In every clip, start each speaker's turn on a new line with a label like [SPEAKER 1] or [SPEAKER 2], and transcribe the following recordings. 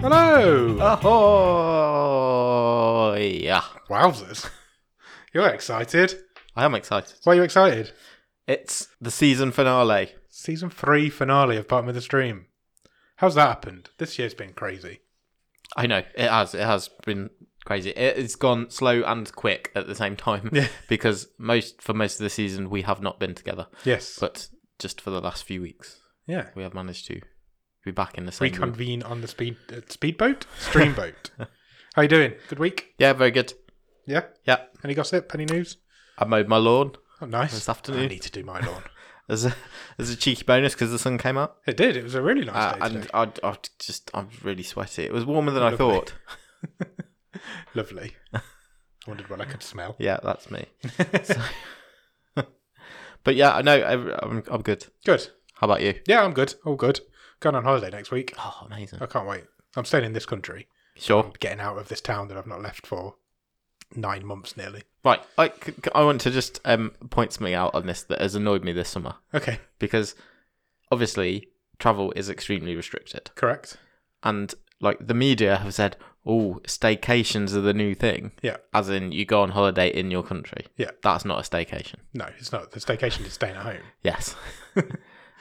[SPEAKER 1] Hello.
[SPEAKER 2] Oh, yeah.
[SPEAKER 1] Wowzers. You're excited.
[SPEAKER 2] I am excited.
[SPEAKER 1] Why are you excited?
[SPEAKER 2] It's the season finale.
[SPEAKER 1] Season three finale of Bottom of the Stream. How's that happened? This year's been crazy.
[SPEAKER 2] I know it has. It has been crazy. It, it's gone slow and quick at the same time
[SPEAKER 1] Yeah.
[SPEAKER 2] because most for most of the season we have not been together,
[SPEAKER 1] Yes.
[SPEAKER 2] but just for the last few weeks
[SPEAKER 1] yeah.
[SPEAKER 2] we have managed to be back in the same. room.
[SPEAKER 1] Reconvene on the speed uh, speedboat, streamboat. How you doing? Good week.
[SPEAKER 2] Yeah, very good.
[SPEAKER 1] Yeah.
[SPEAKER 2] Yeah,
[SPEAKER 1] Any gossip? Any news?
[SPEAKER 2] I mowed my lawn
[SPEAKER 1] Oh, nice.
[SPEAKER 2] This afternoon.
[SPEAKER 1] I need to do my lawn.
[SPEAKER 2] as a as a cheeky bonus because the sun came up,
[SPEAKER 1] it did. It was a really nice
[SPEAKER 2] uh,
[SPEAKER 1] day today.
[SPEAKER 2] and I I just I'm really sweaty. It was warmer than I
[SPEAKER 1] Lovely.
[SPEAKER 2] thought.
[SPEAKER 1] Lovely. I wondered what I could smell.
[SPEAKER 2] Yeah, that's me. So- but yeah, I know I- I'm I'm good.
[SPEAKER 1] Good.
[SPEAKER 2] How about you?
[SPEAKER 1] Yeah, I'm good. All good. Going on holiday next week.
[SPEAKER 2] Oh, amazing.
[SPEAKER 1] I can't wait. I'm staying in this country.
[SPEAKER 2] Sure.
[SPEAKER 1] Getting out of this town that I've not left for nine months nearly.
[SPEAKER 2] Right. I, c- c- I want to just um, point something out on this that has annoyed me this summer
[SPEAKER 1] Okay,
[SPEAKER 2] because obviously travel is extremely restricted.
[SPEAKER 1] correct.
[SPEAKER 2] And like the media have said, oh, staycations are the new thing.
[SPEAKER 1] Yeah.
[SPEAKER 2] As in, you go on holiday in your country.
[SPEAKER 1] Yeah.
[SPEAKER 2] That's not a staycation.
[SPEAKER 1] No, it's not. The staycation is staying at home.
[SPEAKER 2] Yes.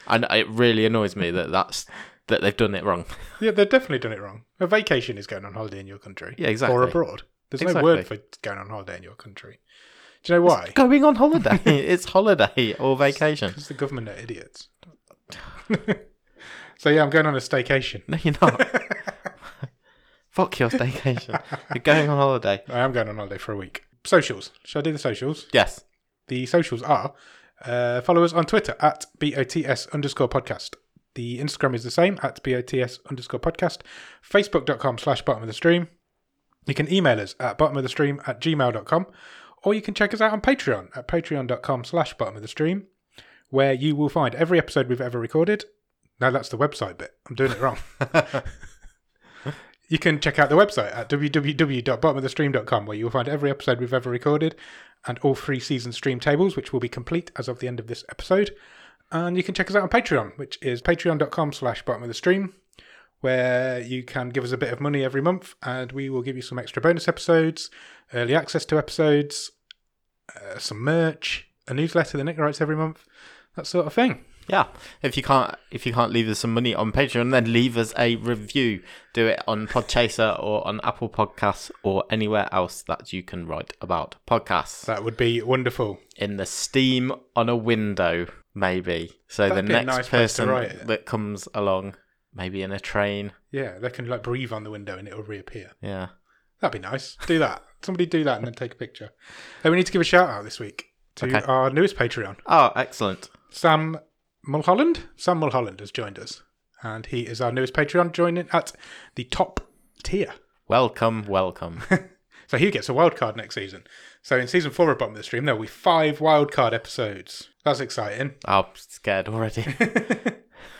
[SPEAKER 2] and it really annoys me that that's. That they've done it wrong.
[SPEAKER 1] Yeah, they've definitely done it wrong. A vacation is going on holiday in your country.
[SPEAKER 2] Yeah, exactly.
[SPEAKER 1] Or abroad. There's
[SPEAKER 2] Exactly.
[SPEAKER 1] no word for going on holiday in your country. Do you know why?
[SPEAKER 2] Going on holiday. it's holiday or vacation.
[SPEAKER 1] Because the government are idiots. so yeah, I'm going on a staycation.
[SPEAKER 2] No, you're not. Fuck your staycation. You're going on holiday.
[SPEAKER 1] I am going on holiday for a week. Socials. Shall I do the socials?
[SPEAKER 2] Yes.
[SPEAKER 1] The socials are uh, follow us on Twitter at BOTS underscore podcast. The Instagram is the same at BOTS underscore podcast. Facebook.com slash bottom of the stream. You can email us at bottom of the stream at gmail.com or you can check us out on Patreon at patreon.com slash bottom of the stream where you will find every episode we've ever recorded. No, that's the website bit. I'm doing it wrong. you can check out the website at www.bottomofthestream.com where you will find every episode we've ever recorded and all three season stream tables, which will be complete as of the end of this episode. And you can check us out on Patreon, which is patreon.com slash bottom of the stream, where you can give us a bit of money every month and we will give you some extra bonus episodes, early access to episodes, uh, some merch, a newsletter that Nick writes every month, that sort of thing.
[SPEAKER 2] Yeah. If you can't if you can't leave us some money on Patreon, then leave us a review. Do it on Podchaser or on Apple Podcasts or anywhere else that you can write about podcasts.
[SPEAKER 1] That would be wonderful.
[SPEAKER 2] In the steam on a window, maybe. So
[SPEAKER 1] That'd
[SPEAKER 2] the
[SPEAKER 1] be a
[SPEAKER 2] next
[SPEAKER 1] nice place to
[SPEAKER 2] person
[SPEAKER 1] write it.
[SPEAKER 2] that comes along, maybe in a train.
[SPEAKER 1] Yeah, they can like breathe on the window and it'll reappear.
[SPEAKER 2] Yeah.
[SPEAKER 1] That'd be nice. Do that. Somebody do that and then take a picture. And we need to give a shout out this week to
[SPEAKER 2] Okay.
[SPEAKER 1] our newest Patreon.
[SPEAKER 2] Oh, excellent.
[SPEAKER 1] Sam Mulholland. Sam Mulholland has joined us. And he is our newest Patreon, joining at the top tier.
[SPEAKER 2] Welcome, welcome.
[SPEAKER 1] So he gets a wild card next season. So in season four of Bottom of the Stream, there will be five wild card episodes. That's exciting.
[SPEAKER 2] I'm scared already.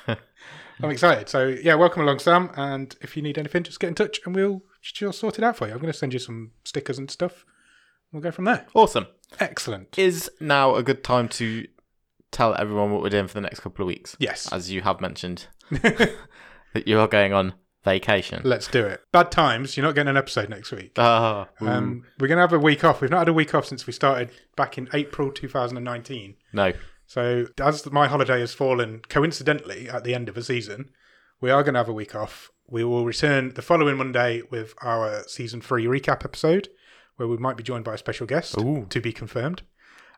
[SPEAKER 1] I'm excited. So yeah, welcome along, Sam. And if you need anything, just get in touch and we'll sure sort it out for you. I'm going to send you some stickers and stuff. We'll go from there.
[SPEAKER 2] awesome.
[SPEAKER 1] Excellent.
[SPEAKER 2] is now a good time to tell everyone what we're doing for the next couple of weeks.
[SPEAKER 1] Yes.
[SPEAKER 2] As you have mentioned, that you are going on vacation.
[SPEAKER 1] Let's do it. Bad times. You're not getting an episode next week.
[SPEAKER 2] Ah,
[SPEAKER 1] Um, we're going to have a week off. We've not had a week off since we started back in April 2019.
[SPEAKER 2] no.
[SPEAKER 1] So, as my holiday has fallen coincidentally at the end of a season, we are going to have a week off. We will return the following Monday with our season three recap episode, where we might be joined by a special guest
[SPEAKER 2] Ooh.
[SPEAKER 1] to be confirmed.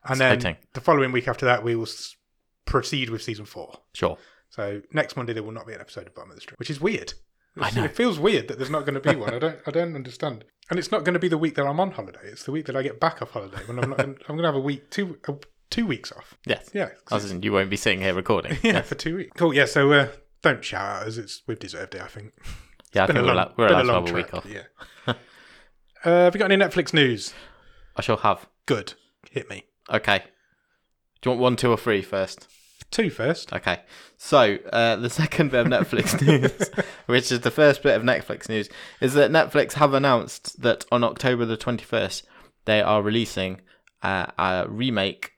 [SPEAKER 1] And then
[SPEAKER 2] Exciting.
[SPEAKER 1] the following week after that, we will s- proceed with season four.
[SPEAKER 2] Sure.
[SPEAKER 1] So next Monday there will not be an episode of Bottom of the Stream, which is weird.
[SPEAKER 2] I know.
[SPEAKER 1] It feels weird that there's not going to be one. I don't. I don't understand. And it's not going to be the week that I'm on holiday. It's the week that I get back off holiday. When I'm not. gonna, I'm going to have a week two uh, two weeks off.
[SPEAKER 2] Yes.
[SPEAKER 1] Yeah.
[SPEAKER 2] As in, you won't be sitting here recording.
[SPEAKER 1] Yeah, for two weeks. Cool. Yeah. So uh, don't shout at us. It's we've deserved it. I think.
[SPEAKER 2] Yeah, I
[SPEAKER 1] Been
[SPEAKER 2] think
[SPEAKER 1] a
[SPEAKER 2] we're,
[SPEAKER 1] long-
[SPEAKER 2] allo- we're
[SPEAKER 1] been a
[SPEAKER 2] allowed to
[SPEAKER 1] long
[SPEAKER 2] have a week
[SPEAKER 1] trek,
[SPEAKER 2] off.
[SPEAKER 1] Yeah. uh, have you got any Netflix news?
[SPEAKER 2] I shall have.
[SPEAKER 1] Good. Hit me.
[SPEAKER 2] Okay. Do you want one, two, or three first?
[SPEAKER 1] Two first.
[SPEAKER 2] Okay. So, uh, the second bit of Netflix news, which is the first bit of Netflix news, is that Netflix have announced that on October the 21st, they are releasing uh, a remake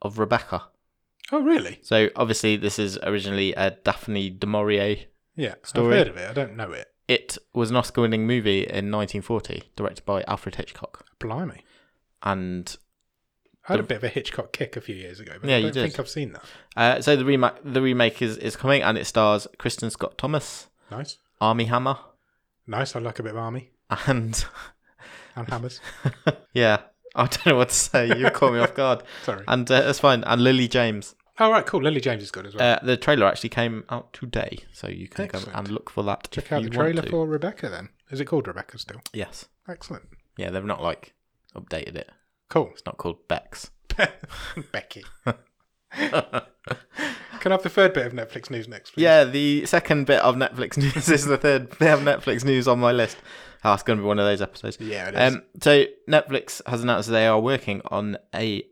[SPEAKER 2] of Rebecca.
[SPEAKER 1] Oh really?
[SPEAKER 2] So, obviously, this is originally a Daphne du Maurier.
[SPEAKER 1] Yeah.
[SPEAKER 2] Story.
[SPEAKER 1] I've heard of it. I don't know it.
[SPEAKER 2] It was an Oscar winning movie in 1940, directed by Alfred Hitchcock.
[SPEAKER 1] Blimey.
[SPEAKER 2] And
[SPEAKER 1] I had a
[SPEAKER 2] The-
[SPEAKER 1] bit of a Hitchcock kick a few years ago, but
[SPEAKER 2] Yeah,
[SPEAKER 1] I
[SPEAKER 2] you
[SPEAKER 1] don't
[SPEAKER 2] did.
[SPEAKER 1] think I've seen that.
[SPEAKER 2] uh, so the remake, the remake is, is coming and it stars Kristen Scott Thomas,
[SPEAKER 1] Nice.
[SPEAKER 2] Army Hammer,
[SPEAKER 1] Nice. I like a bit of army
[SPEAKER 2] and
[SPEAKER 1] and hammers.
[SPEAKER 2] yeah, I don't know what to say. You caught me off guard.
[SPEAKER 1] Sorry.
[SPEAKER 2] And uh, that's fine. And Lily James.
[SPEAKER 1] All right, cool. Lily James is good as well.
[SPEAKER 2] Uh, the trailer actually came out today, so you can
[SPEAKER 1] Excellent.
[SPEAKER 2] come and look for that.
[SPEAKER 1] Check
[SPEAKER 2] if
[SPEAKER 1] out
[SPEAKER 2] you
[SPEAKER 1] the trailer
[SPEAKER 2] want to.
[SPEAKER 1] for Rebecca then. Is it called Rebecca still?
[SPEAKER 2] Yes.
[SPEAKER 1] Excellent.
[SPEAKER 2] Yeah, they've not like updated it.
[SPEAKER 1] Cool.
[SPEAKER 2] It's not called Bex.
[SPEAKER 1] Becky. Can I have the third bit of Netflix news next, please?
[SPEAKER 2] Yeah, the second bit of Netflix news is the third bit of Netflix news on my list. Oh, it's going to be one of those episodes.
[SPEAKER 1] Yeah, it is.
[SPEAKER 2] Um, so Netflix has announced they are working on a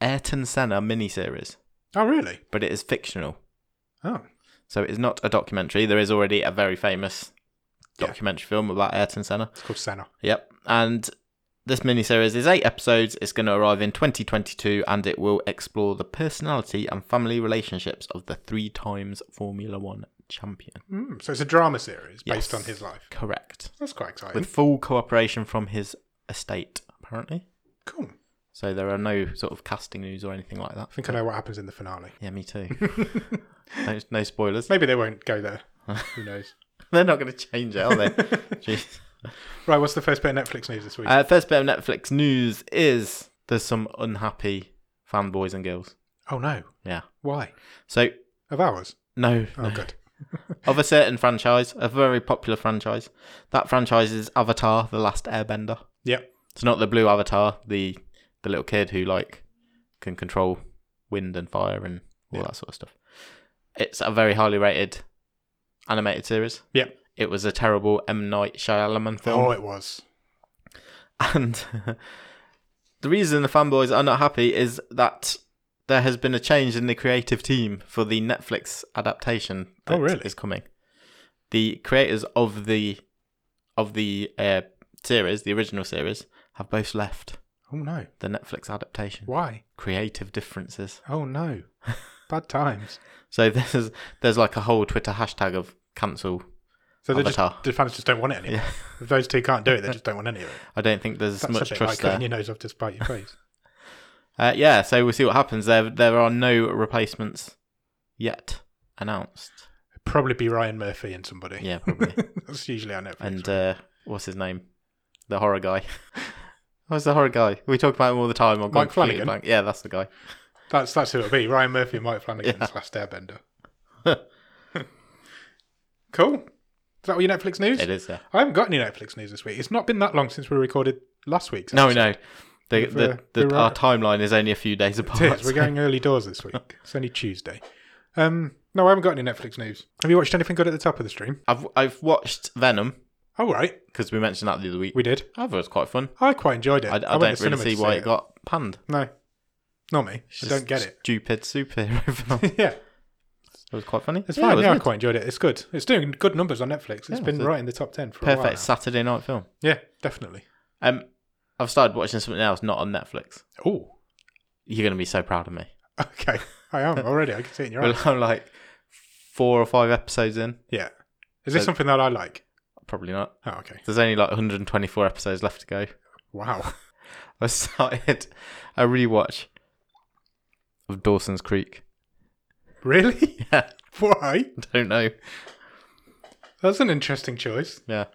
[SPEAKER 2] Ayrton Senna miniseries,
[SPEAKER 1] oh, really?
[SPEAKER 2] but it is fictional.
[SPEAKER 1] Oh,
[SPEAKER 2] So it is not a documentary. There is already a very famous
[SPEAKER 1] Yeah.
[SPEAKER 2] documentary film about Ayrton Senna.
[SPEAKER 1] it's called Senna.
[SPEAKER 2] Yep. And this miniseries is eight episodes. It's going to arrive in 2022 and it will explore the personality and family relationships of the three times Formula One champion.
[SPEAKER 1] Mm, so it's a drama series based
[SPEAKER 2] Yes.
[SPEAKER 1] on his life.
[SPEAKER 2] Correct.
[SPEAKER 1] That's quite exciting.
[SPEAKER 2] With full cooperation from his estate, apparently.
[SPEAKER 1] cool.
[SPEAKER 2] So there are no sort of casting news or anything like that.
[SPEAKER 1] I think I know what happens in the finale.
[SPEAKER 2] Yeah, me too. no, no spoilers.
[SPEAKER 1] Maybe they won't go there. Who knows?
[SPEAKER 2] They're not going to change it, are they? Jeez.
[SPEAKER 1] Right, what's the first bit of Netflix news this week?
[SPEAKER 2] Uh, first bit of Netflix news is there's some unhappy fanboys and girls.
[SPEAKER 1] oh, no.
[SPEAKER 2] Yeah.
[SPEAKER 1] Why?
[SPEAKER 2] So
[SPEAKER 1] Of ours?
[SPEAKER 2] no,
[SPEAKER 1] Oh,
[SPEAKER 2] no.
[SPEAKER 1] good.
[SPEAKER 2] of a certain franchise, a very popular franchise. That franchise is Avatar: The Last Airbender.
[SPEAKER 1] Yep.
[SPEAKER 2] It's not the blue Avatar, the the little kid who like can control wind and fire and all
[SPEAKER 1] Yeah.
[SPEAKER 2] that sort of stuff. It's a very highly rated animated series.
[SPEAKER 1] Yep.
[SPEAKER 2] It was a terrible M Night Shyamalan film.
[SPEAKER 1] Oh, it was.
[SPEAKER 2] And the reason the fanboys are not happy is that there has been a change in the creative team for the Netflix adaptation that
[SPEAKER 1] Oh, really?
[SPEAKER 2] is coming. The creators of the of the uh, series, the original series, have both left
[SPEAKER 1] Oh, no.
[SPEAKER 2] the Netflix adaptation.
[SPEAKER 1] Why?
[SPEAKER 2] Creative differences.
[SPEAKER 1] Oh, no. Bad times.
[SPEAKER 2] So there's there's like a whole Twitter hashtag of cancel.
[SPEAKER 1] So they just,
[SPEAKER 2] Avatar.
[SPEAKER 1] the fans just don't want it anymore.
[SPEAKER 2] Oh, Yeah.
[SPEAKER 1] If those two can't do it, they just don't want any of it.
[SPEAKER 2] I don't think there's
[SPEAKER 1] That's
[SPEAKER 2] much
[SPEAKER 1] a bit like
[SPEAKER 2] trust
[SPEAKER 1] cutting
[SPEAKER 2] there.
[SPEAKER 1] your nose off to spite your face.
[SPEAKER 2] Uh, yeah, so we'll see what happens. There there are no replacements yet announced.
[SPEAKER 1] Probably be Ryan Murphy and somebody.
[SPEAKER 2] Yeah, probably.
[SPEAKER 1] That's usually our Netflix.
[SPEAKER 2] and uh, what's his name? The horror guy. What's the horror guy? We talk about him all the time. I've gone
[SPEAKER 1] Mike Flanagan?
[SPEAKER 2] completely blank. Yeah, that's the guy.
[SPEAKER 1] That's that's who it'll be. Ryan Murphy and Mike Flanagan's
[SPEAKER 2] Yeah.
[SPEAKER 1] Last Airbender. cool. Is that all your Netflix news?
[SPEAKER 2] It is. Yeah.
[SPEAKER 1] I haven't got any Netflix news this week. It's not been that long since we recorded last week's.
[SPEAKER 2] No, no. The,
[SPEAKER 1] If, uh,
[SPEAKER 2] the, the,
[SPEAKER 1] we're
[SPEAKER 2] our
[SPEAKER 1] right.
[SPEAKER 2] timeline is only a few days apart.
[SPEAKER 1] It is. We're going early doors this week. It's only Tuesday. Um, no, I haven't got any Netflix news. Have you watched anything good at the top of the stream?
[SPEAKER 2] I've I've watched Venom
[SPEAKER 1] All right, because
[SPEAKER 2] because we mentioned that the other week.
[SPEAKER 1] we did.
[SPEAKER 2] I thought it was quite fun.
[SPEAKER 1] I quite enjoyed it.
[SPEAKER 2] I, I,
[SPEAKER 1] went
[SPEAKER 2] don't
[SPEAKER 1] to
[SPEAKER 2] really
[SPEAKER 1] cinema
[SPEAKER 2] see
[SPEAKER 1] to
[SPEAKER 2] why it got panned.
[SPEAKER 1] No, not me. I don't get it.
[SPEAKER 2] Stupid superhero film. it
[SPEAKER 1] yeah,
[SPEAKER 2] was quite funny.
[SPEAKER 1] it's
[SPEAKER 2] Yeah, it
[SPEAKER 1] fine.
[SPEAKER 2] was
[SPEAKER 1] Yeah, I
[SPEAKER 2] good.
[SPEAKER 1] quite enjoyed it. It's good. It's doing good numbers on Netflix. It's
[SPEAKER 2] Yeah,
[SPEAKER 1] been
[SPEAKER 2] it's a
[SPEAKER 1] right in the top ten for a while.
[SPEAKER 2] perfect
[SPEAKER 1] now.
[SPEAKER 2] Saturday night film.
[SPEAKER 1] Yeah, definitely.
[SPEAKER 2] Um, I've started watching something else, not on Netflix.
[SPEAKER 1] Oh,
[SPEAKER 2] You're gonna be so proud of me.
[SPEAKER 1] Okay, I am already. I can see it in your eyes.
[SPEAKER 2] Well, I'm like four or five episodes in.
[SPEAKER 1] Yeah. Is this
[SPEAKER 2] so-
[SPEAKER 1] something that I like?
[SPEAKER 2] Probably not.
[SPEAKER 1] Oh, okay.
[SPEAKER 2] There's only like 124 episodes left to go.
[SPEAKER 1] Wow.
[SPEAKER 2] I started a rewatch of Dawson's Creek.
[SPEAKER 1] Really?
[SPEAKER 2] Yeah,
[SPEAKER 1] Why?
[SPEAKER 2] don't know.
[SPEAKER 1] That's an interesting choice.
[SPEAKER 2] Yeah,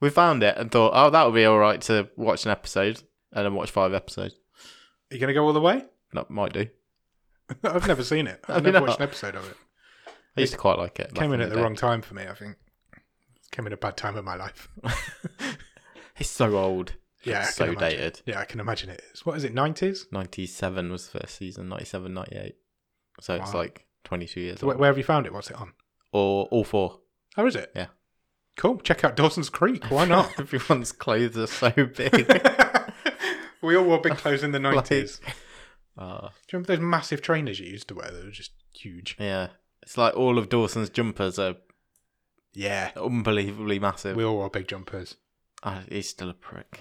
[SPEAKER 2] we found it and thought, oh, that would be all right to watch an episode and then watch five episodes.
[SPEAKER 1] Are you going to go all the way?
[SPEAKER 2] That might do.
[SPEAKER 1] I've never seen it. I've
[SPEAKER 2] Have you
[SPEAKER 1] never watched
[SPEAKER 2] not?
[SPEAKER 1] an episode of it.
[SPEAKER 2] I used to quite like it. back
[SPEAKER 1] Came in
[SPEAKER 2] in
[SPEAKER 1] at the
[SPEAKER 2] day.
[SPEAKER 1] wrong time for me, I think. Came in a bad time of my life.
[SPEAKER 2] It's so old.
[SPEAKER 1] Yeah, I
[SPEAKER 2] It's
[SPEAKER 1] can
[SPEAKER 2] so
[SPEAKER 1] imagine.
[SPEAKER 2] dated.
[SPEAKER 1] Yeah, I can imagine it is. What is it, 90s?
[SPEAKER 2] 97 was the first season, 97, 98. So it's
[SPEAKER 1] Wow.
[SPEAKER 2] like 22 years
[SPEAKER 1] So where,
[SPEAKER 2] old.
[SPEAKER 1] where have you found it? What's it on?
[SPEAKER 2] Or all four.
[SPEAKER 1] How is it?
[SPEAKER 2] Yeah.
[SPEAKER 1] Cool. Check out Dawson's Creek. Why not?
[SPEAKER 2] Everyone's clothes are so big.
[SPEAKER 1] we all wore big clothes in the 90s.
[SPEAKER 2] Ah,
[SPEAKER 1] Do you remember those massive trainers you used to wear? They were just huge.
[SPEAKER 2] yeah. It's like all of Dawson's jumpers are
[SPEAKER 1] Yeah.
[SPEAKER 2] unbelievably massive.
[SPEAKER 1] We all wore big jumpers.
[SPEAKER 2] Ah, he's still a prick.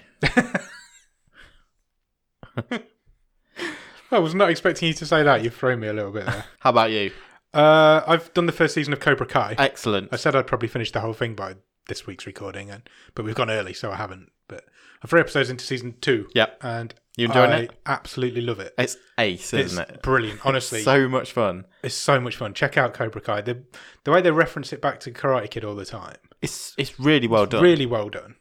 [SPEAKER 1] I was not expecting you to say that. You've thrown me a little bit there.
[SPEAKER 2] How about you?
[SPEAKER 1] uh, I've done the first season of Cobra Kai.
[SPEAKER 2] Excellent.
[SPEAKER 1] I said I'd probably finish the whole thing by this week's recording, and but we've gone early, so I haven't. But I'm three episodes into season two.
[SPEAKER 2] Yep.
[SPEAKER 1] and
[SPEAKER 2] You enjoying
[SPEAKER 1] I
[SPEAKER 2] it?
[SPEAKER 1] Absolutely love it.
[SPEAKER 2] It's ace,
[SPEAKER 1] It's
[SPEAKER 2] isn't it?
[SPEAKER 1] brilliant. Honestly,
[SPEAKER 2] So much fun.
[SPEAKER 1] it's so much fun. Check out Cobra Kai. The the way they reference it back to Karate Kid all the time,
[SPEAKER 2] It's it's really well done.
[SPEAKER 1] really well done.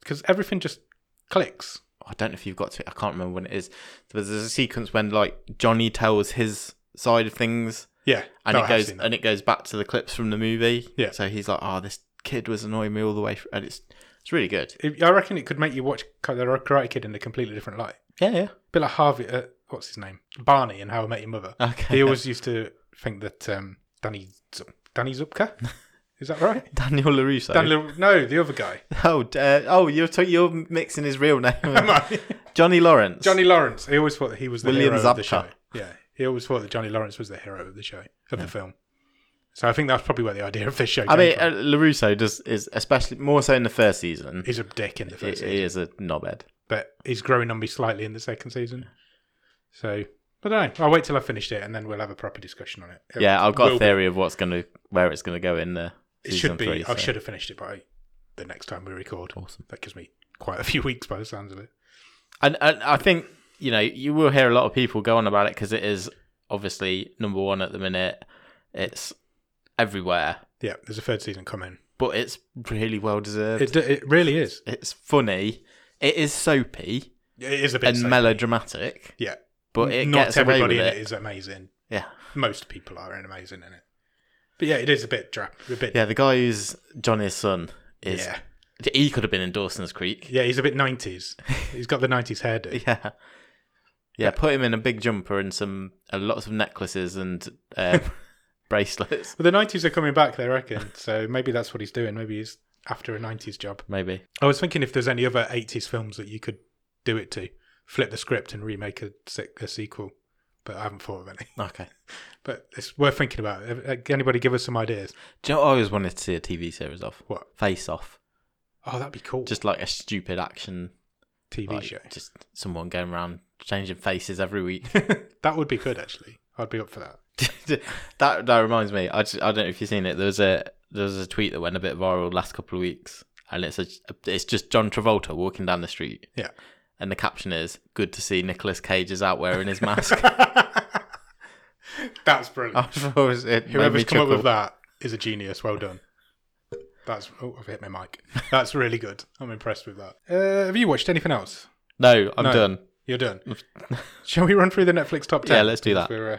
[SPEAKER 1] Because everything just clicks.
[SPEAKER 2] I don't know if you've got to. I can't remember when it is. But there's a sequence when like Johnny tells his side of things,
[SPEAKER 1] Yeah,
[SPEAKER 2] and
[SPEAKER 1] no, I
[SPEAKER 2] it
[SPEAKER 1] have
[SPEAKER 2] goes
[SPEAKER 1] seen that.
[SPEAKER 2] and it goes back to the clips from the movie.
[SPEAKER 1] Yeah.
[SPEAKER 2] So he's like, "Oh, this kid was annoying me all the way," through. and it's it's really good.
[SPEAKER 1] It- I reckon it could make you watch Ka- the Karate Kid in a completely different light.
[SPEAKER 2] Yeah, yeah.
[SPEAKER 1] A bit like Harvey, uh, what's his name, Barney, and How I Met Your Mother.
[SPEAKER 2] Okay.
[SPEAKER 1] He always used to think that um, Danny Zup- Danny Zupka, is that right?
[SPEAKER 2] Daniel Larusso.
[SPEAKER 1] Danny, Lu- no, the other guy.
[SPEAKER 2] oh, d- uh, oh, you're t- you're mixing his real name.
[SPEAKER 1] Am I?
[SPEAKER 2] Johnny Lawrence.
[SPEAKER 1] Johnny Lawrence. He always thought that he was the
[SPEAKER 2] William
[SPEAKER 1] hero of the
[SPEAKER 2] Zabka.
[SPEAKER 1] show. Yeah, he always thought that Johnny Lawrence was the hero of the show of the film. So I think that's probably where the idea of this show. Came
[SPEAKER 2] I mean,
[SPEAKER 1] from.
[SPEAKER 2] uh, Larusso does is especially more so in the first season.
[SPEAKER 1] he's a dick in the
[SPEAKER 2] He,
[SPEAKER 1] first season,
[SPEAKER 2] he is a knobhead.
[SPEAKER 1] but he's growing on me slightly in the second season. So. I don't know. I'll wait till I have finished it, and then we'll have a proper discussion on it. It
[SPEAKER 2] Yeah, I've got
[SPEAKER 1] will
[SPEAKER 2] a
[SPEAKER 1] be-
[SPEAKER 2] theory of what's gonna where it's gonna go in the
[SPEAKER 1] It
[SPEAKER 2] season
[SPEAKER 1] should be.
[SPEAKER 2] three.
[SPEAKER 1] I
[SPEAKER 2] so-
[SPEAKER 1] should have finished it by the next time we record.
[SPEAKER 2] Awesome.
[SPEAKER 1] That gives me quite a few weeks by the sounds of it.
[SPEAKER 2] And, and I think you know you will hear a lot of people go on about it because it is obviously number one at the minute. It's everywhere,
[SPEAKER 1] Yeah, there's a third season coming.
[SPEAKER 2] but it's really well deserved.
[SPEAKER 1] It, it really is.
[SPEAKER 2] it's funny. It is soapy
[SPEAKER 1] It is a bit.
[SPEAKER 2] and
[SPEAKER 1] safe.
[SPEAKER 2] melodramatic,
[SPEAKER 1] Yeah,
[SPEAKER 2] but it
[SPEAKER 1] not
[SPEAKER 2] gets away with
[SPEAKER 1] everybody in
[SPEAKER 2] it.
[SPEAKER 1] it is amazing.
[SPEAKER 2] Yeah,
[SPEAKER 1] Most people are amazing in it, but yeah, it is a bit drab. A bit. Yeah,
[SPEAKER 2] yeah. The guy who's Johnny's son is
[SPEAKER 1] yeah,
[SPEAKER 2] he could have been in Dawson's Creek.
[SPEAKER 1] He's a bit nineties. he's got the nineties hairdo.
[SPEAKER 2] Yeah. Yeah, put him in a big jumper and some uh, lots of necklaces and um, bracelets,
[SPEAKER 1] But the nineties are coming back, they reckon. So maybe that's what he's doing. Maybe he's after a nineties job.
[SPEAKER 2] maybe.
[SPEAKER 1] I was thinking if there's any other eighties films that you could do it to, flip the script and remake a, se- a sequel. But I haven't thought of any.
[SPEAKER 2] Okay.
[SPEAKER 1] But it's worth thinking about. Uh, Anybody give us some ideas?
[SPEAKER 2] Do you know what I always wanted to see a TV series of?
[SPEAKER 1] What?
[SPEAKER 2] Face Off.
[SPEAKER 1] Oh, that'd be cool.
[SPEAKER 2] Just like a stupid action
[SPEAKER 1] TV
[SPEAKER 2] like,
[SPEAKER 1] show.
[SPEAKER 2] Just someone going around changing faces every week.
[SPEAKER 1] that would be good, actually. I'd be up for that.
[SPEAKER 2] that that reminds me. I, just, I don't know if you've seen it. There was a there was a tweet that went a bit viral last couple of weeks, and it's a, it's just John Travolta walking down the street.
[SPEAKER 1] Yeah.
[SPEAKER 2] And the caption is "Good to see Nicolas Cage is out wearing his mask."
[SPEAKER 1] That's brilliant.
[SPEAKER 2] I was always- it Ah, made me
[SPEAKER 1] Whoever's come up
[SPEAKER 2] chuckle.
[SPEAKER 1] with that is a genius. Well done. That's oh, I've hit my mic. That's really good. I'm impressed with that. Uh, have you watched anything else?
[SPEAKER 2] No, I'm
[SPEAKER 1] No.
[SPEAKER 2] done.
[SPEAKER 1] You're done. Shall we run through the Netflix top ten?
[SPEAKER 2] Yeah, let's do that.
[SPEAKER 1] We're uh,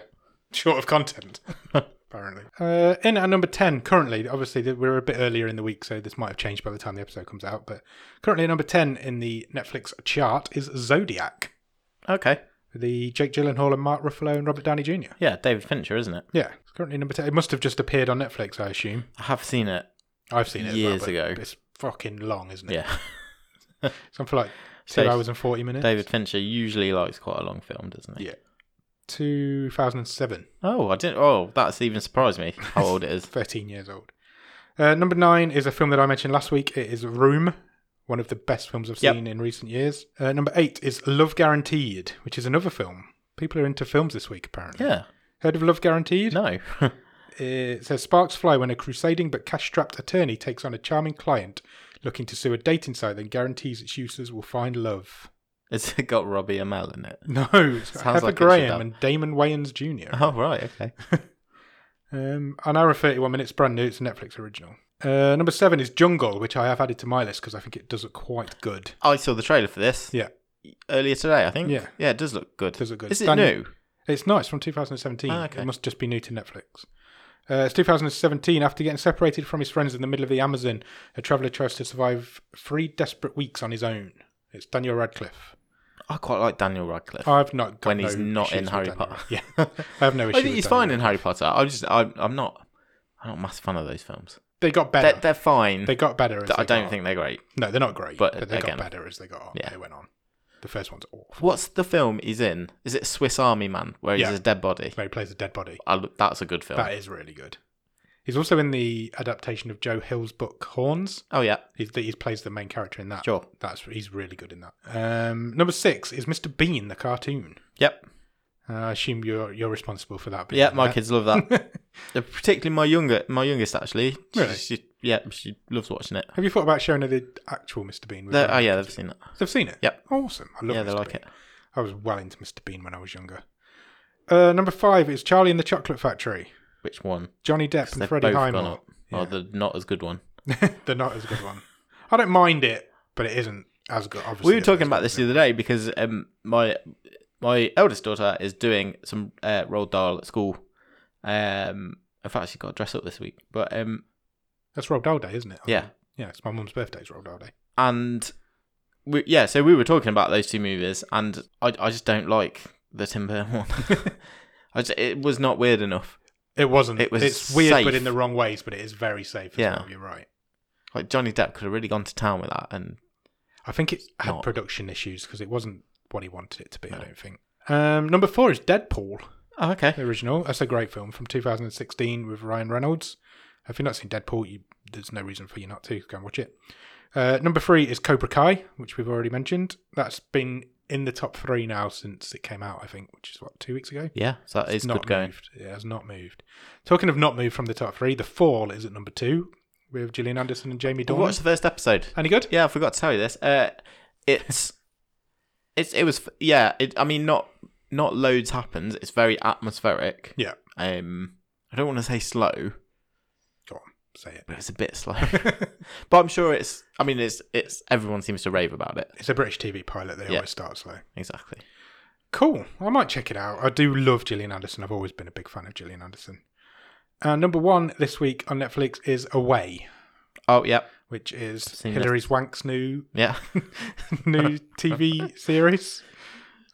[SPEAKER 1] short of content, apparently. Uh, in at number ten currently, obviously th- we're a bit earlier in the week, so this might have changed by the time the episode comes out. But currently, at number ten in the Netflix chart is Zodiac,
[SPEAKER 2] Okay.
[SPEAKER 1] the Jake Gyllenhaal and Mark Ruffalo and Robert Downey Jr.
[SPEAKER 2] Yeah, David Fincher, isn't it?
[SPEAKER 1] Yeah, it's currently number ten. It must have just appeared on Netflix, I assume.
[SPEAKER 2] I have seen it.
[SPEAKER 1] I've seen it as well,
[SPEAKER 2] Years
[SPEAKER 1] but
[SPEAKER 2] ago.
[SPEAKER 1] It's fucking long, isn't it?
[SPEAKER 2] Yeah.
[SPEAKER 1] Something like two
[SPEAKER 2] Dave-
[SPEAKER 1] hours and forty minutes.
[SPEAKER 2] David Fincher usually likes quite a long film, doesn't he?
[SPEAKER 1] Yeah. 2007,
[SPEAKER 2] Oh, I didn't. Oh, that's even surprised me how old it is.
[SPEAKER 1] 13 years old. Uh, number nine is a film that I mentioned last week. It is Room, one of the best films I've
[SPEAKER 2] Yep.
[SPEAKER 1] seen in recent years. Uh, number eight is Love Guaranteed, which is another film. People are into films this week, apparently.
[SPEAKER 2] Yeah.
[SPEAKER 1] Heard of Love Guaranteed?
[SPEAKER 2] No.
[SPEAKER 1] It says sparks fly when a crusading but cash-strapped attorney takes on a charming client looking to sue a dating site that guarantees its users will find love.
[SPEAKER 2] Has it got Robbie Amell in it?
[SPEAKER 1] No, it's got
[SPEAKER 2] Sounds
[SPEAKER 1] Heather
[SPEAKER 2] like it should
[SPEAKER 1] Graham
[SPEAKER 2] have.
[SPEAKER 1] and Damon Wayans Jr.
[SPEAKER 2] Oh right, okay.
[SPEAKER 1] Um, an hour and 31 minutes, brand new. It's a Netflix original. Uh, number seven is Jungle, which I have added to my list because I think it does look quite good.
[SPEAKER 2] I saw the trailer for this
[SPEAKER 1] Yeah,
[SPEAKER 2] earlier today. I think.
[SPEAKER 1] Yeah.
[SPEAKER 2] Yeah, it does look good.
[SPEAKER 1] Does look good.
[SPEAKER 2] Is it
[SPEAKER 1] Daniel-
[SPEAKER 2] new?
[SPEAKER 1] it's nice from 2017.
[SPEAKER 2] Ah, okay.
[SPEAKER 1] It must just be new to Netflix. Uh, it's 2017. After getting separated from his friends in the middle of the Amazon, a traveller tries to survive three desperate weeks on his own. It's Daniel Radcliffe.
[SPEAKER 2] I quite like Daniel Radcliffe.
[SPEAKER 1] I've not got
[SPEAKER 2] When he's
[SPEAKER 1] no
[SPEAKER 2] not
[SPEAKER 1] issues
[SPEAKER 2] in
[SPEAKER 1] with
[SPEAKER 2] Harry
[SPEAKER 1] Daniel
[SPEAKER 2] Potter.
[SPEAKER 1] Radcliffe. Yeah, I have no issue.
[SPEAKER 2] I think
[SPEAKER 1] with
[SPEAKER 2] he's
[SPEAKER 1] Daniel
[SPEAKER 2] fine in
[SPEAKER 1] Radcliffe.
[SPEAKER 2] Harry Potter. I'm just. I, I'm not. I'm not a massive fan of those films.
[SPEAKER 1] They got better.
[SPEAKER 2] They're, they're fine.
[SPEAKER 1] they got better. as
[SPEAKER 2] I
[SPEAKER 1] they
[SPEAKER 2] don't
[SPEAKER 1] got-
[SPEAKER 2] think they're great.
[SPEAKER 1] No, they're not great, but,
[SPEAKER 2] But
[SPEAKER 1] they
[SPEAKER 2] again-
[SPEAKER 1] got better as they got on.
[SPEAKER 2] Yeah.
[SPEAKER 1] They went on. The first one's awful.
[SPEAKER 2] What's the film he's in? Is it Swiss Army Man, where he's
[SPEAKER 1] Yeah.
[SPEAKER 2] a dead body?
[SPEAKER 1] Where he plays a dead body.
[SPEAKER 2] I, that's a good film.
[SPEAKER 1] That is really good. He's also in the adaptation of Joe Hill's book Horns.
[SPEAKER 2] Oh yeah,
[SPEAKER 1] He's, he plays the main character in that.
[SPEAKER 2] sure.
[SPEAKER 1] That's he's really good in that. Um, number six is Mr. Bean the cartoon.
[SPEAKER 2] Yep.
[SPEAKER 1] Uh, I assume you're you're responsible for that. being
[SPEAKER 2] Yeah,
[SPEAKER 1] in
[SPEAKER 2] my
[SPEAKER 1] there.
[SPEAKER 2] kids love that. Uh, Particularly my younger, my youngest actually. She-
[SPEAKER 1] Really?
[SPEAKER 2] she- yeah, she loves watching it.
[SPEAKER 1] Have you thought about showing her the actual Mr. Bean? with
[SPEAKER 2] They-
[SPEAKER 1] her?
[SPEAKER 2] oh yeah, they've seen it.
[SPEAKER 1] They've seen it?
[SPEAKER 2] Yep.
[SPEAKER 1] Awesome. I love
[SPEAKER 2] Yeah,
[SPEAKER 1] Mr.
[SPEAKER 2] they like
[SPEAKER 1] Bean.
[SPEAKER 2] it.
[SPEAKER 1] I was well into Mr. Bean when I was younger. Uh, number five is Charlie and the Chocolate Factory.
[SPEAKER 2] Which one?
[SPEAKER 1] Johnny Depp and
[SPEAKER 2] They've
[SPEAKER 1] Freddie
[SPEAKER 2] both gone
[SPEAKER 1] Highmore.
[SPEAKER 2] up. Or the not as good one.
[SPEAKER 1] They're not as good one. I don't mind it, but it isn't as good. Obviously,
[SPEAKER 2] we were talking about this the other day because um, my my eldest daughter is doing some uh, roll doll at school. Um, in fact, she got a dress up this week, but um,
[SPEAKER 1] That's Roald Dahl Day, isn't it?
[SPEAKER 2] yeah,
[SPEAKER 1] Yeah, it's my mum's birthday, it's Roald Dahl Day.
[SPEAKER 2] and we, yeah, so we were talking about those two movies, and I I just don't like the Tim Burton one. I just, it was not weird enough.
[SPEAKER 1] It wasn't.
[SPEAKER 2] It was
[SPEAKER 1] it's weird, but
[SPEAKER 2] safe.
[SPEAKER 1] in the wrong ways, but it is very safe as
[SPEAKER 2] Yeah.
[SPEAKER 1] well. You're right.
[SPEAKER 2] Like Johnny Depp could have really gone to town with that, and
[SPEAKER 1] I think it had
[SPEAKER 2] Not.
[SPEAKER 1] production issues because it wasn't what he wanted it to be, I don't think. Um, number four is Deadpool,
[SPEAKER 2] oh, okay,
[SPEAKER 1] the original. That's a great film from 2016 with Ryan Reynolds. If you've not seen Deadpool, you, there's no reason for you not to. Go and watch it. Uh, number three is Cobra Kai, which we've already mentioned. That's been in the top three now since it came out, I think, which is what, two weeks ago?
[SPEAKER 2] yeah, so that is
[SPEAKER 1] not
[SPEAKER 2] good going.
[SPEAKER 1] moved. It has not moved. Talking of not moved from the top three, The Fall is at number two with Gillian Anderson and Jamie
[SPEAKER 2] We
[SPEAKER 1] Dornan.
[SPEAKER 2] watched the first episode.
[SPEAKER 1] Any good?
[SPEAKER 2] Yeah, I forgot to tell you this. Uh, it's it's it was yeah. It, I mean, not not loads happens. It's very atmospheric.
[SPEAKER 1] Yeah.
[SPEAKER 2] Um, I don't want to say slow,
[SPEAKER 1] Go on, say it.
[SPEAKER 2] but it's a bit slow. but I'm sure it's. I mean, it's it's everyone seems to rave about it.
[SPEAKER 1] It's a British TV pilot. They
[SPEAKER 2] Yeah.
[SPEAKER 1] always start slow.
[SPEAKER 2] Exactly.
[SPEAKER 1] Cool. I might check it out. I do love Gillian Anderson. I've always been a big fan of Gillian Anderson. Uh, number one this week on Netflix is Away,
[SPEAKER 2] Oh yeah,
[SPEAKER 1] which is
[SPEAKER 2] seen
[SPEAKER 1] Hilary Swank's new
[SPEAKER 2] yeah.
[SPEAKER 1] new TV series.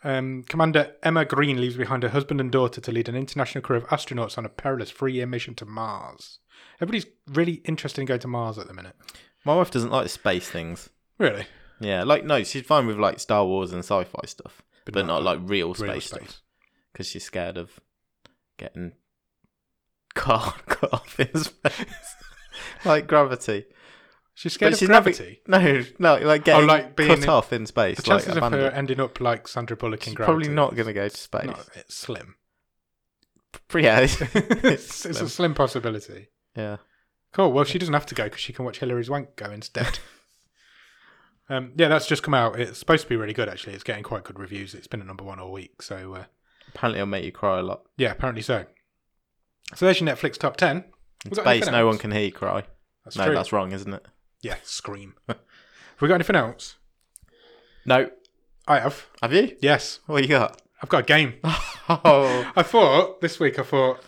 [SPEAKER 1] Um, Commander Emma Green leaves behind her husband and daughter to lead an international crew of astronauts on a perilous three-year mission to Mars. Everybody's really interested in going to Mars at the minute.
[SPEAKER 2] My wife doesn't like space things.
[SPEAKER 1] Really,
[SPEAKER 2] Yeah, like no, she's fine with like Star Wars and sci-fi stuff, but,
[SPEAKER 1] not
[SPEAKER 2] not, like real space,
[SPEAKER 1] Real
[SPEAKER 2] stuff because she's scared of getting car cut off in space, like gravity.
[SPEAKER 1] She's scared
[SPEAKER 2] But
[SPEAKER 1] of
[SPEAKER 2] she's never-
[SPEAKER 1] gravity.
[SPEAKER 2] No, no, like getting
[SPEAKER 1] Oh, like being
[SPEAKER 2] cut
[SPEAKER 1] in-
[SPEAKER 2] off in space,
[SPEAKER 1] The
[SPEAKER 2] like
[SPEAKER 1] chances of her
[SPEAKER 2] abandoned.
[SPEAKER 1] ending up like Sandra Bullock in
[SPEAKER 2] She's
[SPEAKER 1] Gravity
[SPEAKER 2] probably not going to go to space.
[SPEAKER 1] No, it's slim.
[SPEAKER 2] Yeah,
[SPEAKER 1] it's, it's
[SPEAKER 2] it's,
[SPEAKER 1] a
[SPEAKER 2] slim.
[SPEAKER 1] slim possibility.
[SPEAKER 2] yeah.
[SPEAKER 1] Cool. Well, she doesn't have to go because she can watch Hillary's wank go instead. um, yeah, that's just come out. It's supposed to be really good. Actually, it's getting quite good reviews. It's been a number one all week. So uh,
[SPEAKER 2] Apparently, it'll make you cry a lot.
[SPEAKER 1] yeah, apparently so. So there's your Netflix top ten.
[SPEAKER 2] In
[SPEAKER 1] We got
[SPEAKER 2] space,
[SPEAKER 1] anything
[SPEAKER 2] no one
[SPEAKER 1] else?
[SPEAKER 2] can hear you cry.
[SPEAKER 1] That's
[SPEAKER 2] no,
[SPEAKER 1] true.
[SPEAKER 2] that's wrong, isn't it?
[SPEAKER 1] Yeah, scream. Have we got anything else?
[SPEAKER 2] No,
[SPEAKER 1] I have.
[SPEAKER 2] have you?
[SPEAKER 1] Yes,
[SPEAKER 2] What you got?
[SPEAKER 1] I've got a game.
[SPEAKER 2] Oh,
[SPEAKER 1] I thought this week. I thought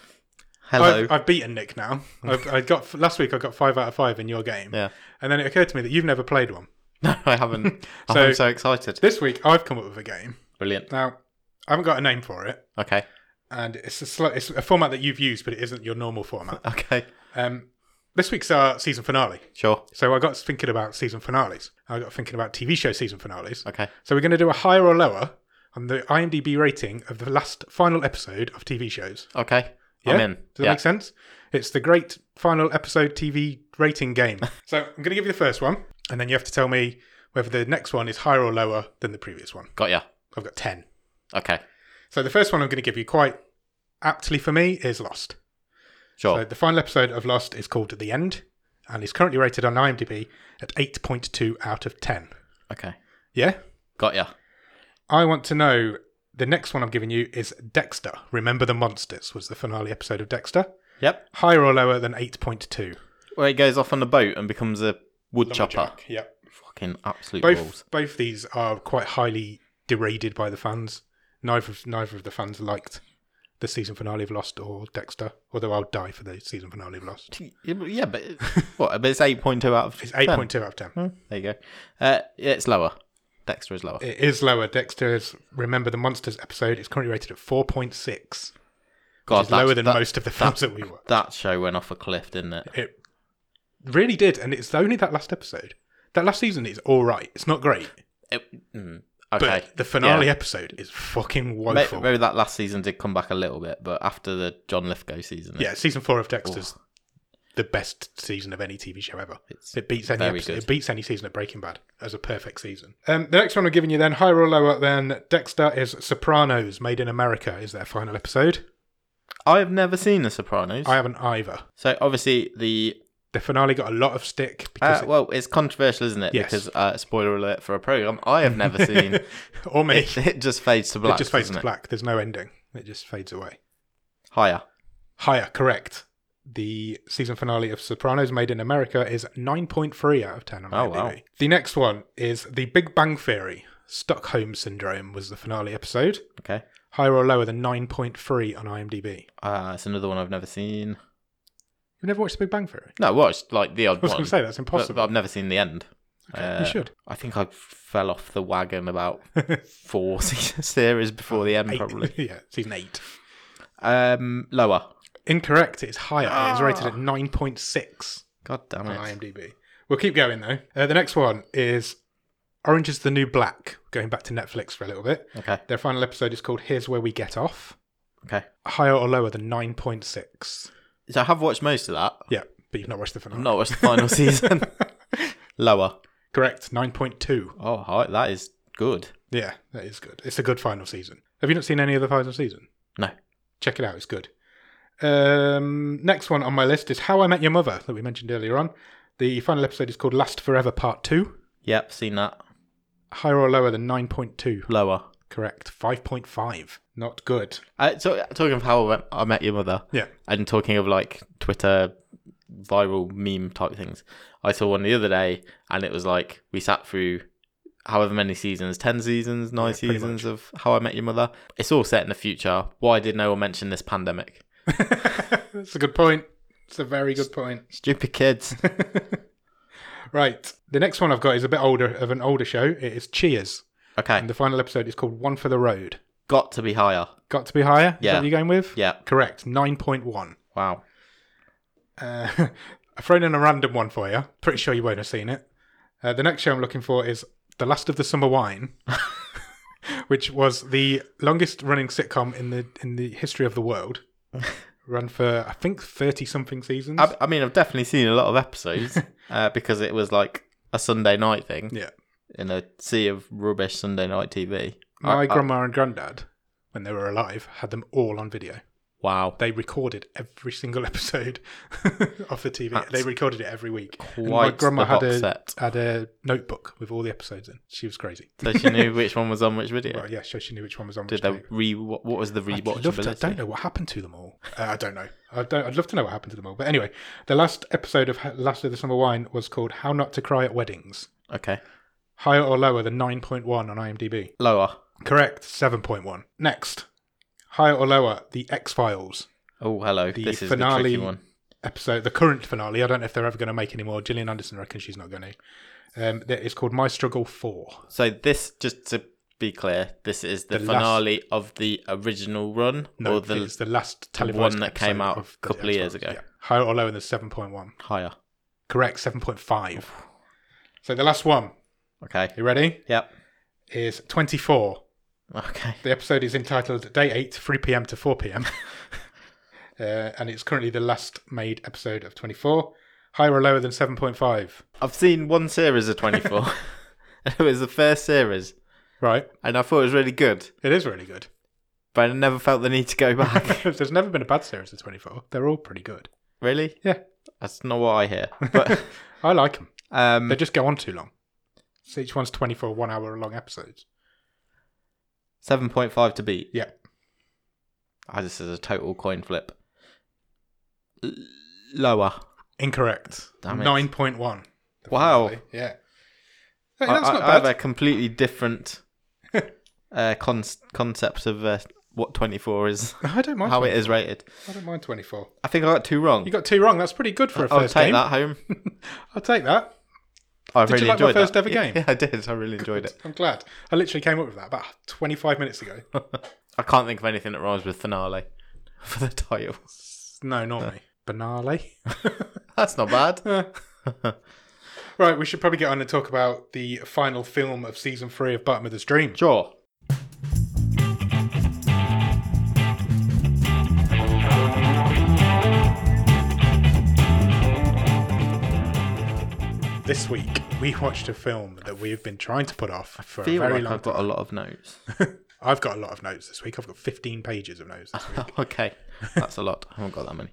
[SPEAKER 2] hello.
[SPEAKER 1] I've, I've beaten Nick now. I've, I got last week. I got five out of five in your game.
[SPEAKER 2] Yeah.
[SPEAKER 1] And then it occurred to me that you've never played one.
[SPEAKER 2] No, I haven't.
[SPEAKER 1] So-
[SPEAKER 2] I'm so excited.
[SPEAKER 1] This week I've come up with a game.
[SPEAKER 2] Brilliant.
[SPEAKER 1] Now I haven't got a name for it,
[SPEAKER 2] Okay,
[SPEAKER 1] and it's a slight, it's a format that you've used, but it isn't your normal format.
[SPEAKER 2] okay,
[SPEAKER 1] Um, this week's our season finale,
[SPEAKER 2] sure.
[SPEAKER 1] so I got thinking about season finales. I got thinking about TV show season finales.
[SPEAKER 2] Okay,
[SPEAKER 1] So we're going to do a higher or lower on the IMDb rating of the last final episode of TV shows.
[SPEAKER 2] okay. I'm
[SPEAKER 1] Yeah?
[SPEAKER 2] in.
[SPEAKER 1] Does that
[SPEAKER 2] yeah.
[SPEAKER 1] make sense? It's the great final episode TV rating game. so I'm going to give you the first one, and then you have to tell me whether the next one is higher or lower than the previous one.
[SPEAKER 2] Got ya.
[SPEAKER 1] I've got ten.
[SPEAKER 2] Okay,
[SPEAKER 1] So the first one I'm going to give you quite aptly for me is Lost.
[SPEAKER 2] sure.
[SPEAKER 1] So the final episode of Lost is called The End and is currently rated on IMDb at 8.2 out of 10.
[SPEAKER 2] okay,
[SPEAKER 1] Yeah?
[SPEAKER 2] got ya.
[SPEAKER 1] I want to know the next one I'm giving you is Dexter. Remember the Monsters was the finale episode of Dexter.
[SPEAKER 2] Yep.
[SPEAKER 1] Higher or lower than 8.2?
[SPEAKER 2] Where he goes off on the boat and becomes a wood chopper.
[SPEAKER 1] Lumberjack, Yep.
[SPEAKER 2] Fucking absolute
[SPEAKER 1] Both
[SPEAKER 2] balls.
[SPEAKER 1] both these are quite highly derided by the fans. Neither of, neither of the fans liked the season finale of Lost or Dexter, although I'll die for the season finale of Lost.
[SPEAKER 2] Yeah, but- yeah, but it- what? But it's eight point two out of
[SPEAKER 1] It's
[SPEAKER 2] 10.
[SPEAKER 1] 8.2 out of 10.
[SPEAKER 2] Hmm, There you go. Uh, yeah, it's lower. Dexter is lower.
[SPEAKER 1] It is lower. Dexter's Remember the Monsters episode is currently rated at 4.6,
[SPEAKER 2] God,
[SPEAKER 1] which is lower
[SPEAKER 2] that's-
[SPEAKER 1] than
[SPEAKER 2] that,
[SPEAKER 1] most of the films that we were.
[SPEAKER 2] That show went off a cliff, didn't it?
[SPEAKER 1] It really did, and it's only that last episode. That last season is all right. It's not great,
[SPEAKER 2] It- mm,
[SPEAKER 1] but
[SPEAKER 2] okay.
[SPEAKER 1] the finale
[SPEAKER 2] Yeah.
[SPEAKER 1] episode is fucking
[SPEAKER 2] May-
[SPEAKER 1] woeful.
[SPEAKER 2] Maybe that last season did come back a little bit, but after the John Lithgow season, it-
[SPEAKER 1] yeah, season four of Dexter's the best season of any TV show ever.
[SPEAKER 2] it's
[SPEAKER 1] It beats any
[SPEAKER 2] Very
[SPEAKER 1] episode,
[SPEAKER 2] good.
[SPEAKER 1] it beats any season of Breaking Bad as a perfect season. Um, the next one I'm giving you then, higher or lower than Dexter is Sopranos, Made in America is their final episode.
[SPEAKER 2] I've never seen The Sopranos,
[SPEAKER 1] I haven't either.
[SPEAKER 2] so obviously the
[SPEAKER 1] The finale got a lot of stick
[SPEAKER 2] Uh,
[SPEAKER 1] because it-
[SPEAKER 2] well, it's controversial, isn't it?
[SPEAKER 1] Yes.
[SPEAKER 2] Because uh, spoiler alert for a program I have never seen.
[SPEAKER 1] or me,
[SPEAKER 2] it, it just fades to black.
[SPEAKER 1] it just fades
[SPEAKER 2] doesn't
[SPEAKER 1] to
[SPEAKER 2] it?
[SPEAKER 1] black. There's no ending. It just fades away.
[SPEAKER 2] Higher.
[SPEAKER 1] Higher, correct. The season finale of Sopranos Made in America is 9.3 out of 10 on
[SPEAKER 2] Oh,
[SPEAKER 1] IMDb.
[SPEAKER 2] wow.
[SPEAKER 1] The next one is The Big Bang Theory. Stockholm Syndrome was the finale episode.
[SPEAKER 2] Okay.
[SPEAKER 1] Higher or lower than 9.3 on IMDb.
[SPEAKER 2] Uh, it's another one I've never seen.
[SPEAKER 1] You've never watched The Big Bang Theory?
[SPEAKER 2] No, I watched like the odd
[SPEAKER 1] I was
[SPEAKER 2] one.
[SPEAKER 1] going to say, that's
[SPEAKER 2] but-
[SPEAKER 1] impossible.
[SPEAKER 2] But, I've never seen the end. Uh,
[SPEAKER 1] you should.
[SPEAKER 2] I think I fell off the wagon about four se- series before the end,
[SPEAKER 1] Eight.
[SPEAKER 2] probably.
[SPEAKER 1] yeah, season 8.
[SPEAKER 2] Um, lower.
[SPEAKER 1] Incorrect. It's higher. It's rated
[SPEAKER 2] Ah.
[SPEAKER 1] at 9.6
[SPEAKER 2] God damn
[SPEAKER 1] on
[SPEAKER 2] it.
[SPEAKER 1] IMDb. We'll keep going though. Uh, the next one is Orange is the New Black. Going back to Netflix for a little bit.
[SPEAKER 2] Okay.
[SPEAKER 1] Their final episode is called Here's Where We Get Off.
[SPEAKER 2] Okay.
[SPEAKER 1] Higher or lower than 9.6.
[SPEAKER 2] So I have watched most of that.
[SPEAKER 1] Yeah, but you've not watched the finale.
[SPEAKER 2] I've not watched the final season. Lower.
[SPEAKER 1] Correct. 9.2.
[SPEAKER 2] Oh, hi, that is good.
[SPEAKER 1] Yeah, that is good. It's a good final season. Have you not seen any of the final season?
[SPEAKER 2] No.
[SPEAKER 1] Check it out. It's good. Um, next one on my list is How I Met Your Mother that we mentioned earlier on. The final episode is called Last Forever Part 2.
[SPEAKER 2] Yep, seen that.
[SPEAKER 1] Higher or lower than 9.2?
[SPEAKER 2] Lower.
[SPEAKER 1] Correct. 5.5. Not good.
[SPEAKER 2] Uh, so, talking of how I met- I met your mother,
[SPEAKER 1] Yeah.
[SPEAKER 2] and talking of like Twitter viral meme type things, I saw one the other day, and it was like we sat through however many seasons, ten seasons, nine
[SPEAKER 1] pretty
[SPEAKER 2] seasons of How I Met Your Mother. It's all set in the future. Why did no one mention this pandemic?
[SPEAKER 1] That's a good point. It's a very good point.
[SPEAKER 2] Stupid kids.
[SPEAKER 1] Right. The next one I've got is a bit older of an older show. It is Cheers.
[SPEAKER 2] Okay,
[SPEAKER 1] And the final episode is called One for the Road.
[SPEAKER 2] got to be higher.
[SPEAKER 1] Got to be higher? Is
[SPEAKER 2] Yeah.
[SPEAKER 1] that what you're going with?
[SPEAKER 2] Yeah.
[SPEAKER 1] Correct. 9.1.
[SPEAKER 2] Wow.
[SPEAKER 1] Uh, I've thrown in a random one for you. Pretty sure you won't have seen it. Uh, the next show I'm looking for is The Last of the Summer Wine, which was the longest running sitcom in the in the history of the world. Run for I think thirty something seasons.
[SPEAKER 2] I, I mean, I've definitely seen a lot of episodes uh, because it was like a Sunday night thing.
[SPEAKER 1] Yeah.
[SPEAKER 2] In a sea of rubbish Sunday night Uh, TV.
[SPEAKER 1] My
[SPEAKER 2] I- I-
[SPEAKER 1] grandma and granddad, when they were alive, had them all on video.
[SPEAKER 2] Wow.
[SPEAKER 1] They recorded every single episode of the TV.
[SPEAKER 2] That's
[SPEAKER 1] they recorded it every week. And my
[SPEAKER 2] Quite
[SPEAKER 1] grandma
[SPEAKER 2] the
[SPEAKER 1] had
[SPEAKER 2] box
[SPEAKER 1] a
[SPEAKER 2] set.
[SPEAKER 1] had a notebook with all the episodes in. She was crazy.
[SPEAKER 2] So she knew which one was on which video.
[SPEAKER 1] Well, yeah, so she knew which one was on. which
[SPEAKER 2] Did they
[SPEAKER 1] tape.
[SPEAKER 2] re? What what was the
[SPEAKER 1] I'd love to, I
[SPEAKER 2] rewatchability?
[SPEAKER 1] don't know what happened to them all. Uh, I don't know. I don't, I'd love to know what happened to them all. But anyway, the last episode of H- Last of the Summer Wine was called How Not to Cry at Weddings.
[SPEAKER 2] Okay,
[SPEAKER 1] Higher or lower than 9.1 on IMDb?
[SPEAKER 2] lower.
[SPEAKER 1] Correct, 7.1. Next, higher or lower, The X Files
[SPEAKER 2] Oh, hello.
[SPEAKER 1] The
[SPEAKER 2] this is the
[SPEAKER 1] finale-
[SPEAKER 2] tricky one.
[SPEAKER 1] episode, the current finale. I don't know if they're ever going to make any more. Gillian Anderson reckons she's not going to. Um, that is called My Struggle 4.
[SPEAKER 2] So this, just to be clear, this is the,
[SPEAKER 1] The last-
[SPEAKER 2] finale of the original run,
[SPEAKER 1] No,
[SPEAKER 2] or the
[SPEAKER 1] it's the last televised
[SPEAKER 2] one that came
[SPEAKER 1] episode
[SPEAKER 2] out
[SPEAKER 1] of
[SPEAKER 2] a
[SPEAKER 1] the
[SPEAKER 2] couple of years
[SPEAKER 1] X-Files,
[SPEAKER 2] ago.
[SPEAKER 1] yeah. Higher or lower than 7.1?
[SPEAKER 2] higher.
[SPEAKER 1] Correct, 7.5. So the last one,
[SPEAKER 2] Okay.
[SPEAKER 1] you ready?
[SPEAKER 2] Yep.
[SPEAKER 1] Is 24.
[SPEAKER 2] Okay.
[SPEAKER 1] The episode is entitled Day 8, 3 pm to 4 pm. uh, and it's currently the last made episode of 24. Higher or lower than 7.5?
[SPEAKER 2] I've seen one series of twenty four. it was the first series,
[SPEAKER 1] Right.
[SPEAKER 2] and I thought it was really good,
[SPEAKER 1] It is really good.
[SPEAKER 2] but I never felt the need to go back.
[SPEAKER 1] There's never been a bad series of 24. They're all pretty good.
[SPEAKER 2] really?
[SPEAKER 1] Yeah.
[SPEAKER 2] That's not what I hear. But
[SPEAKER 1] I like them.
[SPEAKER 2] um,
[SPEAKER 1] They just go on too long. So each one's 24 one hour long episodes.
[SPEAKER 2] seven point five to beat.
[SPEAKER 1] Yeah.
[SPEAKER 2] Ah, this is a total coin flip. L- lower.
[SPEAKER 1] Incorrect.
[SPEAKER 2] Damn it.
[SPEAKER 1] 9.1. the
[SPEAKER 2] Wow.
[SPEAKER 1] finale. Yeah. Hey,
[SPEAKER 2] I-
[SPEAKER 1] that's
[SPEAKER 2] I,
[SPEAKER 1] not
[SPEAKER 2] I have
[SPEAKER 1] bad.
[SPEAKER 2] a completely different uh, con- concept of uh, what 24 is,
[SPEAKER 1] I don't mind.
[SPEAKER 2] how it is rated.
[SPEAKER 1] I don't mind 24.
[SPEAKER 2] I think I got two wrong.
[SPEAKER 1] You got two wrong. That's pretty good for a
[SPEAKER 2] I'll
[SPEAKER 1] first
[SPEAKER 2] take
[SPEAKER 1] game.
[SPEAKER 2] that home.
[SPEAKER 1] I'll take that.
[SPEAKER 2] I
[SPEAKER 1] Did you
[SPEAKER 2] really
[SPEAKER 1] like my
[SPEAKER 2] enjoyed
[SPEAKER 1] first
[SPEAKER 2] that.
[SPEAKER 1] ever game?
[SPEAKER 2] Yeah, I did. I really enjoyed it.
[SPEAKER 1] I'm glad. I literally came up with that about 25 minutes ago.
[SPEAKER 2] I can't think of anything that rhymes with finale for the title.
[SPEAKER 1] No, not me. Banale.
[SPEAKER 2] That's not bad.
[SPEAKER 1] Right, we should probably get on and talk about the final film of season three of Bartmother's Dream.
[SPEAKER 2] Sure.
[SPEAKER 1] This week, we watched a film that we've been trying to put off for a
[SPEAKER 2] Feel
[SPEAKER 1] very
[SPEAKER 2] like
[SPEAKER 1] long
[SPEAKER 2] I've
[SPEAKER 1] time.
[SPEAKER 2] got a lot of notes.
[SPEAKER 1] I've got a lot of notes this week. I've got 15 pages of notes this week.
[SPEAKER 2] okay, that's a lot. I haven't got that many.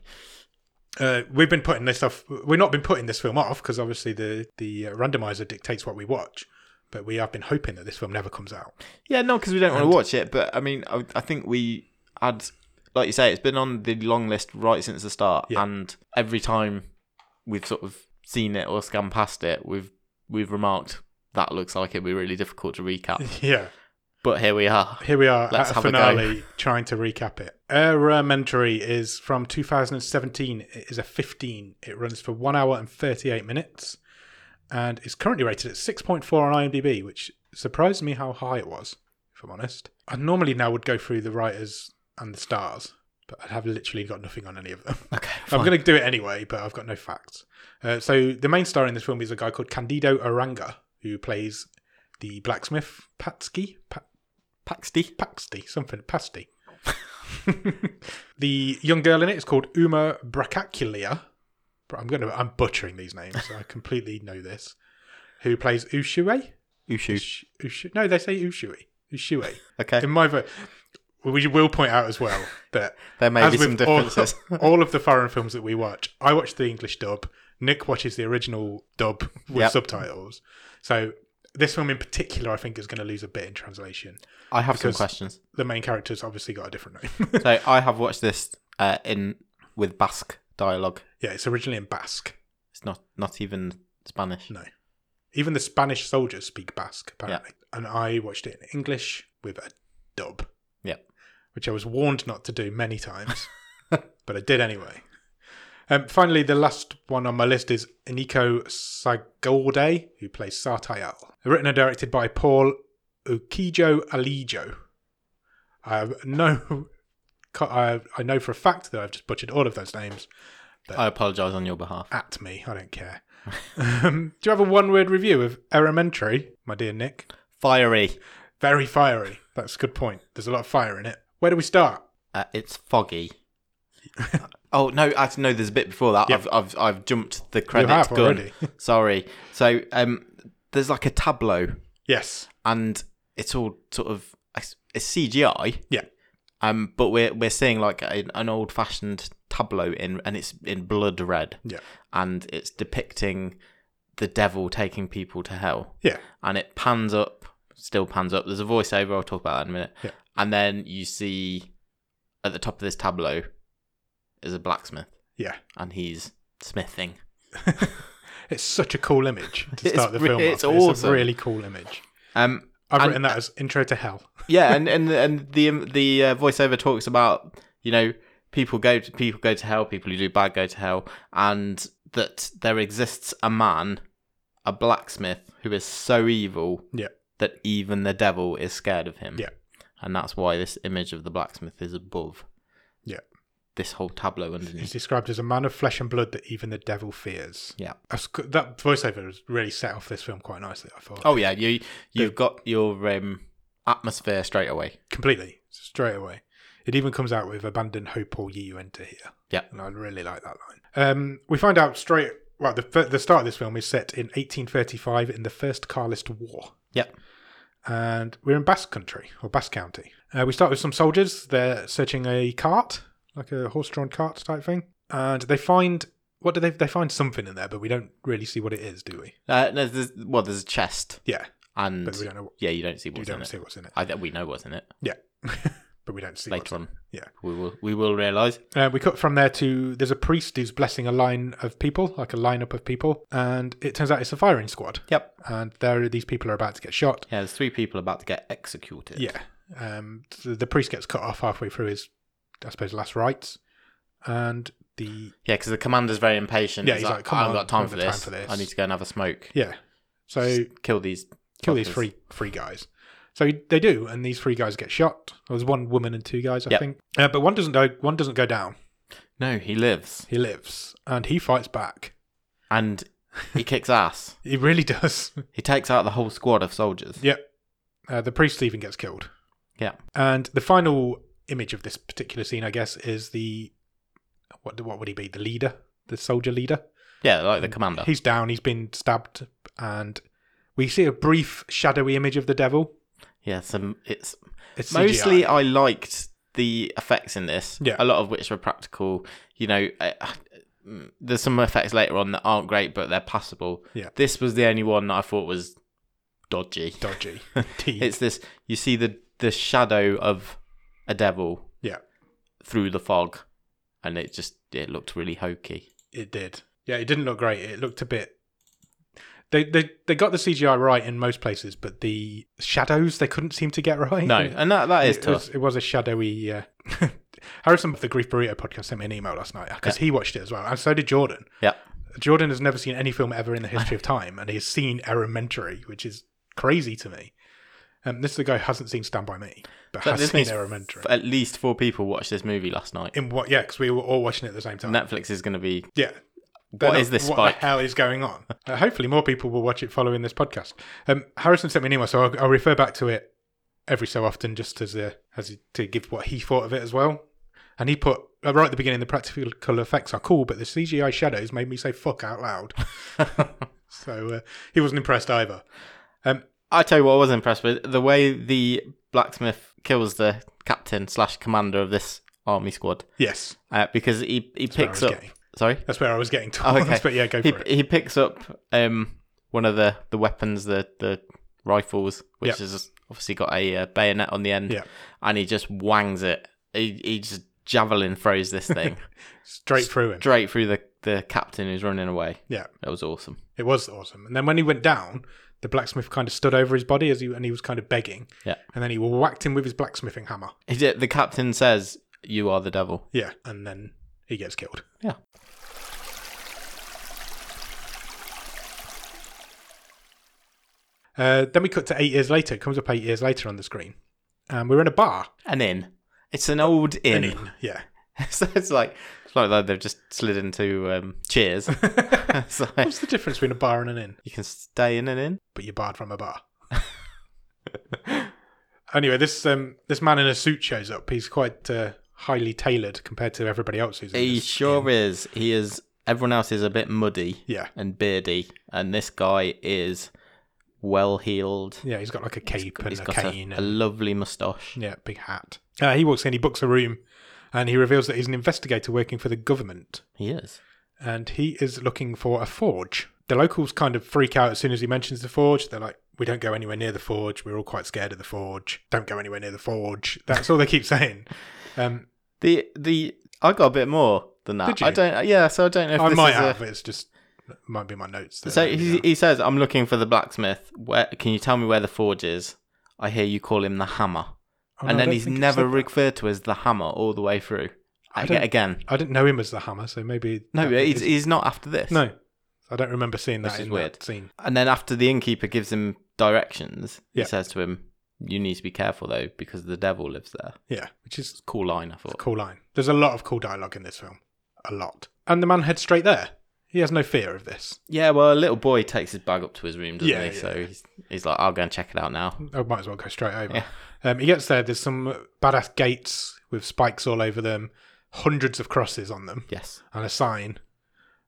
[SPEAKER 1] uh, we've been putting this off. We've not been putting this film off because obviously the the uh, randomizer dictates what we watch. But we have been hoping that this film never comes out.
[SPEAKER 2] Yeah, no, because we don't want
[SPEAKER 1] And-
[SPEAKER 2] to watch it. But I mean, I, I think we had, like you say, it's been on the long list right since the start,
[SPEAKER 1] Yeah.
[SPEAKER 2] and every time we've sort of seen it or scanned past it, we've we've remarked that looks like it'd be really difficult to recap.
[SPEAKER 1] Yeah,
[SPEAKER 2] but here we are.
[SPEAKER 1] here we are
[SPEAKER 2] Let's
[SPEAKER 1] at a
[SPEAKER 2] have a go.
[SPEAKER 1] finale trying to recap it. Elementary is from 2017. It is a 15. It runs for one hour and 38 minutes, and is currently rated at 6.4 on IMDb, which surprised me how high it was. If I'm honest, I normally now would go through the writers and the stars, but I have literally got nothing on any of them.
[SPEAKER 2] Okay,
[SPEAKER 1] I'm going to do it anyway, but I've got no facts. Uh, so the main star in this film is a guy called Candido Aranga, who plays the blacksmith Patsky, pa-
[SPEAKER 2] Paxty.
[SPEAKER 1] Paxty, something Pasty. the young girl in it is called Uma Bracaculia. But I'm going to I'm butchering these names. I completely know this. Who plays Ushue?
[SPEAKER 2] Ushu.
[SPEAKER 1] Ush- Ushu- no, they say Ushue. Ushue.
[SPEAKER 2] Okay,
[SPEAKER 1] In my vote, we will point out as well that
[SPEAKER 2] there may
[SPEAKER 1] as
[SPEAKER 2] be some
[SPEAKER 1] with all-
[SPEAKER 2] differences.
[SPEAKER 1] All, of the foreign films that we watch, I watch the English dub. Nick watches the original dub with
[SPEAKER 2] Yep.
[SPEAKER 1] subtitles. So this film in particular, I think, is going to lose a bit in translation.
[SPEAKER 2] I have some
[SPEAKER 1] because-
[SPEAKER 2] questions.
[SPEAKER 1] The main character's obviously got a different name.
[SPEAKER 2] So I have watched this uh, in with Basque dialogue.
[SPEAKER 1] yeah, it's originally in Basque.
[SPEAKER 2] It's not not even Spanish.
[SPEAKER 1] No. Even the Spanish soldiers speak Basque, apparently. And I watched it in English with a dub.
[SPEAKER 2] Yep.
[SPEAKER 1] Which I was warned not to do many times, but I did anyway. Um, finally, the last one on my list is Eniko Sagolde, who plays Sartayal. Written and directed by Paul Ukijo Alijo. I have no. I I know for a fact that I've just butchered all of those names
[SPEAKER 2] I apologise on your behalf.
[SPEAKER 1] at me. I don't care. um, do you have a one word review of Elementary, my dear Nick?
[SPEAKER 2] Fiery.
[SPEAKER 1] Very fiery. That's a good point. There's a lot of fire in it. Where do we start?
[SPEAKER 2] Uh, it's foggy. oh no! Actually, no. There's a bit before that.
[SPEAKER 1] Yep.
[SPEAKER 2] I've, I've I've jumped the
[SPEAKER 1] You
[SPEAKER 2] credit
[SPEAKER 1] have
[SPEAKER 2] gun.
[SPEAKER 1] already.
[SPEAKER 2] Sorry. So um, there's like a tableau,
[SPEAKER 1] yes.
[SPEAKER 2] and it's all sort of it's it's CGI.
[SPEAKER 1] Yeah.
[SPEAKER 2] Um, but we're we're seeing like a, an old fashioned tableau in, and it's in blood red.
[SPEAKER 1] Yeah.
[SPEAKER 2] And it's depicting the devil taking people to hell
[SPEAKER 1] Yeah.
[SPEAKER 2] and it pans up, still pans up. There's a voiceover. I'll talk about that in a minute.
[SPEAKER 1] Yeah.
[SPEAKER 2] And then you see at the top of this tableau is a blacksmith,
[SPEAKER 1] Yeah.
[SPEAKER 2] and he's smithing.
[SPEAKER 1] It's such a cool image to
[SPEAKER 2] It's
[SPEAKER 1] start the
[SPEAKER 2] re-
[SPEAKER 1] film.
[SPEAKER 2] it's
[SPEAKER 1] off. It's a
[SPEAKER 2] awesome.
[SPEAKER 1] really cool image.
[SPEAKER 2] Um,
[SPEAKER 1] I've
[SPEAKER 2] And-
[SPEAKER 1] written that as intro to hell.
[SPEAKER 2] yeah, and and and the um, the uh, voiceover talks about you know people go to people go to hell, people who do bad go to hell, and that there exists a man, a blacksmith who is so evil
[SPEAKER 1] Yeah.
[SPEAKER 2] that even the devil is scared of him.
[SPEAKER 1] Yeah.
[SPEAKER 2] And that's why this image of the blacksmith is above.
[SPEAKER 1] Yeah.
[SPEAKER 2] This whole tableau
[SPEAKER 1] He's
[SPEAKER 2] underneath.
[SPEAKER 1] described as a man of flesh and blood that even the devil fears.
[SPEAKER 2] Yeah.
[SPEAKER 1] That's good- That voiceover has really set off this film quite nicely, I thought.
[SPEAKER 2] Oh yeah, you you've got your um, atmosphere straight away.
[SPEAKER 1] completely straight away. It even comes out with "Abandon hope, all ye you enter here."
[SPEAKER 2] Yeah.
[SPEAKER 1] and I really like that line. Um, we find out straight. Well, the fir- the start of this film is set in 1835 in the First Carlist War,
[SPEAKER 2] Yep.
[SPEAKER 1] and we're in Basque Country or Basque County. Uh, we start with some soldiers. They're searching a cart, like a horse-drawn cart type thing, and they find what do they? They find something in there, but we don't really see what it is, do we?
[SPEAKER 2] Uh, no, there's, well, there's a chest,
[SPEAKER 1] Yeah,
[SPEAKER 2] and
[SPEAKER 1] but we don't know. What,
[SPEAKER 2] yeah, you don't see
[SPEAKER 1] we
[SPEAKER 2] what's in
[SPEAKER 1] don't
[SPEAKER 2] it.
[SPEAKER 1] see what's in it.
[SPEAKER 2] I th- we know what's in it
[SPEAKER 1] Yeah, but we don't see what's
[SPEAKER 2] later on.
[SPEAKER 1] Yeah.
[SPEAKER 2] we will we will realize.
[SPEAKER 1] Uh, we cut from there to there's a priest who's blessing a line of people, like a lineup of people, and it turns out it's a firing squad,
[SPEAKER 2] Yep.
[SPEAKER 1] and there these people are about to get shot.
[SPEAKER 2] Yeah, there's three people about to get executed.
[SPEAKER 1] Yeah, um, so the priest gets cut off halfway through his, I suppose, last rites, and the
[SPEAKER 2] yeah, because the commander's very impatient.
[SPEAKER 1] Yeah, he's like, "Come
[SPEAKER 2] I haven't
[SPEAKER 1] on,
[SPEAKER 2] got time
[SPEAKER 1] I've
[SPEAKER 2] for,
[SPEAKER 1] got time
[SPEAKER 2] this.
[SPEAKER 1] for this."
[SPEAKER 2] I need to go and have a smoke.
[SPEAKER 1] yeah, so
[SPEAKER 2] Just kill these.
[SPEAKER 1] kill these
[SPEAKER 2] fuckers.
[SPEAKER 1] three three guys. So they do, and these three guys get shot. There's one woman and two guys, I
[SPEAKER 2] Yep.
[SPEAKER 1] think, uh, but one doesn't go. One doesn't go down.
[SPEAKER 2] No, he lives
[SPEAKER 1] He lives, and he fights back.
[SPEAKER 2] and he kicks ass.
[SPEAKER 1] He really does.
[SPEAKER 2] He takes out the whole squad of soldiers.
[SPEAKER 1] Yep. Uh, the priest even gets killed.
[SPEAKER 2] Yeah.
[SPEAKER 1] And the final image of this particular scene, I guess, is the what? What would he be? The leader, the soldier leader.
[SPEAKER 2] Yeah, like the commander.
[SPEAKER 1] He's down. He's been stabbed, and we see a brief shadowy image of the devil.
[SPEAKER 2] Yeah, some it's
[SPEAKER 1] It's CGI.
[SPEAKER 2] mostly I liked the effects in this.
[SPEAKER 1] Yeah.
[SPEAKER 2] a lot of which were practical. You know, uh, mm, there's some effects later on that aren't great, but they're passable.
[SPEAKER 1] Yeah.
[SPEAKER 2] This was the only one that I thought was dodgy.
[SPEAKER 1] Dodgy. Indeed.
[SPEAKER 2] It's this you see the the shadow of a devil
[SPEAKER 1] Yeah.
[SPEAKER 2] through the fog and it just it looked really hokey.
[SPEAKER 1] It did. Yeah, it didn't look great. It looked a bit. They, they they got the CGI right in most places, but the shadows they couldn't seem to get right.
[SPEAKER 2] No,
[SPEAKER 1] It-
[SPEAKER 2] and that that is
[SPEAKER 1] it
[SPEAKER 2] tough.
[SPEAKER 1] was, it was a shadowy. Uh, Harrison of the Grief Burrito podcast sent me an email last night because he watched it as well, and so did Jordan.
[SPEAKER 2] Yeah.
[SPEAKER 1] Jordan has never seen any film ever in the history of time, and he's seen Elementary, which is crazy to me. Um, this is the guy who hasn't seen Stand by Me, but,
[SPEAKER 2] But
[SPEAKER 1] has
[SPEAKER 2] this
[SPEAKER 1] seen
[SPEAKER 2] means
[SPEAKER 1] Elementary.
[SPEAKER 2] f- at least four people watched this movie last night.
[SPEAKER 1] in what? Yeah, because we were all watching it at the same time.
[SPEAKER 2] Netflix is going to be
[SPEAKER 1] Yeah.
[SPEAKER 2] What
[SPEAKER 1] What
[SPEAKER 2] is
[SPEAKER 1] is
[SPEAKER 2] this
[SPEAKER 1] What
[SPEAKER 2] spike?
[SPEAKER 1] the hell is going on? Uh, hopefully, more people will watch it following this podcast. Um, Harrison sent me an email, so I'll, I'll refer back to it every so often, just as a, as to give what he thought of it as well. And he put uh, right at the beginning, the practical effects are cool, but the CGI shadows made me say "fuck" out loud. so uh, he wasn't impressed either.
[SPEAKER 2] I tell you what, I was impressed with the way the blacksmith kills the captain slash commander of this army squad
[SPEAKER 1] Yes,
[SPEAKER 2] uh, because he he
[SPEAKER 1] where I was
[SPEAKER 2] picks up.
[SPEAKER 1] getting.
[SPEAKER 2] Sorry,
[SPEAKER 1] That's where I was getting
[SPEAKER 2] Oh,
[SPEAKER 1] towards.
[SPEAKER 2] okay.
[SPEAKER 1] But yeah, go
[SPEAKER 2] he
[SPEAKER 1] for it.
[SPEAKER 2] he picks up um one of the the weapons, the the rifles, which
[SPEAKER 1] Yep.
[SPEAKER 2] has obviously got a uh, bayonet on the end,
[SPEAKER 1] Yep.
[SPEAKER 2] and he just wangs it. He he just javelin throws this thing
[SPEAKER 1] Straight through him.
[SPEAKER 2] straight through the the captain who's running away.
[SPEAKER 1] Yeah.
[SPEAKER 2] That was awesome.
[SPEAKER 1] It was awesome. And then when he went down, the blacksmith kind of stood over his body as he and he was kind of begging.
[SPEAKER 2] Yeah.
[SPEAKER 1] And then he whacked him with his blacksmithing hammer.
[SPEAKER 2] He did, the captain says, "You are the devil."
[SPEAKER 1] Yeah. And then he gets killed.
[SPEAKER 2] Yeah.
[SPEAKER 1] Uh, then we cut to eight years later. It comes up eight years later on the screen. Um, we're in a bar.
[SPEAKER 2] An inn. It's an old
[SPEAKER 1] An
[SPEAKER 2] inn.
[SPEAKER 1] inn. Yeah.
[SPEAKER 2] so it's like it's like though they've just slid into um, Cheers. so
[SPEAKER 1] What's the difference between a bar and an inn?
[SPEAKER 2] you can stay in and in.
[SPEAKER 1] but you're barred from a bar. anyway, this um, this man in a suit shows up. He's quite uh, highly tailored compared to everybody else who's. In
[SPEAKER 2] He
[SPEAKER 1] this
[SPEAKER 2] sure
[SPEAKER 1] game.
[SPEAKER 2] is. He is. Everyone else is a bit muddy
[SPEAKER 1] Yeah,
[SPEAKER 2] and beardy, and this guy is well heeled.
[SPEAKER 1] yeah. He's got like a cape and
[SPEAKER 2] He's
[SPEAKER 1] a
[SPEAKER 2] got a,
[SPEAKER 1] cane
[SPEAKER 2] a
[SPEAKER 1] and
[SPEAKER 2] lovely moustache.
[SPEAKER 1] yeah, big hat. Uh, he walks in. He books a room, and he reveals that he's an investigator working for the government,
[SPEAKER 2] He is.
[SPEAKER 1] and he is looking for a forge. The locals kind of freak out as soon as he mentions the forge. They're like, "We don't go anywhere near the forge. We're all quite scared of the forge. Don't go anywhere near the forge." That's all they keep saying. Um,
[SPEAKER 2] The the I got a bit more than that.
[SPEAKER 1] Did you?
[SPEAKER 2] I don't. Yeah. So I don't know. If
[SPEAKER 1] I
[SPEAKER 2] this
[SPEAKER 1] might
[SPEAKER 2] is
[SPEAKER 1] have.
[SPEAKER 2] A,
[SPEAKER 1] It's just it might be my notes. that
[SPEAKER 2] so
[SPEAKER 1] let me
[SPEAKER 2] he,
[SPEAKER 1] down.
[SPEAKER 2] he says, "I'm looking for the blacksmith. Where can you tell me where the forge is? I hear you call him the hammer."
[SPEAKER 1] Oh, no, I
[SPEAKER 2] and then
[SPEAKER 1] don't
[SPEAKER 2] he's
[SPEAKER 1] think it
[SPEAKER 2] never
[SPEAKER 1] said that.
[SPEAKER 2] referred to as the hammer all the way through.
[SPEAKER 1] I
[SPEAKER 2] Aga-
[SPEAKER 1] don't-
[SPEAKER 2] Again,
[SPEAKER 1] I didn't know him as the hammer, so maybe
[SPEAKER 2] no,
[SPEAKER 1] that
[SPEAKER 2] he's,
[SPEAKER 1] is-
[SPEAKER 2] he's not after this.
[SPEAKER 1] no. I don't remember seeing that
[SPEAKER 2] This is
[SPEAKER 1] in
[SPEAKER 2] weird.
[SPEAKER 1] that scene.
[SPEAKER 2] And then after the innkeeper gives him directions,
[SPEAKER 1] Yeah.
[SPEAKER 2] he says to him, "You need to be careful though, because the devil lives there."
[SPEAKER 1] Yeah, which is
[SPEAKER 2] Cool line, I thought.
[SPEAKER 1] a cool line. There's a lot of cool dialogue in this film, a lot. And the man heads straight there. He has no fear of this.
[SPEAKER 2] Yeah, well, a little boy takes his bag up to his room, doesn't
[SPEAKER 1] Yeah,
[SPEAKER 2] he?
[SPEAKER 1] yeah.
[SPEAKER 2] So he's, he's like, "I'll go and check it out now."
[SPEAKER 1] I might as well go straight over.
[SPEAKER 2] Yeah.
[SPEAKER 1] Um, he gets there. There's some badass gates with spikes all over them, hundreds of crosses on them,
[SPEAKER 2] Yes,
[SPEAKER 1] and a sign.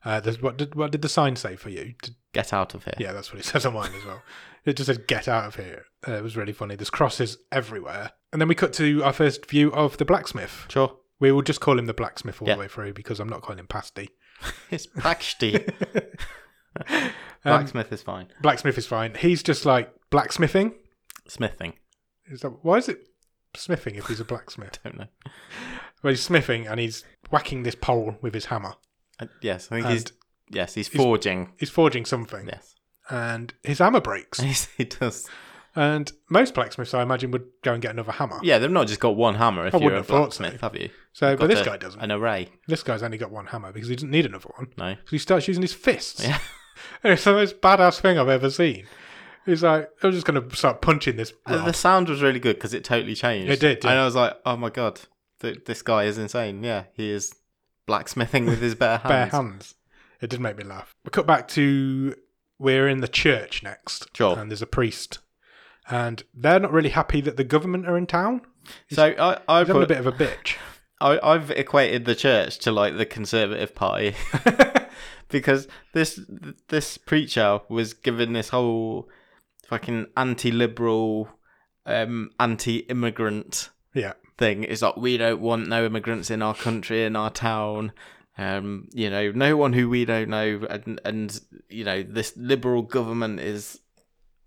[SPEAKER 1] Uh, there's what did what did the sign say for you? Did,
[SPEAKER 2] get out of here.
[SPEAKER 1] Yeah, that's what it says on mine as well. It just says "get out of here." Uh, it was really funny. There's crosses everywhere, and then we cut to our first view of the blacksmith.
[SPEAKER 2] Sure,
[SPEAKER 1] We will just call him the blacksmith all
[SPEAKER 2] Yeah.
[SPEAKER 1] the way through because I'm not calling him Pasty.
[SPEAKER 2] it's Bakshti.
[SPEAKER 1] Um,
[SPEAKER 2] Blacksmith is fine.
[SPEAKER 1] blacksmith is fine. He's just like blacksmithing.
[SPEAKER 2] Smithing,
[SPEAKER 1] Is that why is it smithing if he's a blacksmith?
[SPEAKER 2] don't know.
[SPEAKER 1] well, he's smithing and he's whacking this pole with his hammer.
[SPEAKER 2] Uh, yes, I think
[SPEAKER 1] And
[SPEAKER 2] he's. Yes, he's forging.
[SPEAKER 1] he's forging something,
[SPEAKER 2] Yes,
[SPEAKER 1] and his hammer breaks.
[SPEAKER 2] he does.
[SPEAKER 1] and most blacksmiths, I imagine, would go and get another hammer.
[SPEAKER 2] Yeah, they've not just got one hammer. If
[SPEAKER 1] I
[SPEAKER 2] you're a
[SPEAKER 1] wouldn't have thought so.
[SPEAKER 2] blacksmith, have you?
[SPEAKER 1] so,
[SPEAKER 2] You've
[SPEAKER 1] but
[SPEAKER 2] got
[SPEAKER 1] this
[SPEAKER 2] a-
[SPEAKER 1] guy doesn't.
[SPEAKER 2] An array.
[SPEAKER 1] This guy's only got one hammer because he doesn't need another one.
[SPEAKER 2] No.
[SPEAKER 1] So he starts using his fists.
[SPEAKER 2] Yeah.
[SPEAKER 1] It's the most badass thing I've ever seen. He's like, I'm just going to start punching this.
[SPEAKER 2] Uh,
[SPEAKER 1] rod.
[SPEAKER 2] the sound was really good because it totally changed.
[SPEAKER 1] It did, yeah.
[SPEAKER 2] And I was like, oh my god, th- this guy is insane. Yeah, he is blacksmithing with his bare hands.
[SPEAKER 1] bare hands. It did make me laugh. We cut back to we're in the church next.
[SPEAKER 2] Sure.
[SPEAKER 1] And there's a priest. And they're not really happy that the government are in town.
[SPEAKER 2] So I, I
[SPEAKER 1] He's having a
[SPEAKER 2] put,
[SPEAKER 1] bit of a bitch.
[SPEAKER 2] I, I've equated the church to like the Conservative Party because this this preacher was given this whole fucking anti-liberal, um, anti-immigrant
[SPEAKER 1] yeah.
[SPEAKER 2] thing. It's like we don't want no immigrants in our country in our town, Um, you know, no one who we don't know, and and you know, this liberal government is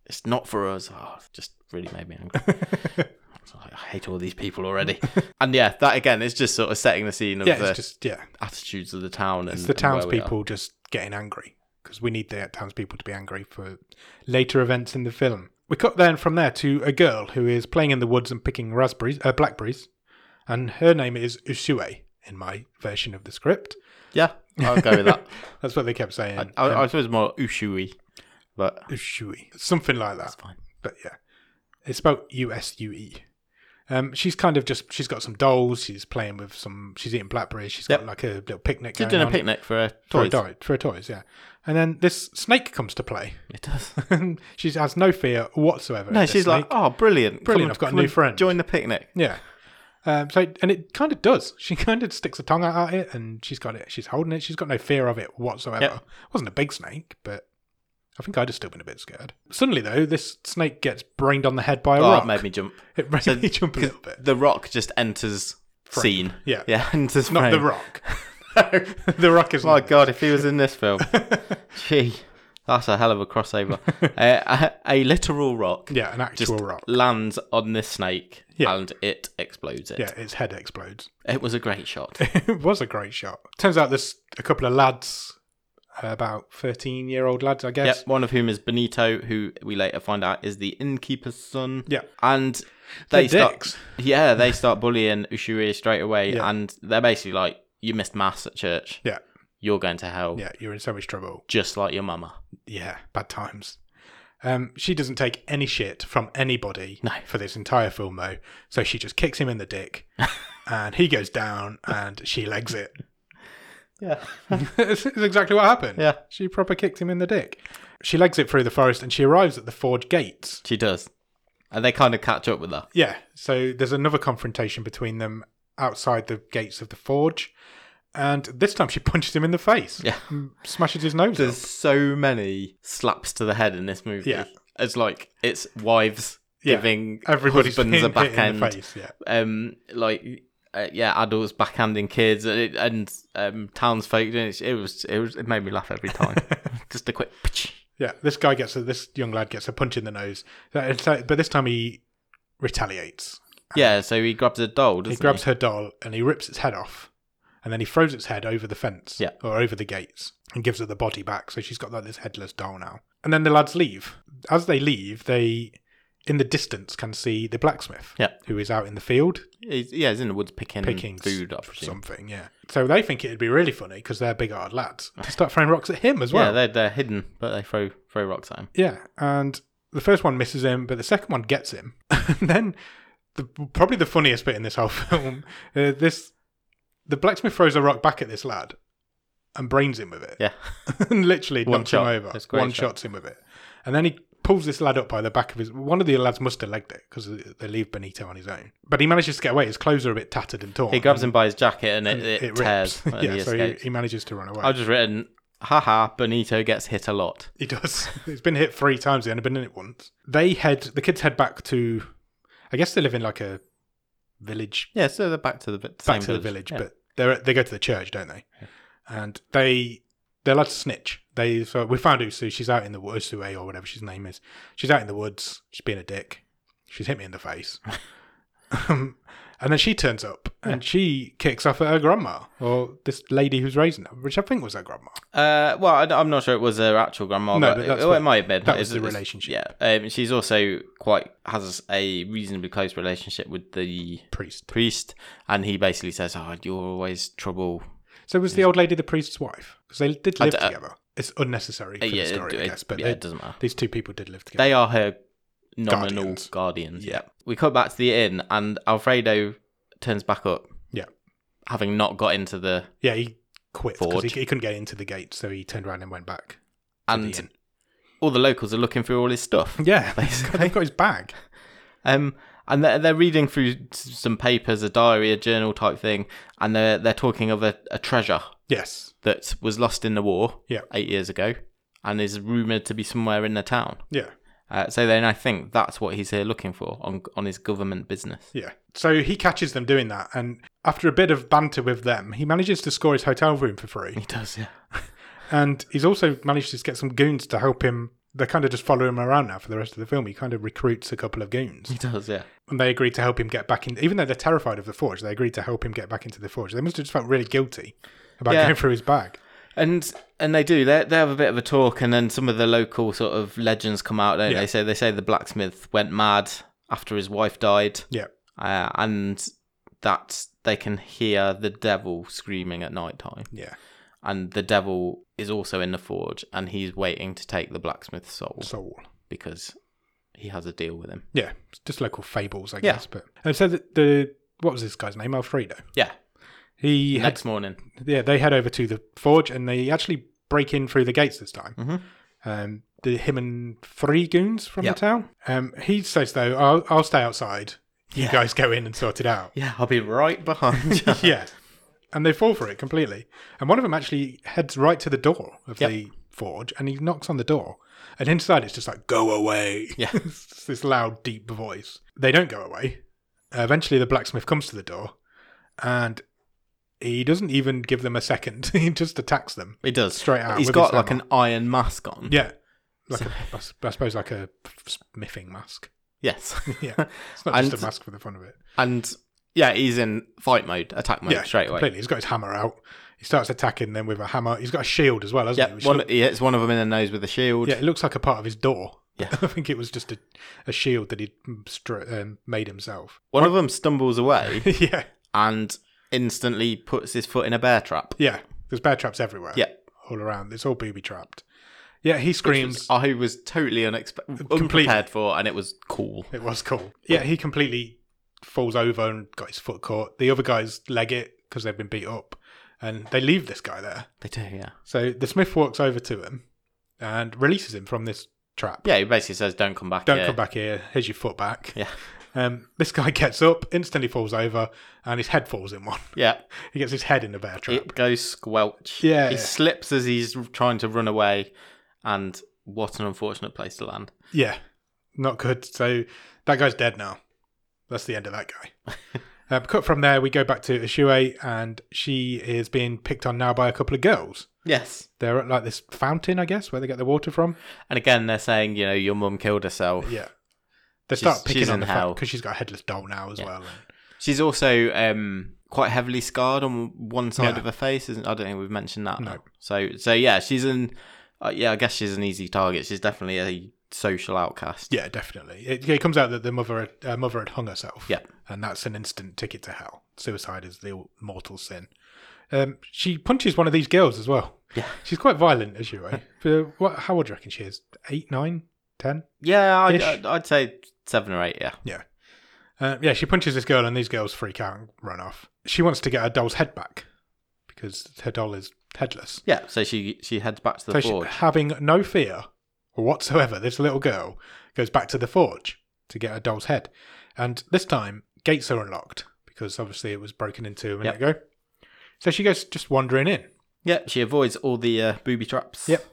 [SPEAKER 2] it's not for us. Oh, it just really made me angry. I hate all these people already. and yeah, that again is just sort of setting the scene of
[SPEAKER 1] Yeah,
[SPEAKER 2] the
[SPEAKER 1] it's just yeah,
[SPEAKER 2] attitudes of the town and
[SPEAKER 1] it's the
[SPEAKER 2] and where we are.
[SPEAKER 1] townspeople just getting angry because we need the townspeople to be angry for later events in the film. We cut then from there to a girl who is playing in the woods and picking raspberries, uh, blackberries, and her name is Usue in my version of the script.
[SPEAKER 2] Yeah, I'll go with that.
[SPEAKER 1] That's what they kept saying.
[SPEAKER 2] I, I, I suppose more ushui, but
[SPEAKER 1] Usue, something like that.
[SPEAKER 2] that's fine.
[SPEAKER 1] but yeah, it's spelled U S U E. Um, she's kind of just she's got some dolls. She's playing with some. She's eating blackberries. She's
[SPEAKER 2] Yep.
[SPEAKER 1] got like a little picnic.
[SPEAKER 2] She's
[SPEAKER 1] going
[SPEAKER 2] doing a
[SPEAKER 1] on
[SPEAKER 2] picnic for her
[SPEAKER 1] for her
[SPEAKER 2] toys.
[SPEAKER 1] toy- for her toys, yeah. And then this snake comes to play.
[SPEAKER 2] It does.
[SPEAKER 1] she has no fear whatsoever.
[SPEAKER 2] No,
[SPEAKER 1] of this
[SPEAKER 2] she's like,
[SPEAKER 1] snake.
[SPEAKER 2] oh, brilliant,
[SPEAKER 1] Brilliant,
[SPEAKER 2] Come
[SPEAKER 1] I've got a
[SPEAKER 2] come
[SPEAKER 1] new
[SPEAKER 2] and
[SPEAKER 1] friend."
[SPEAKER 2] Join the picnic.
[SPEAKER 1] yeah. Um, so and it kind of does. She kind of sticks her tongue out at it, and she's got it. She's holding it. She's got no fear of it whatsoever.
[SPEAKER 2] Yep.
[SPEAKER 1] It wasn't a big snake, but I think I'd have still been a bit scared. Suddenly, though, this snake gets brained on the head by a
[SPEAKER 2] Oh,
[SPEAKER 1] rock.
[SPEAKER 2] it made me jump.
[SPEAKER 1] It made
[SPEAKER 2] So-
[SPEAKER 1] me jump a
[SPEAKER 2] 'cause
[SPEAKER 1] little bit.
[SPEAKER 2] The rock just enters scene.
[SPEAKER 1] Yeah.
[SPEAKER 2] Yeah, enters
[SPEAKER 1] Not the
[SPEAKER 2] frame.
[SPEAKER 1] Rock. the Rock is
[SPEAKER 2] My God, if he was in this film, gee, that's a hell of a crossover. uh, a, a literal rock
[SPEAKER 1] Yeah, an actual
[SPEAKER 2] just
[SPEAKER 1] rock.
[SPEAKER 2] lands on this snake
[SPEAKER 1] Yeah.
[SPEAKER 2] and it explodes it.
[SPEAKER 1] Yeah, its head explodes.
[SPEAKER 2] It was a great shot.
[SPEAKER 1] it was a great shot. Turns out there's a couple of lads, about thirteen-year-old lads, I guess.
[SPEAKER 2] Yep, one of whom is Benito, who we later find out is the innkeeper's son.
[SPEAKER 1] Yeah.
[SPEAKER 2] and they
[SPEAKER 1] They're
[SPEAKER 2] start.
[SPEAKER 1] dicks.
[SPEAKER 2] Yeah, they start bullying Ushuaia straight away,
[SPEAKER 1] Yeah.
[SPEAKER 2] and they're basically like, "You missed mass at church.
[SPEAKER 1] Yeah.
[SPEAKER 2] You're going to hell,
[SPEAKER 1] Yeah, you're in so much trouble.
[SPEAKER 2] just like your mama."
[SPEAKER 1] Yeah, bad times. Um, she doesn't take any shit from anybody
[SPEAKER 2] No.
[SPEAKER 1] for this entire film, though. So she just kicks him in the dick, and he goes down, and she legs it.
[SPEAKER 2] Yeah,
[SPEAKER 1] it's, it's exactly what happened.
[SPEAKER 2] Yeah.
[SPEAKER 1] She proper kicked him in the dick. She legs it through the forest and she arrives at the forge gates.
[SPEAKER 2] she does, and they kind of catch up with her.
[SPEAKER 1] Yeah. So there's another confrontation between them outside the gates of the forge. And this time she punches him in the face.
[SPEAKER 2] Yeah.
[SPEAKER 1] and Smashes his nose.
[SPEAKER 2] There's
[SPEAKER 1] up.
[SPEAKER 2] so many slaps to the head in this movie.
[SPEAKER 1] Yeah.
[SPEAKER 2] it's like it's wives
[SPEAKER 1] Yeah.
[SPEAKER 2] giving
[SPEAKER 1] Everybody's
[SPEAKER 2] husbands a
[SPEAKER 1] being hit in the
[SPEAKER 2] backhand.
[SPEAKER 1] face. Yeah.
[SPEAKER 2] um like uh, yeah adults backhanding kids and, it- and um townsfolk doing it. it was it was it made me laugh every time just a quick psh.
[SPEAKER 1] Yeah. This guy gets a, this young lad gets a punch in the nose. Uh, So it's like- but this time he retaliates.
[SPEAKER 2] yeah so he grabs a doll doesn't
[SPEAKER 1] He
[SPEAKER 2] he
[SPEAKER 1] grabs her doll and he rips its head off, and then he throws its head over the fence
[SPEAKER 2] Yeah.
[SPEAKER 1] or over the gates and gives her the body back. So she's got like this headless doll now. And then the lads leave. As they leave, they in the distance can see the blacksmith,
[SPEAKER 2] Yeah.
[SPEAKER 1] who is out in the field
[SPEAKER 2] he's, yeah he's in the woods picking,
[SPEAKER 1] picking
[SPEAKER 2] food I
[SPEAKER 1] s-
[SPEAKER 2] presume.
[SPEAKER 1] something. Yeah. So they think it'd be really funny because they're big hard lads to start throwing rocks at him as well.
[SPEAKER 2] yeah they're, they're hidden but they throw throw rocks at him
[SPEAKER 1] Yeah, and the first one misses him, but the second one gets him. and then, the, probably the funniest bit in this whole film, uh, this the blacksmith throws a rock back at this lad and brains him with it.
[SPEAKER 2] yeah
[SPEAKER 1] and literally
[SPEAKER 2] One
[SPEAKER 1] knocks
[SPEAKER 2] shot.
[SPEAKER 1] him over.
[SPEAKER 2] That's a great
[SPEAKER 1] One
[SPEAKER 2] shot.
[SPEAKER 1] shots him with it, and then he pulls this lad up by the back of his. One of the lads must have legged it because they leave Benito on his own. But he manages to get away. His clothes are a bit tattered and torn.
[SPEAKER 2] he grabs
[SPEAKER 1] and
[SPEAKER 2] him by his jacket and it,
[SPEAKER 1] and
[SPEAKER 2] it,
[SPEAKER 1] rips.
[SPEAKER 2] tears and he
[SPEAKER 1] yeah, so he,
[SPEAKER 2] escapes
[SPEAKER 1] he manages to run away.
[SPEAKER 2] i've just written haha benito gets hit a lot
[SPEAKER 1] He does. He's been hit three times. He's only been in it once. They head. The kids head back to. I guess they live in like a village.
[SPEAKER 2] yeah so they're back to the vi- same
[SPEAKER 1] Back to the village,
[SPEAKER 2] Yeah.
[SPEAKER 1] but they they go to the church, don't they? And they they're allowed to snitch. They so we found Usu. She's out in the woods, Usue or whatever his name is. She's out in the woods. She's being a dick. She's hit me in the face. um, and then she turns up and she kicks off at her grandma or this lady who's raising her, which I think was her grandma.
[SPEAKER 2] Uh, well, I, am not sure it was her actual grandma.
[SPEAKER 1] No,
[SPEAKER 2] but,
[SPEAKER 1] but that's
[SPEAKER 2] oh,
[SPEAKER 1] what-
[SPEAKER 2] it might have been.
[SPEAKER 1] that was
[SPEAKER 2] It's-
[SPEAKER 1] the
[SPEAKER 2] it's-
[SPEAKER 1] relationship.
[SPEAKER 2] Yeah, um, she's also quite has a reasonably close relationship with the
[SPEAKER 1] Priest.
[SPEAKER 2] priest, and he basically says, "Oh, you're always trouble."
[SPEAKER 1] So was the old lady the priest's wife? Because they did
[SPEAKER 2] I
[SPEAKER 1] live
[SPEAKER 2] d- uh,
[SPEAKER 1] together. It's unnecessary for
[SPEAKER 2] yeah,
[SPEAKER 1] the story,
[SPEAKER 2] it,
[SPEAKER 1] I guess. But
[SPEAKER 2] yeah,
[SPEAKER 1] they-
[SPEAKER 2] it doesn't matter.
[SPEAKER 1] these two people did live together.
[SPEAKER 2] They are her nominal
[SPEAKER 1] Guardians.
[SPEAKER 2] guardians.
[SPEAKER 1] Yeah.
[SPEAKER 2] we cut back to the inn, and Alfredo turns back up.
[SPEAKER 1] Yeah.
[SPEAKER 2] having not got into the
[SPEAKER 1] yeah, he quit because he,
[SPEAKER 2] Forge.
[SPEAKER 1] he couldn't get into the gate, so he turned around and went back. to the
[SPEAKER 2] and
[SPEAKER 1] inn.
[SPEAKER 2] all the locals are looking through all his stuff.
[SPEAKER 1] yeah,
[SPEAKER 2] basically.
[SPEAKER 1] they've got his bag.
[SPEAKER 2] Um, and they're, they're reading through s- some papers, a diary, a journal type thing, and they're they're talking of a, a treasure
[SPEAKER 1] Yes,
[SPEAKER 2] that was lost in the war
[SPEAKER 1] Yeah.
[SPEAKER 2] eight years ago, and is rumored to be somewhere in the town.
[SPEAKER 1] yeah,
[SPEAKER 2] Uh, so then I think that's what he's here looking for on on his government business.
[SPEAKER 1] Yeah. So he catches them doing that, and after a bit of banter with them, he manages to score his hotel room for free.
[SPEAKER 2] He does, yeah.
[SPEAKER 1] And he's also managed to get some goons to help him. They kind of just follow him around now for the rest of the film. He kind of recruits a couple of goons.
[SPEAKER 2] He does, yeah.
[SPEAKER 1] And they agree to help him get back in. Even though they're terrified of the forge, they agreed to help him get back into the forge. They must have just felt really guilty about
[SPEAKER 2] Yeah.
[SPEAKER 1] going through his bag.
[SPEAKER 2] And and they do. They they have a bit of a talk, and then some of the local sort of legends come out. Don't
[SPEAKER 1] Yeah.
[SPEAKER 2] they say they say the blacksmith went mad after his wife died,
[SPEAKER 1] Yeah.
[SPEAKER 2] uh, and that they can hear the devil screaming at night time.
[SPEAKER 1] Yeah.
[SPEAKER 2] And the devil is also in the forge, and he's waiting to take the blacksmith's soul
[SPEAKER 1] So
[SPEAKER 2] because he has a deal with him.
[SPEAKER 1] yeah, it's just local fables, I
[SPEAKER 2] Yeah.
[SPEAKER 1] guess. But and so the, the what was this guy's name? Alfredo.
[SPEAKER 2] Yeah.
[SPEAKER 1] He had
[SPEAKER 2] Next morning,
[SPEAKER 1] yeah, they head over to the forge and they actually break in through the gates this time. Um, the him and three goons from
[SPEAKER 2] Mm-hmm. Yeah.
[SPEAKER 1] the town. Um, he says though, I'll, I'll stay outside. You
[SPEAKER 2] Yeah.
[SPEAKER 1] guys go in and sort it out.
[SPEAKER 2] yeah, I'll be right behind you.
[SPEAKER 1] yeah, and they fall for it completely. And one of them actually heads right to the door of
[SPEAKER 2] Yep.
[SPEAKER 1] the forge and he knocks on the door. And inside, it's just like go away.
[SPEAKER 2] Yeah.
[SPEAKER 1] It's this loud, deep voice. They don't go away. Uh, eventually, the blacksmith comes to the door, and he doesn't even give them a second. he just attacks them.
[SPEAKER 2] He does
[SPEAKER 1] Straight out
[SPEAKER 2] He's
[SPEAKER 1] with
[SPEAKER 2] got
[SPEAKER 1] his
[SPEAKER 2] like
[SPEAKER 1] hammer.
[SPEAKER 2] an iron mask on.
[SPEAKER 1] Yeah. Like a, I s- I suppose like a sniffing mask.
[SPEAKER 2] Yes.
[SPEAKER 1] Yeah. It's not just
[SPEAKER 2] And-
[SPEAKER 1] a mask for the fun of it.
[SPEAKER 2] And yeah, he's in fight mode, attack mode
[SPEAKER 1] Yeah,
[SPEAKER 2] straight away.
[SPEAKER 1] completely. He's got his hammer out. He starts attacking them with a hammer. He's got a shield as well, hasn't he?
[SPEAKER 2] Yeah,
[SPEAKER 1] Which
[SPEAKER 2] one,
[SPEAKER 1] look-
[SPEAKER 2] he hits one of them in the nose with a shield.
[SPEAKER 1] yeah, it looks like a part of his door.
[SPEAKER 2] Yeah.
[SPEAKER 1] I think it was just a, a shield that he'd mm, str- um, made himself.
[SPEAKER 2] One of them stumbles away
[SPEAKER 1] yeah.
[SPEAKER 2] and instantly puts his foot in a bear trap.
[SPEAKER 1] Yeah. There's bear traps everywhere.
[SPEAKER 2] Yeah.
[SPEAKER 1] All around. It's all booby trapped. Yeah, he
[SPEAKER 2] which
[SPEAKER 1] screams.
[SPEAKER 2] was- I was totally unexpe- unprepared for, and it was cool.
[SPEAKER 1] It was cool. Yeah, he completely falls over and got his foot caught. The other guys leg it because they've been beat up, and they leave this guy there.
[SPEAKER 2] They do, yeah.
[SPEAKER 1] So the Smith walks over to him and releases him from this trap.
[SPEAKER 2] Yeah, he basically says, "Don't come back
[SPEAKER 1] Don't
[SPEAKER 2] here."
[SPEAKER 1] come back here. Here's your foot back.
[SPEAKER 2] Yeah.
[SPEAKER 1] Um, this guy gets up, instantly falls over, and his head falls in one.
[SPEAKER 2] Yeah,
[SPEAKER 1] He gets his head in the bear trap.
[SPEAKER 2] it goes squelch.
[SPEAKER 1] Yeah.
[SPEAKER 2] he slips as he's trying to run away, and what an unfortunate place to land.
[SPEAKER 1] Yeah, not good. So that guy's dead now. That's the end of that guy. um, cut from there, we go back to Ishue, and she is being picked on now by a couple of girls.
[SPEAKER 2] Yes,
[SPEAKER 1] they're at like this fountain, I guess, where they get the water from.
[SPEAKER 2] and again they're saying, you know, your mum killed herself.
[SPEAKER 1] Yeah, they
[SPEAKER 2] She's-
[SPEAKER 1] start picking
[SPEAKER 2] she's
[SPEAKER 1] on
[SPEAKER 2] in
[SPEAKER 1] the
[SPEAKER 2] hell.
[SPEAKER 1] because she's got a headless doll now as well. and-
[SPEAKER 2] She's also um, quite heavily scarred on one side
[SPEAKER 1] Yeah.
[SPEAKER 2] of her face. Isn't I don't think we've mentioned that.
[SPEAKER 1] No.
[SPEAKER 2] So so yeah, she's an uh, yeah. I guess she's an easy target. She's definitely a social outcast.
[SPEAKER 1] yeah, definitely. It, it comes out that the mother, had- her mother had hung herself.
[SPEAKER 2] Yeah.
[SPEAKER 1] and that's an instant ticket to hell. Suicide is the mortal sin. Um, she punches one of these girls as well.
[SPEAKER 2] Yeah.
[SPEAKER 1] she's quite violent, as you way. For what? How old do you reckon she is? Eight, nine, ten?
[SPEAKER 2] Yeah, I'd,
[SPEAKER 1] Ish.
[SPEAKER 2] I'd, I'd say seven or eight. Yeah.
[SPEAKER 1] Uh, yeah, she punches this girl, and these girls freak out and run off. She wants to get her doll's head back because her doll is headless.
[SPEAKER 2] Yeah. So she she heads back to the
[SPEAKER 1] so
[SPEAKER 2] forge.
[SPEAKER 1] She, having no fear whatsoever, this little girl goes back to the forge to get her doll's head. And this time, gates are unlocked because obviously it was broken into a minute ago. So she goes just wandering in.
[SPEAKER 2] yeah. She avoids all the uh, booby traps.
[SPEAKER 1] Yep.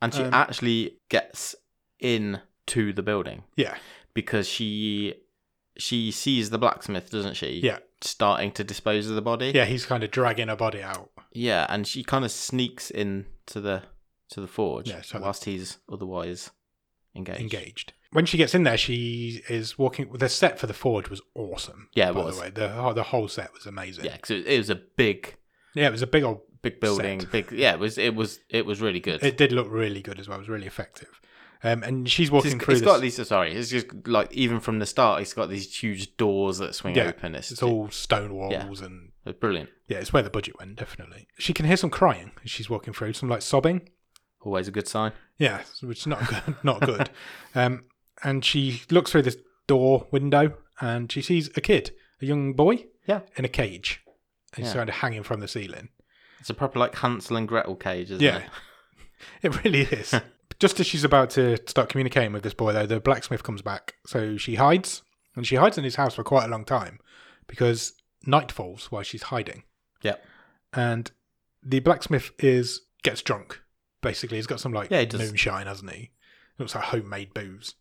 [SPEAKER 2] And she
[SPEAKER 1] Um,
[SPEAKER 2] actually gets in to the building
[SPEAKER 1] Yeah.
[SPEAKER 2] because she she sees the blacksmith, doesn't she?
[SPEAKER 1] Yeah.
[SPEAKER 2] Starting to dispose of the body.
[SPEAKER 1] Yeah, he's kind of dragging her body out.
[SPEAKER 2] Yeah, and she kind of sneaks in to the to the forge
[SPEAKER 1] Yeah, so-
[SPEAKER 2] whilst he's otherwise engaged.
[SPEAKER 1] engaged. When she gets in there, she is walking. The set for the forge was awesome.
[SPEAKER 2] Yeah, it
[SPEAKER 1] by
[SPEAKER 2] was.
[SPEAKER 1] the way, the, oh, the whole set was amazing.
[SPEAKER 2] Yeah, because it, it was a big,
[SPEAKER 1] Yeah, it was a big old.
[SPEAKER 2] big building.
[SPEAKER 1] Set.
[SPEAKER 2] Big, yeah, it was, it was, it was really good.
[SPEAKER 1] It did look really good as well. It was really effective. Um, and she's
[SPEAKER 2] It's-
[SPEAKER 1] walking through.
[SPEAKER 2] it's
[SPEAKER 1] this,
[SPEAKER 2] got these. Sorry, it's just like even from the start, it's got these huge doors that swing
[SPEAKER 1] Yeah,
[SPEAKER 2] open. It's,
[SPEAKER 1] it's all stone walls and
[SPEAKER 2] it's brilliant.
[SPEAKER 1] Yeah, it's where the budget went, definitely. She can hear some crying as she's walking through, some like sobbing.
[SPEAKER 2] Always a good sign.
[SPEAKER 1] Yeah, which is not good. not good. Um, and she looks through this door window and she sees a kid, a young boy,
[SPEAKER 2] Yeah.
[SPEAKER 1] in a cage. And he's
[SPEAKER 2] Yeah.
[SPEAKER 1] kind of hanging from the ceiling.
[SPEAKER 2] It's a proper like Hansel and Gretel cage, isn't
[SPEAKER 1] Yeah.
[SPEAKER 2] it?
[SPEAKER 1] It really is. Just as she's about to start communicating with this boy, though, the blacksmith comes back. So she hides, and she hides in his house for quite a long time because night falls while she's hiding.
[SPEAKER 2] Yep.
[SPEAKER 1] And the blacksmith is gets drunk. Basically, he's got some like
[SPEAKER 2] Yeah, he does.
[SPEAKER 1] moonshine, hasn't he? Looks like homemade booze.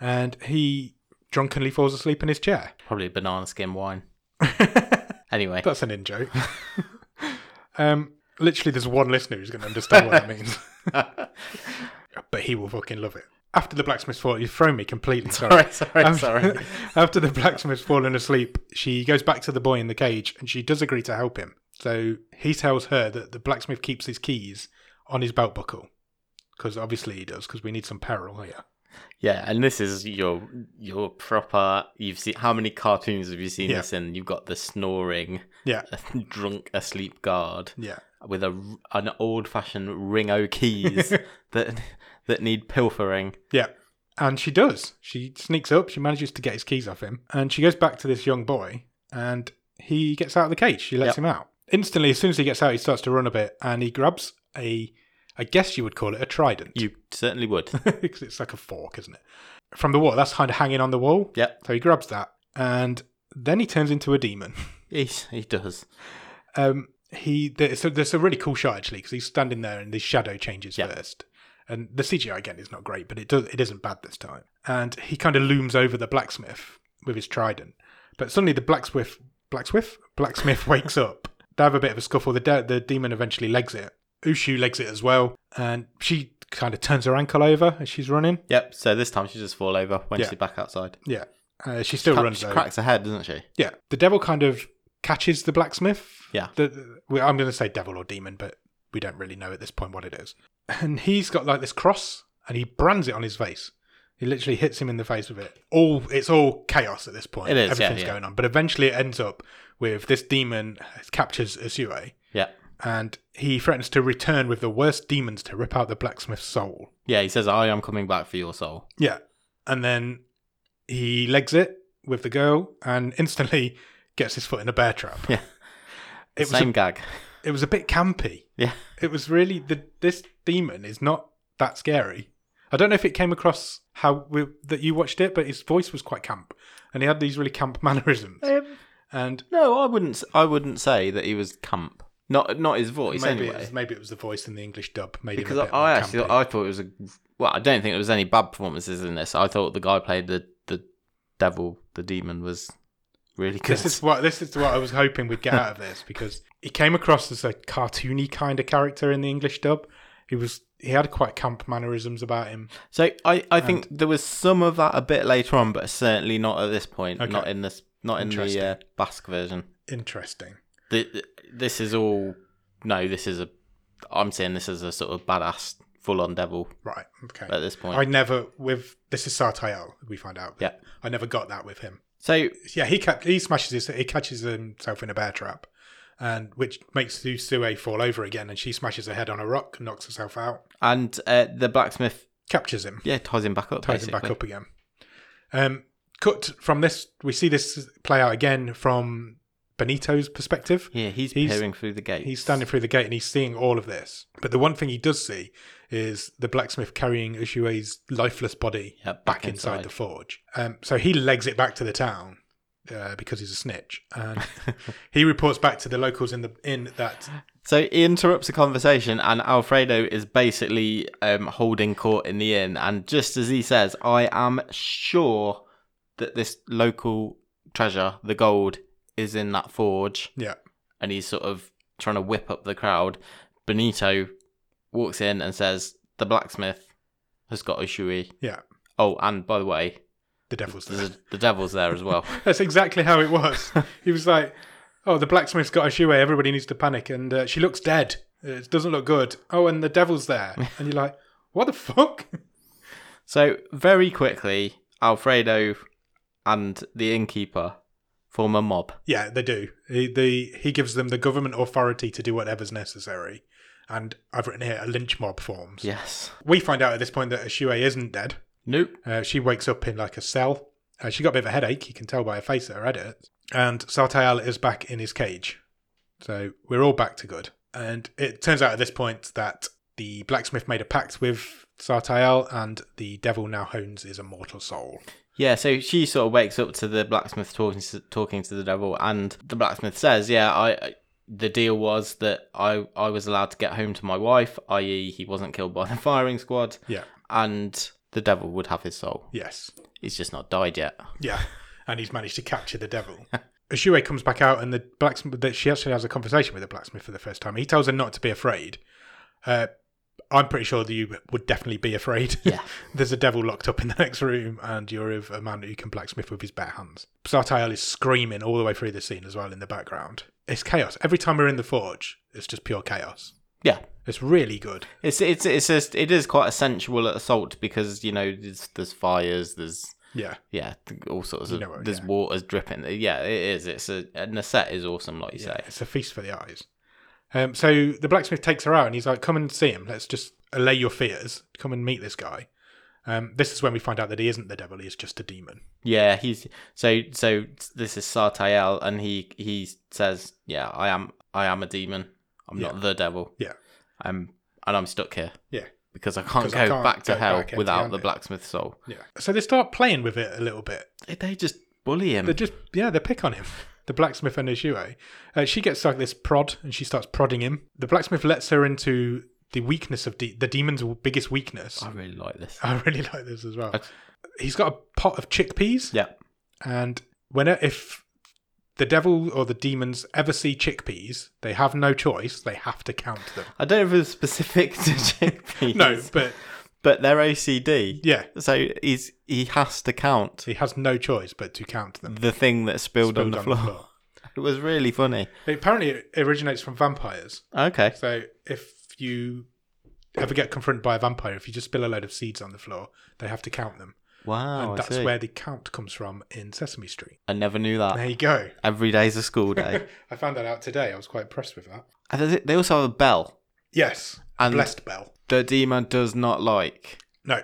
[SPEAKER 1] and he drunkenly falls asleep in his chair.
[SPEAKER 2] Probably banana skin wine. Anyway,
[SPEAKER 1] That's an in joke. um, literally, there's one listener who's going to understand what that means, but he will fucking love it. After the blacksmith's fall, you've thrown me completely. Sorry.
[SPEAKER 2] sorry, sorry, sorry.
[SPEAKER 1] After- After the blacksmith's fallen asleep, she goes back to the boy in the cage and she does agree to help him. So he tells her that the blacksmith keeps his keys on his belt buckle. Because obviously he does, because we need some peril here.
[SPEAKER 2] Yeah, and this is your your proper. You've seen how many cartoons have you seen
[SPEAKER 1] Yeah.
[SPEAKER 2] this in? You've got the snoring,
[SPEAKER 1] Yeah,
[SPEAKER 2] drunk asleep guard
[SPEAKER 1] yeah.
[SPEAKER 2] with a an old fashioned ring o keys that that need pilfering.
[SPEAKER 1] Yeah. And she does. She sneaks up, she manages to get his keys off him, and she goes back to this young boy, and he gets out of the cage. She lets
[SPEAKER 2] Yep.
[SPEAKER 1] him out. Instantly, as soon as he gets out, he starts to run a bit, and he grabs a, I guess you would call it a trident.
[SPEAKER 2] You certainly would.
[SPEAKER 1] 'Cause it's like a fork, isn't it? From the wall. That's kind of hanging on the wall.
[SPEAKER 2] Yep.
[SPEAKER 1] So he grabs that, and then he turns into a demon.
[SPEAKER 2] He he does.
[SPEAKER 1] Um, he there's a, there's a really cool shot actually because he's standing there and his shadow changes
[SPEAKER 2] Yeah.
[SPEAKER 1] first, and the CGI again is not great, but it does it isn't bad this time. And he kind of looms over the blacksmith with his trident, but suddenly the blacksmith blacksmith blacksmith wakes up. They have a bit of a scuffle. The de- the demon eventually legs it. Ushu legs it as well, and she kind of turns her ankle over as she's running.
[SPEAKER 2] Yep. So this time she just fall over when
[SPEAKER 1] Yeah.
[SPEAKER 2] she's back outside.
[SPEAKER 1] Yeah, uh, she still
[SPEAKER 2] Cra-
[SPEAKER 1] runs.
[SPEAKER 2] she
[SPEAKER 1] over.
[SPEAKER 2] cracks her head, doesn't she?
[SPEAKER 1] Yeah, the devil kind of catches the blacksmith.
[SPEAKER 2] Yeah.
[SPEAKER 1] The- the- well, I'm going to say devil or demon, but we don't really know at this point what it is. And he's got like this cross, and he brands it on his face. He literally hits him in the face with it. All it's all chaos at this point.
[SPEAKER 2] It is, yeah,
[SPEAKER 1] Everything's
[SPEAKER 2] yeah.
[SPEAKER 1] going on, but eventually it ends up with this demon captures Asue,
[SPEAKER 2] Yeah.
[SPEAKER 1] and he threatens to return with the worst demons to rip out the blacksmith's soul.
[SPEAKER 2] Yeah. He says, "I am coming back for your soul."
[SPEAKER 1] Yeah. And then he legs it with the girl and instantly gets his foot in a bear trap.
[SPEAKER 2] Yeah.
[SPEAKER 1] It was
[SPEAKER 2] Same
[SPEAKER 1] a,
[SPEAKER 2] gag.
[SPEAKER 1] it was a bit campy.
[SPEAKER 2] Yeah.
[SPEAKER 1] It was really the this demon is not that scary. I don't know if it came across how we, that you watched it, but his voice was quite camp, and he had these really camp mannerisms. And
[SPEAKER 2] No, I wouldn't. s- I wouldn't say that he was camp. Not not his voice
[SPEAKER 1] maybe
[SPEAKER 2] anyway.
[SPEAKER 1] it was, maybe it was the voice in the English dub. Made
[SPEAKER 2] because
[SPEAKER 1] him a bit
[SPEAKER 2] I
[SPEAKER 1] more
[SPEAKER 2] actually
[SPEAKER 1] campy.
[SPEAKER 2] I thought it was a well. I don't think there was any bad performances in this. I thought the guy played the the devil, the demon, was really good.
[SPEAKER 1] This is what this is what I was hoping we'd get out of this because he came across as a cartoony kind of character in the English dub. He was he had quite camp mannerisms about him.
[SPEAKER 2] so I I think there was some of that a bit later on, but certainly not at this point.
[SPEAKER 1] Okay.
[SPEAKER 2] Not in this. Not in
[SPEAKER 1] Interesting.
[SPEAKER 2] the uh, Basque version.
[SPEAKER 1] Interesting.
[SPEAKER 2] The, the- this is all. No, this is a. I'm saying this is a sort of badass, full on devil
[SPEAKER 1] Right. Okay.
[SPEAKER 2] at this point.
[SPEAKER 1] I never with this is Sartayel, we find out.
[SPEAKER 2] Yeah.
[SPEAKER 1] I never got that with him.
[SPEAKER 2] so
[SPEAKER 1] Yeah, he kept he smashes his he catches himself in a bear trap and which makes Sue fall over again and she smashes her head on a rock, knocks herself out,
[SPEAKER 2] and uh, the blacksmith
[SPEAKER 1] captures him.
[SPEAKER 2] yeah ties him back up.
[SPEAKER 1] ties him back
[SPEAKER 2] basically.
[SPEAKER 1] up again. Um, cut from this, we see this play out again from Benito's perspective.
[SPEAKER 2] Yeah, he's,
[SPEAKER 1] He's-
[SPEAKER 2] peering through the gate.
[SPEAKER 1] He's standing through the gate and he's seeing all of this. But the one thing he does see is the blacksmith carrying Ushue's lifeless body
[SPEAKER 2] Yeah,
[SPEAKER 1] back, inside. the forge. Um, so he legs it back to the town uh, because he's a snitch, and he reports back to the locals in the in that
[SPEAKER 2] So he interrupts a conversation, and Alfredo is basically um, holding court in the inn. And just as he says, I am sure that this local treasure, the gold, is in that forge.
[SPEAKER 1] yeah
[SPEAKER 2] And he's sort of trying to whip up the crowd. Benito walks in and says, The blacksmith has got a shoey.
[SPEAKER 1] yeah
[SPEAKER 2] Oh, and by the way,
[SPEAKER 1] the devil's there.
[SPEAKER 2] the, the devil's there as well.
[SPEAKER 1] That's exactly how it was. he was like, "Oh, the blacksmith's got a shoe. Everybody needs to panic." And uh, she looks dead. It doesn't look good. Oh, and the devil's there. And you're like, "What the fuck?"
[SPEAKER 2] So very quickly, Alfredo and the innkeeper form a mob.
[SPEAKER 1] yeah, they do. He, the he gives them the government authority to do whatever's necessary. And I've written here a lynch mob forms.
[SPEAKER 2] Yes.
[SPEAKER 1] We find out at this point that Ashue isn't dead.
[SPEAKER 2] Nope.
[SPEAKER 1] Uh, she wakes up in like a cell. Uh, she got a bit of a headache. You can tell by her face that her head hurts. And Sartayal is back in his cage. So we're all back to good. And it turns out at this point that the blacksmith made a pact with Sartayal, and the devil now hones his immortal soul.
[SPEAKER 2] Yeah, so she sort of wakes up to the blacksmith talking to, talking to the devil, and the blacksmith says, "Yeah, I, I the deal was that I e, I was allowed to get home to my wife, i.e., he wasn't killed by the firing squad,
[SPEAKER 1] Yeah.
[SPEAKER 2] and the devil would have his soul.
[SPEAKER 1] Yes.
[SPEAKER 2] He's just not died yet.
[SPEAKER 1] Yeah, and he's managed to capture the devil. Ashue comes back out, and the blacksmith that she actually has a conversation with the blacksmith for the first time. He tells her not to be afraid. Uh, I'm pretty sure that you would definitely be afraid.
[SPEAKER 2] Yeah.
[SPEAKER 1] There's a devil locked up in the next room, and you're of a man who can blacksmith with his bare hands. Sartiel is screaming all the way through the scene as well in the background. It's chaos. Every time we're in the forge, it's just pure chaos.
[SPEAKER 2] Yeah.
[SPEAKER 1] It's really good.
[SPEAKER 2] It's it's it's just it is quite a sensual assault because you know there's, there's fires, there's
[SPEAKER 1] Yeah.
[SPEAKER 2] yeah, all sorts of
[SPEAKER 1] You know,
[SPEAKER 2] there's
[SPEAKER 1] yeah.
[SPEAKER 2] waters dripping. Yeah, it is. It's a and the set is awesome, like you say.
[SPEAKER 1] It's a feast for the eyes. Um, so the blacksmith takes her out and he's like, come and see him. Let's just allay your fears. Come and meet this guy. Um, this is when we find out that he isn't the devil, he is just a demon.
[SPEAKER 2] Yeah, he's so so. This is Sartiel, and he he says, "Yeah, I am I am a demon. I'm
[SPEAKER 1] Yeah.
[SPEAKER 2] not the devil.
[SPEAKER 1] Yeah.
[SPEAKER 2] I'm and I'm stuck here.
[SPEAKER 1] Yeah.
[SPEAKER 2] because I can't
[SPEAKER 1] 'Cause
[SPEAKER 2] go
[SPEAKER 1] I can't
[SPEAKER 2] back to
[SPEAKER 1] go
[SPEAKER 2] hell
[SPEAKER 1] back
[SPEAKER 2] without the
[SPEAKER 1] empty-handed.
[SPEAKER 2] blacksmith soul.
[SPEAKER 1] Yeah. So they start playing with it a little bit.
[SPEAKER 2] They- They just bully him.
[SPEAKER 1] They just, yeah, they pick on him. The blacksmith and Eshue. Uh, she gets like this prod and she starts prodding him. The blacksmith lets her into the weakness of de- the demon's biggest weakness.
[SPEAKER 2] I really like this.
[SPEAKER 1] I really like this as well.
[SPEAKER 2] That's-
[SPEAKER 1] He's got a pot of chickpeas.
[SPEAKER 2] Yeah,
[SPEAKER 1] And when if the devil or the demons ever see chickpeas, they have no choice; they have to count them.
[SPEAKER 2] I don't know if it's specific to chickpeas.
[SPEAKER 1] No, but
[SPEAKER 2] but they're OCD.
[SPEAKER 1] yeah,
[SPEAKER 2] So he's he has to count
[SPEAKER 1] he has no choice but to count them.
[SPEAKER 2] the thing that spilled, Mm, on, the,
[SPEAKER 1] Spilled
[SPEAKER 2] floor. It was really funny.
[SPEAKER 1] It apparently, it originates from vampires.
[SPEAKER 2] Okay.
[SPEAKER 1] So if you ever get confronted by a vampire, if you just spill a load of seeds on the floor, they have to count them,
[SPEAKER 2] Wow.
[SPEAKER 1] and
[SPEAKER 2] Oh, I,
[SPEAKER 1] that's
[SPEAKER 2] see. Ah.
[SPEAKER 1] where the count comes from in Sesame Street.
[SPEAKER 2] I never knew that.
[SPEAKER 1] There you go.
[SPEAKER 2] Every day's a school day.
[SPEAKER 1] I found that out today. I was quite impressed with that.
[SPEAKER 2] And there's- they also have a bell.
[SPEAKER 1] Yes,
[SPEAKER 2] And
[SPEAKER 1] blessed bell.
[SPEAKER 2] the demon does not like
[SPEAKER 1] No,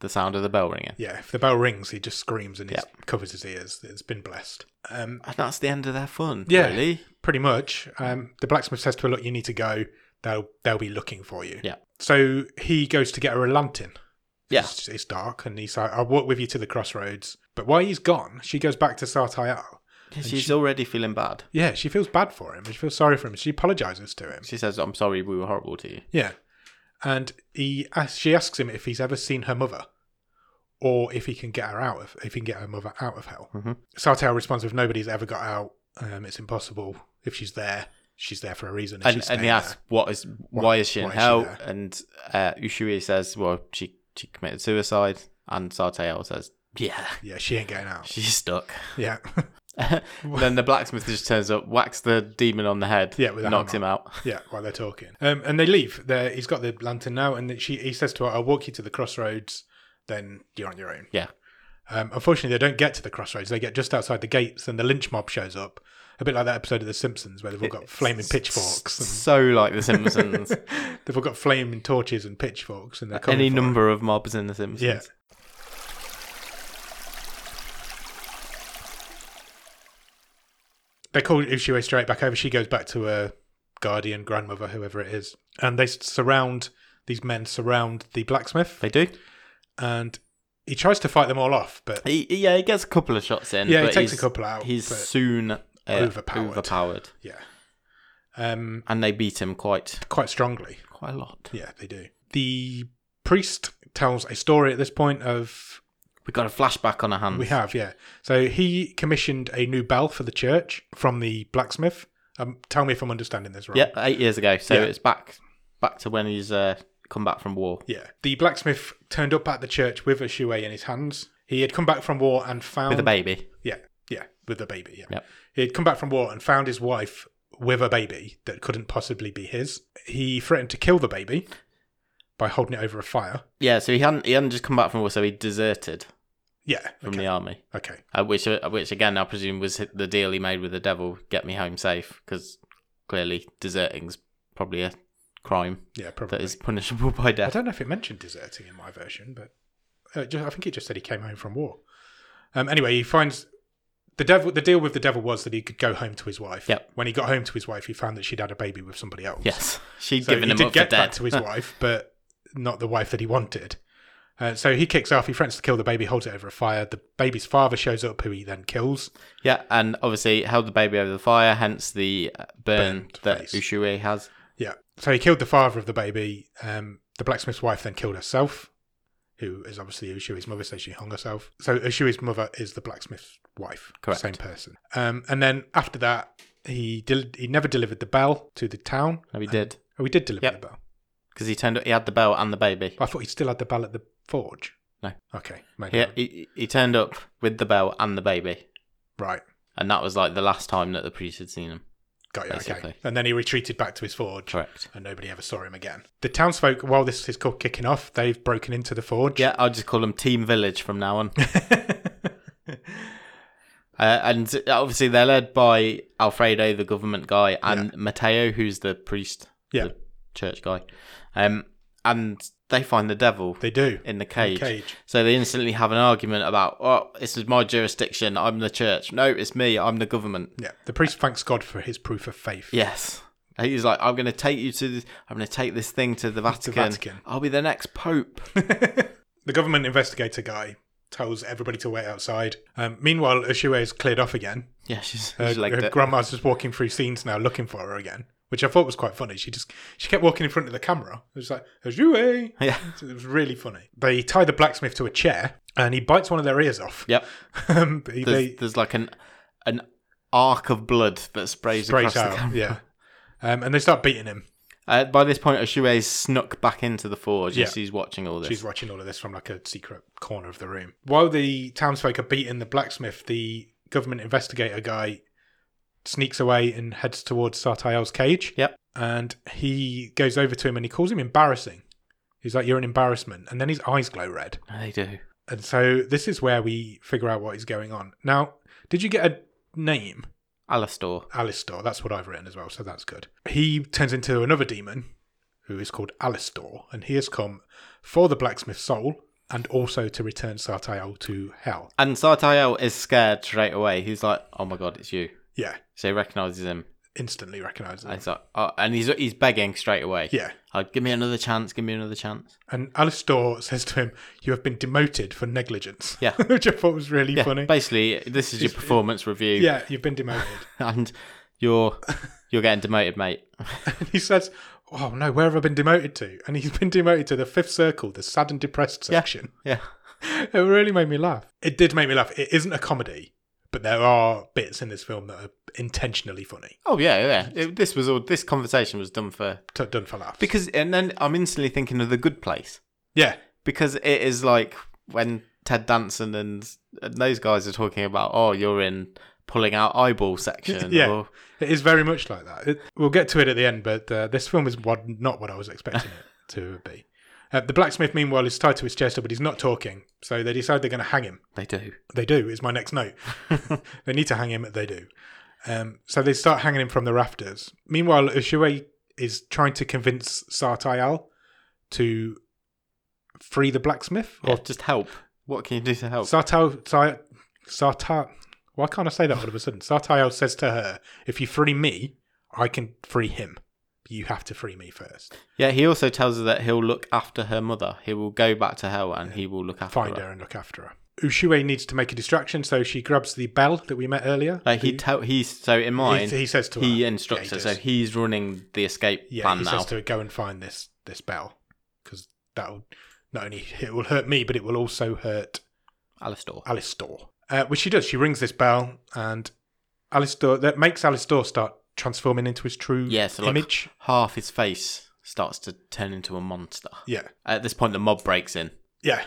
[SPEAKER 2] the sound of the bell ringing.
[SPEAKER 1] Yeah, if the bell rings, he just screams and he covers his ears. It's been blessed. Um,
[SPEAKER 2] And that's the end of their fun,
[SPEAKER 1] Yeah.
[SPEAKER 2] really.
[SPEAKER 1] pretty much. Um, the blacksmith says to her, "Look, you need to go. They'll they'll be looking for you."
[SPEAKER 2] Yeah.
[SPEAKER 1] So he goes to get her a lantern.
[SPEAKER 2] Yeah.
[SPEAKER 1] It's, it's dark, and he's like, "I'll walk with you to the crossroads." But while he's gone, she goes back to Sartayal.
[SPEAKER 2] She's already feeling bad.
[SPEAKER 1] Yeah, she feels bad for him. She feels sorry for him. She apologizes to him.
[SPEAKER 2] She says, I'm sorry we were horrible to you.
[SPEAKER 1] Yeah, and he asks, she asks him if he's ever seen her mother, or if he can get her out of if he can get her mother out of hell.
[SPEAKER 2] Mhm.
[SPEAKER 1] Sartell responds with, "Nobody's ever got out. Um, it's impossible. If she's there, she's there for a reason." If
[SPEAKER 2] And,
[SPEAKER 1] she's
[SPEAKER 2] and he
[SPEAKER 1] staying
[SPEAKER 2] asks,
[SPEAKER 1] there."
[SPEAKER 2] what is, why, is she in
[SPEAKER 1] why is she
[SPEAKER 2] hell?
[SPEAKER 1] there?
[SPEAKER 2] and uh, Ushui says, well, she, she committed suicide. And Sarteo says, yeah,
[SPEAKER 1] "Yeah, she ain't getting out."
[SPEAKER 2] she's stuck.
[SPEAKER 1] Yeah,
[SPEAKER 2] then the blacksmith just turns up, whacks the demon on the head,
[SPEAKER 1] Yeah, with a
[SPEAKER 2] knocks
[SPEAKER 1] hammer.
[SPEAKER 2] him out.
[SPEAKER 1] yeah. While they're talking, um, and they leave. There, he's got the lantern now, and she he says to her, "I'll walk you to the crossroads. Then you're on your own."
[SPEAKER 2] Yeah.
[SPEAKER 1] Um, unfortunately, they don't get to the crossroads. They get just outside the gates, and the lynch mob shows up. A bit like that episode of The Simpsons where they've all got flaming pitchforks. and-
[SPEAKER 2] So like The Simpsons.
[SPEAKER 1] They've all got flaming torches and pitchforks, and they're coming
[SPEAKER 2] Any
[SPEAKER 1] for
[SPEAKER 2] number of mobs in The Simpsons.
[SPEAKER 1] It. Yeah, they call Ushue straight back over. She goes back to her guardian, grandmother, whoever it is, and they surround these men surround the blacksmith,
[SPEAKER 2] They do.
[SPEAKER 1] and he tries to fight them all off, but
[SPEAKER 2] He, he- yeah, he gets a couple of shots in.
[SPEAKER 1] yeah, he
[SPEAKER 2] but
[SPEAKER 1] takes a
[SPEAKER 2] he's-
[SPEAKER 1] couple out.
[SPEAKER 2] He's
[SPEAKER 1] but,
[SPEAKER 2] soon uh,
[SPEAKER 1] overpowered.
[SPEAKER 2] overpowered.
[SPEAKER 1] yeah, um,
[SPEAKER 2] and they beat him quite
[SPEAKER 1] quite strongly.
[SPEAKER 2] quite a lot.
[SPEAKER 1] Yeah, they do. The priest tells a story at this point of
[SPEAKER 2] We got a flashback on our hands.
[SPEAKER 1] We have, yeah. So he commissioned a new bell for the church from the blacksmith. Um, tell me if I'm understanding this right.
[SPEAKER 2] Yeah, eight years ago. So
[SPEAKER 1] Yeah.
[SPEAKER 2] it's back back to when he's uh, come back from war.
[SPEAKER 1] Yeah. The blacksmith turned up at the church with a shoe in his hands. He had come back from war and found
[SPEAKER 2] With a baby.
[SPEAKER 1] Yeah, yeah, with a baby. Yeah.
[SPEAKER 2] Yep.
[SPEAKER 1] He had come back from war and found his wife with a baby that couldn't possibly be his. He threatened to kill the baby by holding it over a fire.
[SPEAKER 2] Yeah, so he hadn't he hadn't just come back from war, so he deserted
[SPEAKER 1] Yeah.
[SPEAKER 2] from
[SPEAKER 1] okay.
[SPEAKER 2] the army.
[SPEAKER 1] okay.
[SPEAKER 2] Uh, which uh, which again I presume was the deal he made with the devil, get me home safe, because clearly deserting's probably a crime
[SPEAKER 1] Yeah,
[SPEAKER 2] that
[SPEAKER 1] probably.
[SPEAKER 2] is punishable by
[SPEAKER 1] I
[SPEAKER 2] death.
[SPEAKER 1] don't know if it mentioned deserting in my version, but uh, ju- I think it just said he came home from war. Um, anyway, he finds the devil. The deal with the devil was that he could go home to his wife.
[SPEAKER 2] Yep.
[SPEAKER 1] When he got home to his wife, he found that she'd had a baby with somebody else.
[SPEAKER 2] Yes, she'd
[SPEAKER 1] So
[SPEAKER 2] given
[SPEAKER 1] he
[SPEAKER 2] him
[SPEAKER 1] did
[SPEAKER 2] up for
[SPEAKER 1] get
[SPEAKER 2] dead.
[SPEAKER 1] back to his wife, but not the wife that he wanted. Uh, so he kicks off. He threatens to kill the baby, holds it over a fire. The baby's father shows up, who he then kills.
[SPEAKER 2] Yeah, and obviously held the baby over the fire, hence the uh, burn
[SPEAKER 1] Burnt
[SPEAKER 2] that
[SPEAKER 1] face.
[SPEAKER 2] Ushue has.
[SPEAKER 1] Yeah. So he killed the father of the baby. Um, the blacksmith's wife then killed herself, who is obviously Ushui's mother, says she hung herself. So Ushui's mother is the blacksmith's wife,
[SPEAKER 2] Correct.
[SPEAKER 1] same person. Um, and then after that, he del- he never delivered the bell to the town.
[SPEAKER 2] No, he did
[SPEAKER 1] Oh, he did deliver
[SPEAKER 2] Yep.
[SPEAKER 1] the bell.
[SPEAKER 2] because he turned. He had the bell and the baby.
[SPEAKER 1] I thought he still had the bell at the forge.
[SPEAKER 2] No.
[SPEAKER 1] Okay. Maybe.
[SPEAKER 2] He, he he turned up with the bell and the baby,
[SPEAKER 1] Right.
[SPEAKER 2] and that was like the last time that the priest had seen him.
[SPEAKER 1] Got you. Okay.
[SPEAKER 2] Basically.
[SPEAKER 1] And then he retreated back to his forge.
[SPEAKER 2] Correct.
[SPEAKER 1] And nobody ever saw him again. The townsfolk, while this is called kicking off, they've broken into the forge.
[SPEAKER 2] Yeah, I'll just call them Team Village from now on. Uh, and obviously they're led by Alfredo, the government guy, and Matteo, who's the priest,
[SPEAKER 1] Yeah.
[SPEAKER 2] the church guy. Um, and they find the devil
[SPEAKER 1] They do.
[SPEAKER 2] in the cage.
[SPEAKER 1] cage.
[SPEAKER 2] So they instantly have an argument about, oh, this is my jurisdiction. I'm the church. No, it's me. I'm the government.
[SPEAKER 1] Yeah. The priest thanks God for his proof of faith.
[SPEAKER 2] Yes. And He's like, I'm going to take you to. This, I'm going to take this thing to the Vatican.
[SPEAKER 1] Vatican.
[SPEAKER 2] I'll be the next pope.
[SPEAKER 1] The government investigator guy tells everybody to wait outside. Um, meanwhile, Ushue is cleared off again.
[SPEAKER 2] yeah, she's,
[SPEAKER 1] Her,
[SPEAKER 2] she's like
[SPEAKER 1] her
[SPEAKER 2] that.
[SPEAKER 1] grandma's just walking through scenes now looking for her again, which I thought was quite funny. She just she kept walking in front of the camera. It was like, Ushue.
[SPEAKER 2] yeah.
[SPEAKER 1] It was really funny. They tie the blacksmith to a chair and he bites one of their ears off.
[SPEAKER 2] Yep.
[SPEAKER 1] Um, but he-
[SPEAKER 2] There's,
[SPEAKER 1] they
[SPEAKER 2] there's like an an arc of blood that sprays,
[SPEAKER 1] sprays
[SPEAKER 2] across the camera.
[SPEAKER 1] out. Yeah. Um, and they start beating him.
[SPEAKER 2] Uh, by this point, Oshue's snuck back into the forge
[SPEAKER 1] Yeah.
[SPEAKER 2] as he's watching all this.
[SPEAKER 1] She's watching all of this from like a secret corner of the room. While the townsfolk are beating the blacksmith, the government investigator guy sneaks away and heads towards Sartiel's cage.
[SPEAKER 2] Yep.
[SPEAKER 1] And he goes over to him and he calls him embarrassing. He's like, You're an embarrassment. And then his eyes glow red.
[SPEAKER 2] They do.
[SPEAKER 1] And so this is where we figure out what is going on. Now, did you get a name?
[SPEAKER 2] Alastor.
[SPEAKER 1] Alistor. That's what I've written as well, so that's good. He turns into another demon who is called Alistor, and he has come for the blacksmith's soul and also to return Sartiel to hell.
[SPEAKER 2] And Sartiel is scared straight away. He's like, oh my god, it's you.
[SPEAKER 1] Yeah,
[SPEAKER 2] So he recognises him.
[SPEAKER 1] instantly recognizes
[SPEAKER 2] And
[SPEAKER 1] him.
[SPEAKER 2] he's, like, oh, and he's he's begging straight away.
[SPEAKER 1] Yeah.
[SPEAKER 2] Like, give me another chance, give me another chance.
[SPEAKER 1] And Alistor says to him, You have been demoted for negligence.
[SPEAKER 2] Yeah.
[SPEAKER 1] Which I thought was really
[SPEAKER 2] Yeah,
[SPEAKER 1] funny.
[SPEAKER 2] basically, this is your performance review.
[SPEAKER 1] Yeah, you've been demoted.
[SPEAKER 2] And you're you're getting demoted, mate.
[SPEAKER 1] and he says, Oh no, where have I been demoted to? And he's been demoted to the fifth circle, the sad and depressed section.
[SPEAKER 2] yeah.
[SPEAKER 1] It really made me laugh. It did make me laugh. It isn't a comedy, but there are bits in this film that are intentionally funny,
[SPEAKER 2] Oh yeah, yeah. It- this was all. This conversation was done for
[SPEAKER 1] t- done for laughs.
[SPEAKER 2] because, and then I'm instantly thinking of the Good Place.
[SPEAKER 1] yeah,
[SPEAKER 2] because it is like when Ted Danson and, and those guys are talking about, oh, you're in pulling out eyeball section.
[SPEAKER 1] Yeah.
[SPEAKER 2] Or,
[SPEAKER 1] it is very much like that. It, we'll get to it at the end, but uh, this film is what not what I was expecting it to be. Uh, the blacksmith, meanwhile, is tied to his chest, but he's not talking. So they decide they're going to hang him.
[SPEAKER 2] they do.
[SPEAKER 1] They do is my next note. they need to hang him. They do. Um, so they start hanging him from the rafters. Meanwhile, Ushue is trying to convince Sartial to free the blacksmith
[SPEAKER 2] Yeah, Oh.
[SPEAKER 1] or
[SPEAKER 2] just help. What can you do to help?
[SPEAKER 1] Sartao, Sar- Sarta, why can't I say that all of a sudden? Sartao says to her, if you free me, I can free him. You have to free me first.
[SPEAKER 2] yeah, he also tells her that he'll look after her mother. He will go back to hell and he will look after
[SPEAKER 1] Find
[SPEAKER 2] her.
[SPEAKER 1] her and look after her. Ushue needs to make a distraction, so she grabs the bell that we met earlier.
[SPEAKER 2] Like he tell he so in mine
[SPEAKER 1] he,
[SPEAKER 2] he,
[SPEAKER 1] he says to her. yeah,
[SPEAKER 2] instructs her.
[SPEAKER 1] he
[SPEAKER 2] So
[SPEAKER 1] does.
[SPEAKER 2] he's running the escape
[SPEAKER 1] yeah,
[SPEAKER 2] plan
[SPEAKER 1] he
[SPEAKER 2] now.
[SPEAKER 1] says to her, go and find this, this bell. Because that'll not only it will hurt me, but it will also hurt
[SPEAKER 2] Alistair.
[SPEAKER 1] Alistor. Uh, which she does. She rings this bell and Alistor, that makes Alistor start transforming into his true
[SPEAKER 2] Yeah, so like
[SPEAKER 1] image.
[SPEAKER 2] half his face starts to turn into a monster.
[SPEAKER 1] Yeah,
[SPEAKER 2] At this point, the mob breaks in.
[SPEAKER 1] yeah.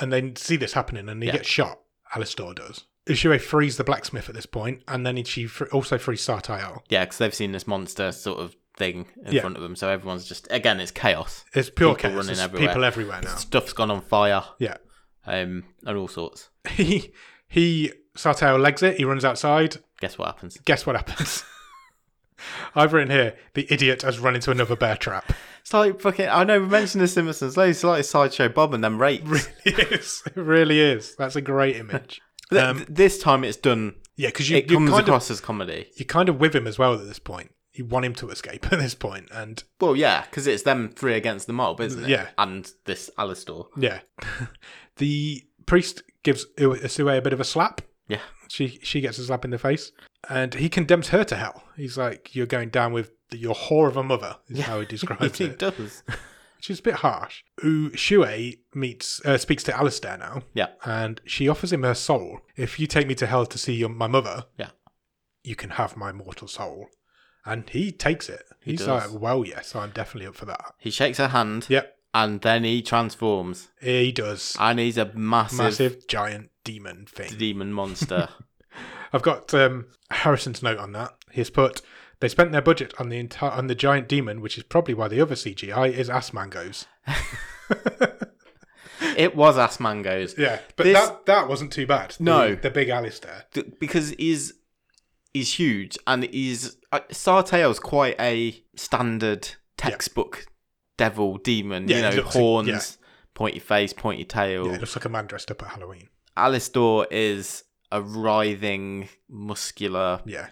[SPEAKER 1] And they see this happening and he
[SPEAKER 2] Yeah.
[SPEAKER 1] gets shot. Alistor does. Ushue frees the blacksmith at this point and then she fr- also frees Sartiel.
[SPEAKER 2] Yeah, because they've seen this monster sort of thing in
[SPEAKER 1] Yeah.
[SPEAKER 2] front of them. So everyone's just again, it's chaos.
[SPEAKER 1] It's pure
[SPEAKER 2] People
[SPEAKER 1] chaos.
[SPEAKER 2] running
[SPEAKER 1] There's
[SPEAKER 2] everywhere.
[SPEAKER 1] people everywhere now.
[SPEAKER 2] Stuff's gone on fire,
[SPEAKER 1] Yeah.
[SPEAKER 2] um, and all sorts.
[SPEAKER 1] He, he, Sartiel legs it. He runs outside.
[SPEAKER 2] Guess what happens?
[SPEAKER 1] Guess what happens? I've written here, the idiot has run into another bear trap.
[SPEAKER 2] It's like fucking. I know we mentioned the Simpsons. Loads it's like sideshow Bob and them rapes.
[SPEAKER 1] Really is. It really is. That's a great image.
[SPEAKER 2] Th-
[SPEAKER 1] um,
[SPEAKER 2] th- this time it's done.
[SPEAKER 1] Yeah, because you,
[SPEAKER 2] It
[SPEAKER 1] you're,
[SPEAKER 2] comes
[SPEAKER 1] kind of,
[SPEAKER 2] across as comedy.
[SPEAKER 1] you're kind of with him as well at this point. You want him to escape at this point, and
[SPEAKER 2] Well, yeah, because it's them three against the mob, isn't it?
[SPEAKER 1] Yeah.
[SPEAKER 2] and this Alistair.
[SPEAKER 1] Yeah. the priest gives U- Asue a bit of a slap.
[SPEAKER 2] Yeah.
[SPEAKER 1] She she gets a slap in the face. And he condemns her to hell. He's like, You're going down with the, your whore of a mother, is how he describes
[SPEAKER 2] He
[SPEAKER 1] it.
[SPEAKER 2] does.
[SPEAKER 1] which is a bit harsh. Ooh, Shue meets uh, speaks to Alistair now.
[SPEAKER 2] Yeah.
[SPEAKER 1] And she offers him her soul. If you take me to hell to see your, my mother,
[SPEAKER 2] Yeah.
[SPEAKER 1] you can have my mortal soul. And he takes it.
[SPEAKER 2] He
[SPEAKER 1] He's
[SPEAKER 2] does.
[SPEAKER 1] like, well, yes, I'm definitely up for that.
[SPEAKER 2] He shakes her hand
[SPEAKER 1] Yep,
[SPEAKER 2] and then he transforms.
[SPEAKER 1] he does.
[SPEAKER 2] And he's a massive,
[SPEAKER 1] Massive giant demon thing.
[SPEAKER 2] demon monster.
[SPEAKER 1] I've got um, Harrison's note on that. He's put they spent their budget on the entire on the giant demon, which is probably why the other CGI is ass mangoes.
[SPEAKER 2] it was ass mangoes.
[SPEAKER 1] Yeah, but
[SPEAKER 2] This-
[SPEAKER 1] that that wasn't too bad.
[SPEAKER 2] No.
[SPEAKER 1] the, the big Alistair.
[SPEAKER 2] D- Because he's he's huge and he's uh, Startail's quite a standard textbook devil demon.
[SPEAKER 1] Yeah, he
[SPEAKER 2] you know,
[SPEAKER 1] looks like- yeah.
[SPEAKER 2] horns, pointy face, pointy tail.
[SPEAKER 1] Yeah, it looks like a man dressed up at Halloween.
[SPEAKER 2] Alistair is a writhing, muscular,
[SPEAKER 1] Yeah,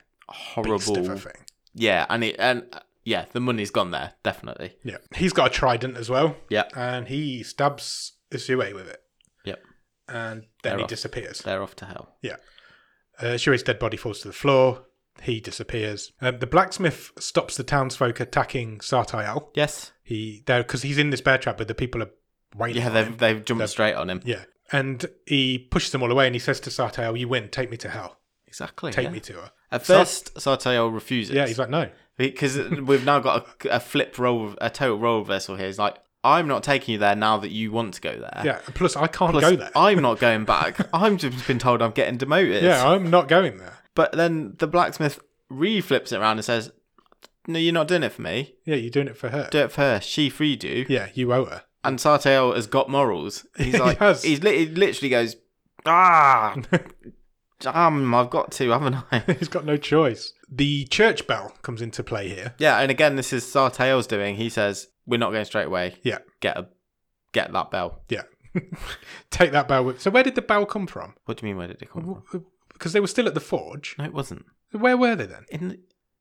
[SPEAKER 1] big stiffer
[SPEAKER 2] horrible.
[SPEAKER 1] thing.
[SPEAKER 2] Yeah, and it, and uh, yeah, the money's gone there definitely.
[SPEAKER 1] Yeah, he's got a trident as well.
[SPEAKER 2] Yeah.
[SPEAKER 1] and he stabs Sue with it.
[SPEAKER 2] Yep.
[SPEAKER 1] and then
[SPEAKER 2] They're
[SPEAKER 1] he
[SPEAKER 2] off.
[SPEAKER 1] disappears.
[SPEAKER 2] They're off to hell.
[SPEAKER 1] Uh, Shui's dead body falls to the floor. He disappears. Um, the blacksmith stops the townsfolk attacking Sartiel.
[SPEAKER 2] Yes.
[SPEAKER 1] He there because he's in this bear trap, but the people are waiting.
[SPEAKER 2] Yeah,
[SPEAKER 1] for him.
[SPEAKER 2] they've they've jumped
[SPEAKER 1] They've-
[SPEAKER 2] straight on him.
[SPEAKER 1] yeah. And he pushes them all away, and he says to Sartale, "You win. Take me to hell.
[SPEAKER 2] Exactly.
[SPEAKER 1] Take
[SPEAKER 2] yeah.
[SPEAKER 1] me to her."
[SPEAKER 2] At
[SPEAKER 1] Sar-
[SPEAKER 2] first, Sarteo refuses.
[SPEAKER 1] Yeah, he's like, "No,
[SPEAKER 2] because we've now got a, a flip roll, a total role reversal here. He's like, I'm not taking you there now that you want to go there.
[SPEAKER 1] yeah." and Plus, I can't
[SPEAKER 2] Plus,
[SPEAKER 1] go there.
[SPEAKER 2] I'm not going back. I'm just been told I'm getting demoted.
[SPEAKER 1] yeah, I'm not going there.
[SPEAKER 2] But then the blacksmith re flips it around and says, No, you're not doing it for me.
[SPEAKER 1] Yeah, you're doing it for her.
[SPEAKER 2] Do it for her. She freed you.
[SPEAKER 1] yeah, you owe her.
[SPEAKER 2] And Sartell has got morals. He's
[SPEAKER 1] He
[SPEAKER 2] like,
[SPEAKER 1] has.
[SPEAKER 2] he's li- he literally goes, Ah, damn, I've got to, haven't I?
[SPEAKER 1] he's got no choice. The church bell comes into play here.
[SPEAKER 2] yeah, and again, this is Sartell's doing. He says, We're not going straight away.
[SPEAKER 1] Yeah.
[SPEAKER 2] Get a get that bell.
[SPEAKER 1] Yeah, take that bell. With- so, where did the bell come from?
[SPEAKER 2] What do you mean? Where did it come from?
[SPEAKER 1] Because they were still at the forge.
[SPEAKER 2] No, it wasn't.
[SPEAKER 1] Where were they then?
[SPEAKER 2] In, the-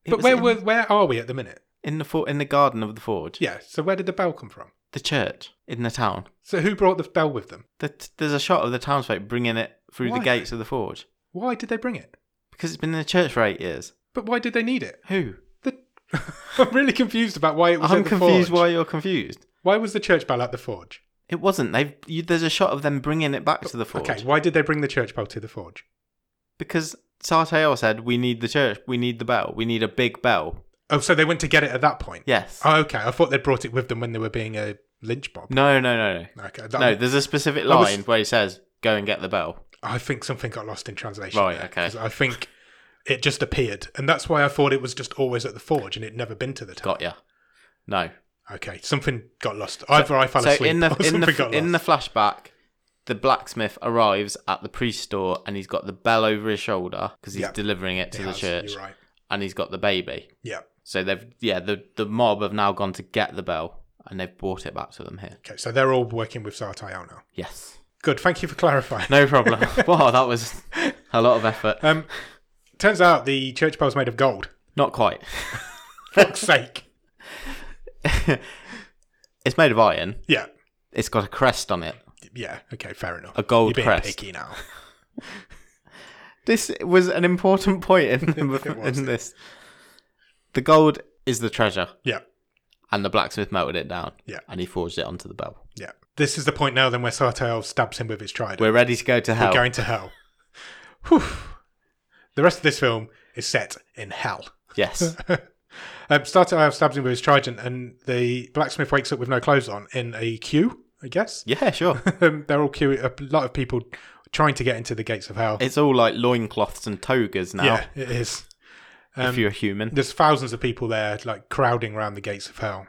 [SPEAKER 2] it
[SPEAKER 1] But
[SPEAKER 2] was
[SPEAKER 1] where
[SPEAKER 2] in,
[SPEAKER 1] were, where are we at the minute?
[SPEAKER 2] in the for, in the garden of the forge?
[SPEAKER 1] Yeah. So, where did the bell come from?
[SPEAKER 2] The church in the town.
[SPEAKER 1] So, who brought the bell with them?
[SPEAKER 2] The, there's a shot of the townsfolk bringing it through
[SPEAKER 1] Why?
[SPEAKER 2] the gates of the forge
[SPEAKER 1] Why did they bring it?
[SPEAKER 2] because it's been in the church for eight years.
[SPEAKER 1] But why did they need it?
[SPEAKER 2] Who?
[SPEAKER 1] The... I'm really confused about why it was.
[SPEAKER 2] I'm
[SPEAKER 1] at the
[SPEAKER 2] confused.
[SPEAKER 1] Forge.
[SPEAKER 2] Why you're confused?
[SPEAKER 1] Why was the church bell at the forge?
[SPEAKER 2] It wasn't. They've you, there's a shot of them bringing it back to the forge
[SPEAKER 1] Okay, why did they bring the church bell to the forge?
[SPEAKER 2] because Sartell said we need the church, we need the bell, we need a big bell.
[SPEAKER 1] Oh, so they went to get it at that point.
[SPEAKER 2] Yes.
[SPEAKER 1] Oh, okay. I thought they'd brought it with them when they were being a lynch mob.
[SPEAKER 2] no, no, no,
[SPEAKER 1] Okay.
[SPEAKER 2] no.
[SPEAKER 1] That,
[SPEAKER 2] No, there's a specific
[SPEAKER 1] Oh. I was-
[SPEAKER 2] line where he says, "Go and get the bell."
[SPEAKER 1] I think something got lost in translation.
[SPEAKER 2] Right,
[SPEAKER 1] there,
[SPEAKER 2] okay.
[SPEAKER 1] 'cause I think it just appeared, and that's why I thought it was just always at the forge and it never been to the town.
[SPEAKER 2] Got ya. No,
[SPEAKER 1] Okay, something got lost. Either I fell
[SPEAKER 2] so
[SPEAKER 1] asleep
[SPEAKER 2] in the
[SPEAKER 1] or
[SPEAKER 2] in
[SPEAKER 1] something
[SPEAKER 2] the
[SPEAKER 1] got
[SPEAKER 2] in the
[SPEAKER 1] lost.
[SPEAKER 2] flashback, the blacksmith arrives at the priest's door and he's got the bell over his shoulder because he's
[SPEAKER 1] Yeah.
[SPEAKER 2] delivering it to
[SPEAKER 1] It
[SPEAKER 2] the
[SPEAKER 1] has,
[SPEAKER 2] church,
[SPEAKER 1] You're right.
[SPEAKER 2] and he's got the baby.
[SPEAKER 1] Yeah.
[SPEAKER 2] So they've yeah the the mob have now gone to get the bell and they've brought it back to them here.
[SPEAKER 1] Okay, so they're all working with Sartayel now.
[SPEAKER 2] Yes,
[SPEAKER 1] Good. Thank you for clarifying.
[SPEAKER 2] no problem. wow, that was a lot of effort.
[SPEAKER 1] Um, turns out the church bell's made of gold.
[SPEAKER 2] Not quite.
[SPEAKER 1] Fuck's sake.
[SPEAKER 2] It's made of iron.
[SPEAKER 1] Yeah.
[SPEAKER 2] It's got a crest on it,
[SPEAKER 1] Yeah. Okay. Fair enough.
[SPEAKER 2] a gold
[SPEAKER 1] You're being
[SPEAKER 2] crest.
[SPEAKER 1] picky now.
[SPEAKER 2] This was an important point in,
[SPEAKER 1] was.
[SPEAKER 2] in this. The gold is the treasure.
[SPEAKER 1] Yeah.
[SPEAKER 2] and the blacksmith melted it down.
[SPEAKER 1] Yeah.
[SPEAKER 2] And he forged it onto the bell.
[SPEAKER 1] Yeah. This is the point now then where Sartell stabs him with his trident.
[SPEAKER 2] We're ready to go to hell.
[SPEAKER 1] We're going to hell. Whew. The rest of this film is set in hell.
[SPEAKER 2] Yes.
[SPEAKER 1] Um, Sartell stabs him with his trident, and the blacksmith wakes up with no clothes on in a queue, I guess.
[SPEAKER 2] yeah, sure.
[SPEAKER 1] Um, they're all queuing, a lot of people trying to get into the gates of hell.
[SPEAKER 2] It's all like loincloths and togas now,
[SPEAKER 1] yeah, um, it is.
[SPEAKER 2] if you're a human.
[SPEAKER 1] There's thousands of people there, like crowding around the gates of hell.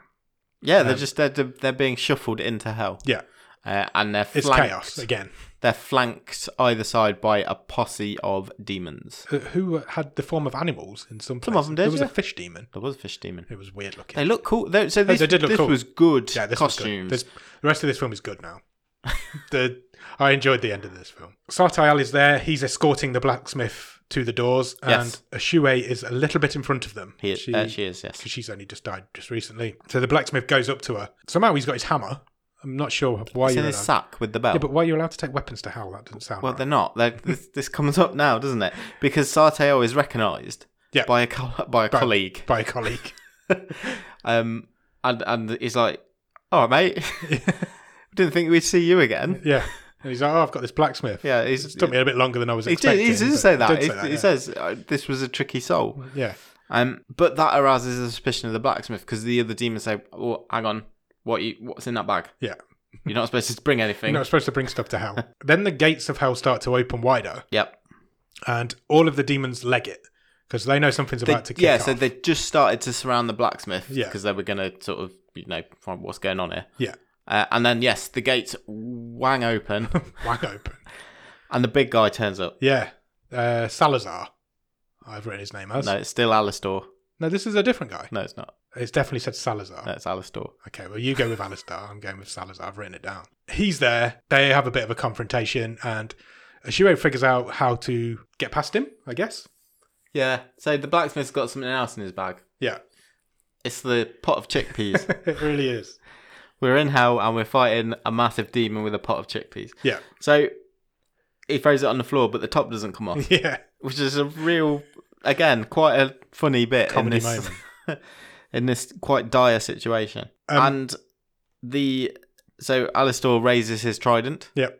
[SPEAKER 2] Yeah, they're just they're, they're being shuffled into hell.
[SPEAKER 1] um, Yeah,
[SPEAKER 2] Uh, and they're
[SPEAKER 1] it's
[SPEAKER 2] flanked,
[SPEAKER 1] chaos again.
[SPEAKER 2] They're flanked either side by a posse of demons.
[SPEAKER 1] Uh, Who had the form of animals in some?
[SPEAKER 2] Some of
[SPEAKER 1] places.
[SPEAKER 2] them did,
[SPEAKER 1] There was
[SPEAKER 2] yeah.
[SPEAKER 1] a fish demon.
[SPEAKER 2] There was a fish demon.
[SPEAKER 1] It was weird looking.
[SPEAKER 2] They look cool. They, so this,
[SPEAKER 1] they did look
[SPEAKER 2] this
[SPEAKER 1] cool.
[SPEAKER 2] was good
[SPEAKER 1] Yeah, this was good.
[SPEAKER 2] costumes.
[SPEAKER 1] This, the rest of this film is good now. the I enjoyed the end of this film. Sartayal is there. He's escorting the blacksmith to the doors,
[SPEAKER 2] Yes.
[SPEAKER 1] and Shue is a little bit in front of them.
[SPEAKER 2] Here, there uh, she is, yes.
[SPEAKER 1] because she's only just died just recently. So the blacksmith goes up to her. Somehow he's got his hammer. I'm not sure why
[SPEAKER 2] It's
[SPEAKER 1] you're
[SPEAKER 2] in his
[SPEAKER 1] allowed.
[SPEAKER 2] sack with the bell.
[SPEAKER 1] Yeah, but why you're allowed to take weapons to hell? That doesn't sound
[SPEAKER 2] Well,
[SPEAKER 1] right.
[SPEAKER 2] they're not. They're, this, this comes up now, doesn't it? Because Sarteo is recognised
[SPEAKER 1] Yeah.
[SPEAKER 2] by a co- by a colleague,
[SPEAKER 1] by a colleague.
[SPEAKER 2] um, and and he's like, all right, mate. Didn't think we'd see you again.
[SPEAKER 1] Yeah. And he's like, oh, I've got this blacksmith.
[SPEAKER 2] Yeah,
[SPEAKER 1] It's
[SPEAKER 2] he's.
[SPEAKER 1] took me a bit longer than I was
[SPEAKER 2] He did.
[SPEAKER 1] expecting.
[SPEAKER 2] He did
[SPEAKER 1] but
[SPEAKER 2] say that.
[SPEAKER 1] did
[SPEAKER 2] He,
[SPEAKER 1] that,
[SPEAKER 2] he
[SPEAKER 1] yeah.
[SPEAKER 2] says uh, this was a tricky soul.
[SPEAKER 1] Yeah.
[SPEAKER 2] Um, but that arouses the suspicion of the blacksmith because the other demons say, "Oh, hang on, what you, what's in that bag?
[SPEAKER 1] Yeah.
[SPEAKER 2] You're not supposed to bring anything."
[SPEAKER 1] You're not supposed to bring stuff to hell. then the gates of hell start to open wider,
[SPEAKER 2] Yep.
[SPEAKER 1] and all of the demons leg it because they know something's
[SPEAKER 2] They-
[SPEAKER 1] about to kick
[SPEAKER 2] yeah,
[SPEAKER 1] off.
[SPEAKER 2] so they just started to surround the blacksmith
[SPEAKER 1] Yeah.
[SPEAKER 2] because they were going to sort of, you know, find what's going on here.
[SPEAKER 1] Yeah.
[SPEAKER 2] Uh, and then yes, the gates wang open,
[SPEAKER 1] Whack open.
[SPEAKER 2] and the big guy turns up.
[SPEAKER 1] Yeah. Uh, Salazar. I've written his name as.
[SPEAKER 2] No,
[SPEAKER 1] No.
[SPEAKER 2] it's still Alistor.
[SPEAKER 1] this is a different guy.
[SPEAKER 2] No, it's not.
[SPEAKER 1] It's definitely said Salazar.
[SPEAKER 2] No, it's Alistor.
[SPEAKER 1] Okay, well, you go with Alistar. I'm going with Salazar. I've written it down. He's there. They have a bit of a confrontation, and Shiro figures out how to get past him, I guess.
[SPEAKER 2] Yeah. So the blacksmith's got something else in his bag.
[SPEAKER 1] Yeah,
[SPEAKER 2] It's the pot of chickpeas.
[SPEAKER 1] it really is.
[SPEAKER 2] we're in hell and we're fighting a massive demon with a pot of chickpeas.
[SPEAKER 1] Yeah,
[SPEAKER 2] So he throws it on the floor, but the top doesn't come off,
[SPEAKER 1] yeah.
[SPEAKER 2] which is a real, again, quite a funny bit
[SPEAKER 1] Comedy
[SPEAKER 2] in this
[SPEAKER 1] moment.
[SPEAKER 2] in this quite dire situation.
[SPEAKER 1] Um,
[SPEAKER 2] and the so Alistor raises his trident,
[SPEAKER 1] Yep.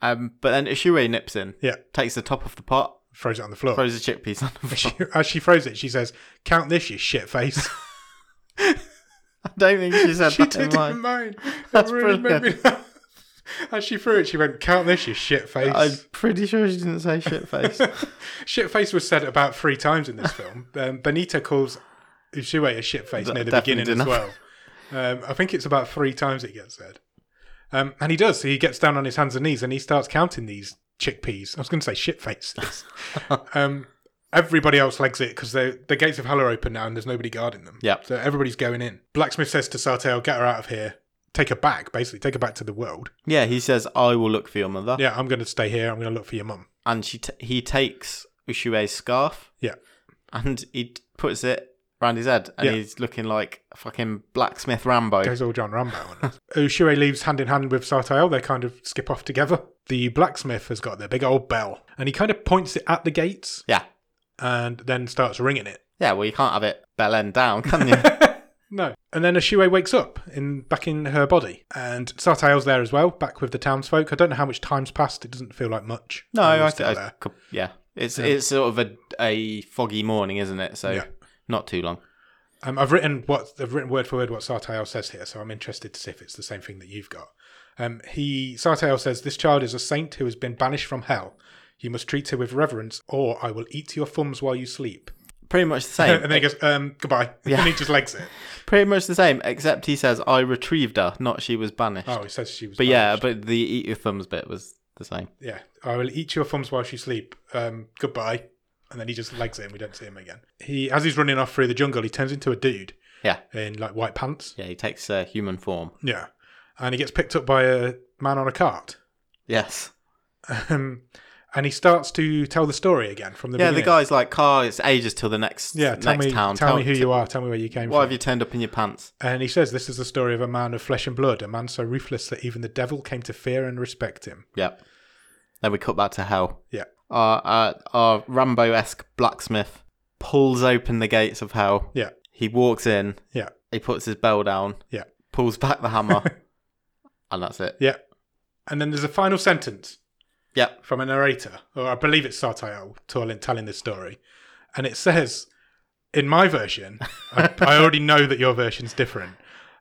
[SPEAKER 2] um, but then Ishue nips in,
[SPEAKER 1] Yeah.
[SPEAKER 2] takes the top off the pot,
[SPEAKER 1] Throws it on the floor.
[SPEAKER 2] throws the chickpeas on the
[SPEAKER 1] She,
[SPEAKER 2] floor.
[SPEAKER 1] as she throws it, she says, "Count this, you shit face."
[SPEAKER 2] I don't think she said
[SPEAKER 1] she
[SPEAKER 2] that in
[SPEAKER 1] didn't
[SPEAKER 2] line.
[SPEAKER 1] even mind. That
[SPEAKER 2] That's
[SPEAKER 1] really made me laugh. As she threw it, she went, "Count this, you shit face."
[SPEAKER 2] I'm pretty sure she didn't say shit face.
[SPEAKER 1] Shitface was said about three times in this film. Um, Benita calls Ushue a shitface
[SPEAKER 2] That
[SPEAKER 1] near the
[SPEAKER 2] definitely
[SPEAKER 1] beginning as well. Um, I think it's about three times it gets said. Um, and he does. So he gets down on his hands and knees and he starts counting these chickpeas. I was going to say shitfaces. um, everybody else legs it because the gates of hell are open now and there's nobody guarding them.
[SPEAKER 2] Yep.
[SPEAKER 1] So everybody's going in. Blacksmith says to Sartell, get her out of here. Take her back, basically. Take her back to the world.
[SPEAKER 2] yeah, he says, "I will look for your mother,"
[SPEAKER 1] Yeah, I'm going to stay here. I'm going to look for your mum.
[SPEAKER 2] and she t- he takes Ushue's scarf.
[SPEAKER 1] Yeah.
[SPEAKER 2] and he t- puts it round his head, and
[SPEAKER 1] Yeah.
[SPEAKER 2] he's looking like a fucking blacksmith Rambo.
[SPEAKER 1] goes all John Rambo on us. Ushue leaves hand in hand with Sartile. They kind of skip off together. The blacksmith has got their big old bell and he kind of points it at the gates
[SPEAKER 2] Yeah,
[SPEAKER 1] and then starts ringing it.
[SPEAKER 2] yeah. Well, you can't have it bell end down, can you?
[SPEAKER 1] No. And then Ushue wakes up in back in her body and Sartile's there as well, back with the townsfolk. I don't know how much time's passed. It doesn't feel like much.
[SPEAKER 2] No,
[SPEAKER 1] They're all
[SPEAKER 2] I,
[SPEAKER 1] still
[SPEAKER 2] I,
[SPEAKER 1] there.
[SPEAKER 2] cou- yeah. It's it's sort of a a foggy morning, isn't it? So
[SPEAKER 1] Yeah.
[SPEAKER 2] not too long.
[SPEAKER 1] Um, I've written what I've written word for word what Sartile says here, so I'm interested to see if it's the same thing that you've got. Um, he Sartile says, "This child is a saint who has been banished from hell. You must treat her with reverence, or I will eat your thumbs while you sleep."
[SPEAKER 2] Pretty much the
[SPEAKER 1] And then
[SPEAKER 2] same.
[SPEAKER 1] he goes, um, "Goodbye," and he just legs it.
[SPEAKER 2] Pretty much the same, except he says I retrieved her, not she was banished.
[SPEAKER 1] Oh, he says she was.
[SPEAKER 2] but yeah,
[SPEAKER 1] banished.
[SPEAKER 2] but the eat your thumbs bit was the same.
[SPEAKER 1] yeah, I will eat your thumbs while you sleep. Um, goodbye, and then he just legs it, and we don't see him again. He, as he's running off through the jungle, he turns into a dude.
[SPEAKER 2] Yeah.
[SPEAKER 1] in like white pants.
[SPEAKER 2] Yeah, he takes uh, human form.
[SPEAKER 1] Yeah, and he gets picked up by a man on a cart.
[SPEAKER 2] Yes.
[SPEAKER 1] Um, and he starts to tell the story again from the
[SPEAKER 2] Yeah, the
[SPEAKER 1] beginning.
[SPEAKER 2] guy's like, Carl, it's ages till the next
[SPEAKER 1] Yeah, tell
[SPEAKER 2] next
[SPEAKER 1] me,
[SPEAKER 2] town.
[SPEAKER 1] tell me who you are. Tell me where you came
[SPEAKER 2] Why
[SPEAKER 1] from.
[SPEAKER 2] have you turned up in your pants?
[SPEAKER 1] And he says, "This is the story of a man of flesh and blood, a man so ruthless that even the devil came to fear and respect him."
[SPEAKER 2] Yep. Then we cut back to hell.
[SPEAKER 1] Yeah.
[SPEAKER 2] Our our, our Rambo esque blacksmith pulls open the gates of hell.
[SPEAKER 1] Yeah.
[SPEAKER 2] He walks in.
[SPEAKER 1] Yeah.
[SPEAKER 2] He puts his bell down.
[SPEAKER 1] Yeah.
[SPEAKER 2] Pulls back the hammer. and that's it.
[SPEAKER 1] Yeah. And then there's a final sentence
[SPEAKER 2] Yep.
[SPEAKER 1] from a narrator, or I believe it's Sartile telling, telling this story, and it says, "In my version, I, I already know that your version's different."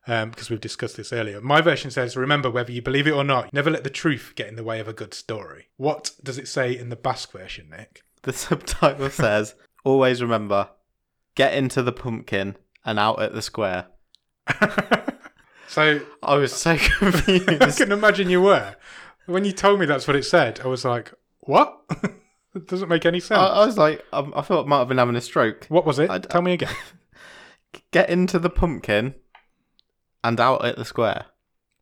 [SPEAKER 1] Because we've discussed this earlier. My version says, remember, whether you believe it or not, never let the truth get in the way of a good story. What does it say in the Basque version, Nick?
[SPEAKER 2] The subtitle says, Always remember, get into the pumpkin and out at the square.
[SPEAKER 1] so
[SPEAKER 2] I was so
[SPEAKER 1] I
[SPEAKER 2] confused.
[SPEAKER 1] can imagine you were. When you told me that's what it said, I was like, what? it doesn't make any sense.
[SPEAKER 2] I, I was like, um, I thought I might have been having a stroke.
[SPEAKER 1] what was it?
[SPEAKER 2] I-
[SPEAKER 1] Tell me again.
[SPEAKER 2] Get into the pumpkin and out at the square.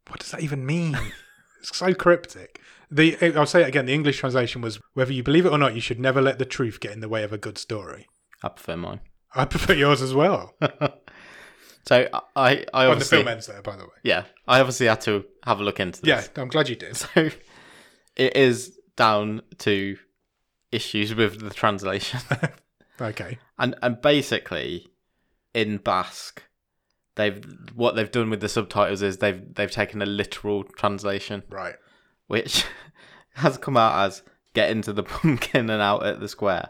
[SPEAKER 1] what does that even mean? it's so cryptic. The I'll say it again. The English translation was: whether you believe it or not, you should never let the truth get in the way of a good story.
[SPEAKER 2] I prefer mine.
[SPEAKER 1] I prefer yours as well.
[SPEAKER 2] So I, I, I
[SPEAKER 1] When the
[SPEAKER 2] obviously,
[SPEAKER 1] film ends there, by the way.
[SPEAKER 2] yeah, I obviously had to have a look into
[SPEAKER 1] Yeah,
[SPEAKER 2] this.
[SPEAKER 1] I'm glad you did.
[SPEAKER 2] So it is down to issues with the translation.
[SPEAKER 1] Okay.
[SPEAKER 2] And and basically, in Basque, they've what they've done with the subtitles is they've they've taken a literal translation,
[SPEAKER 1] Right.
[SPEAKER 2] which has come out as "get into the pumpkin and out at the square."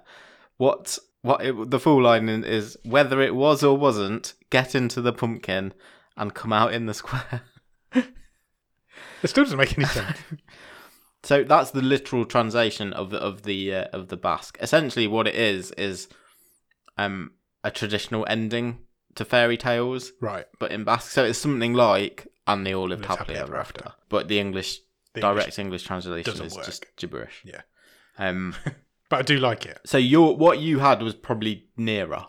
[SPEAKER 2] What what it, the full line in- is whether it was or wasn't "get into the pumpkin and come out in the square."
[SPEAKER 1] It still doesn't make any sense.
[SPEAKER 2] So that's the literal translation of the of the uh, of the Basque. Essentially, what it is is um a traditional ending to fairy tales,
[SPEAKER 1] right.
[SPEAKER 2] but in Basque. So it's something like "and they all lived
[SPEAKER 1] Lived
[SPEAKER 2] happily ever after," but the English
[SPEAKER 1] The
[SPEAKER 2] direct
[SPEAKER 1] English-
[SPEAKER 2] English, translation
[SPEAKER 1] doesn't
[SPEAKER 2] is just
[SPEAKER 1] work.
[SPEAKER 2] gibberish.
[SPEAKER 1] Yeah.
[SPEAKER 2] Um.
[SPEAKER 1] But I do like it.
[SPEAKER 2] so your what you had was probably nearer,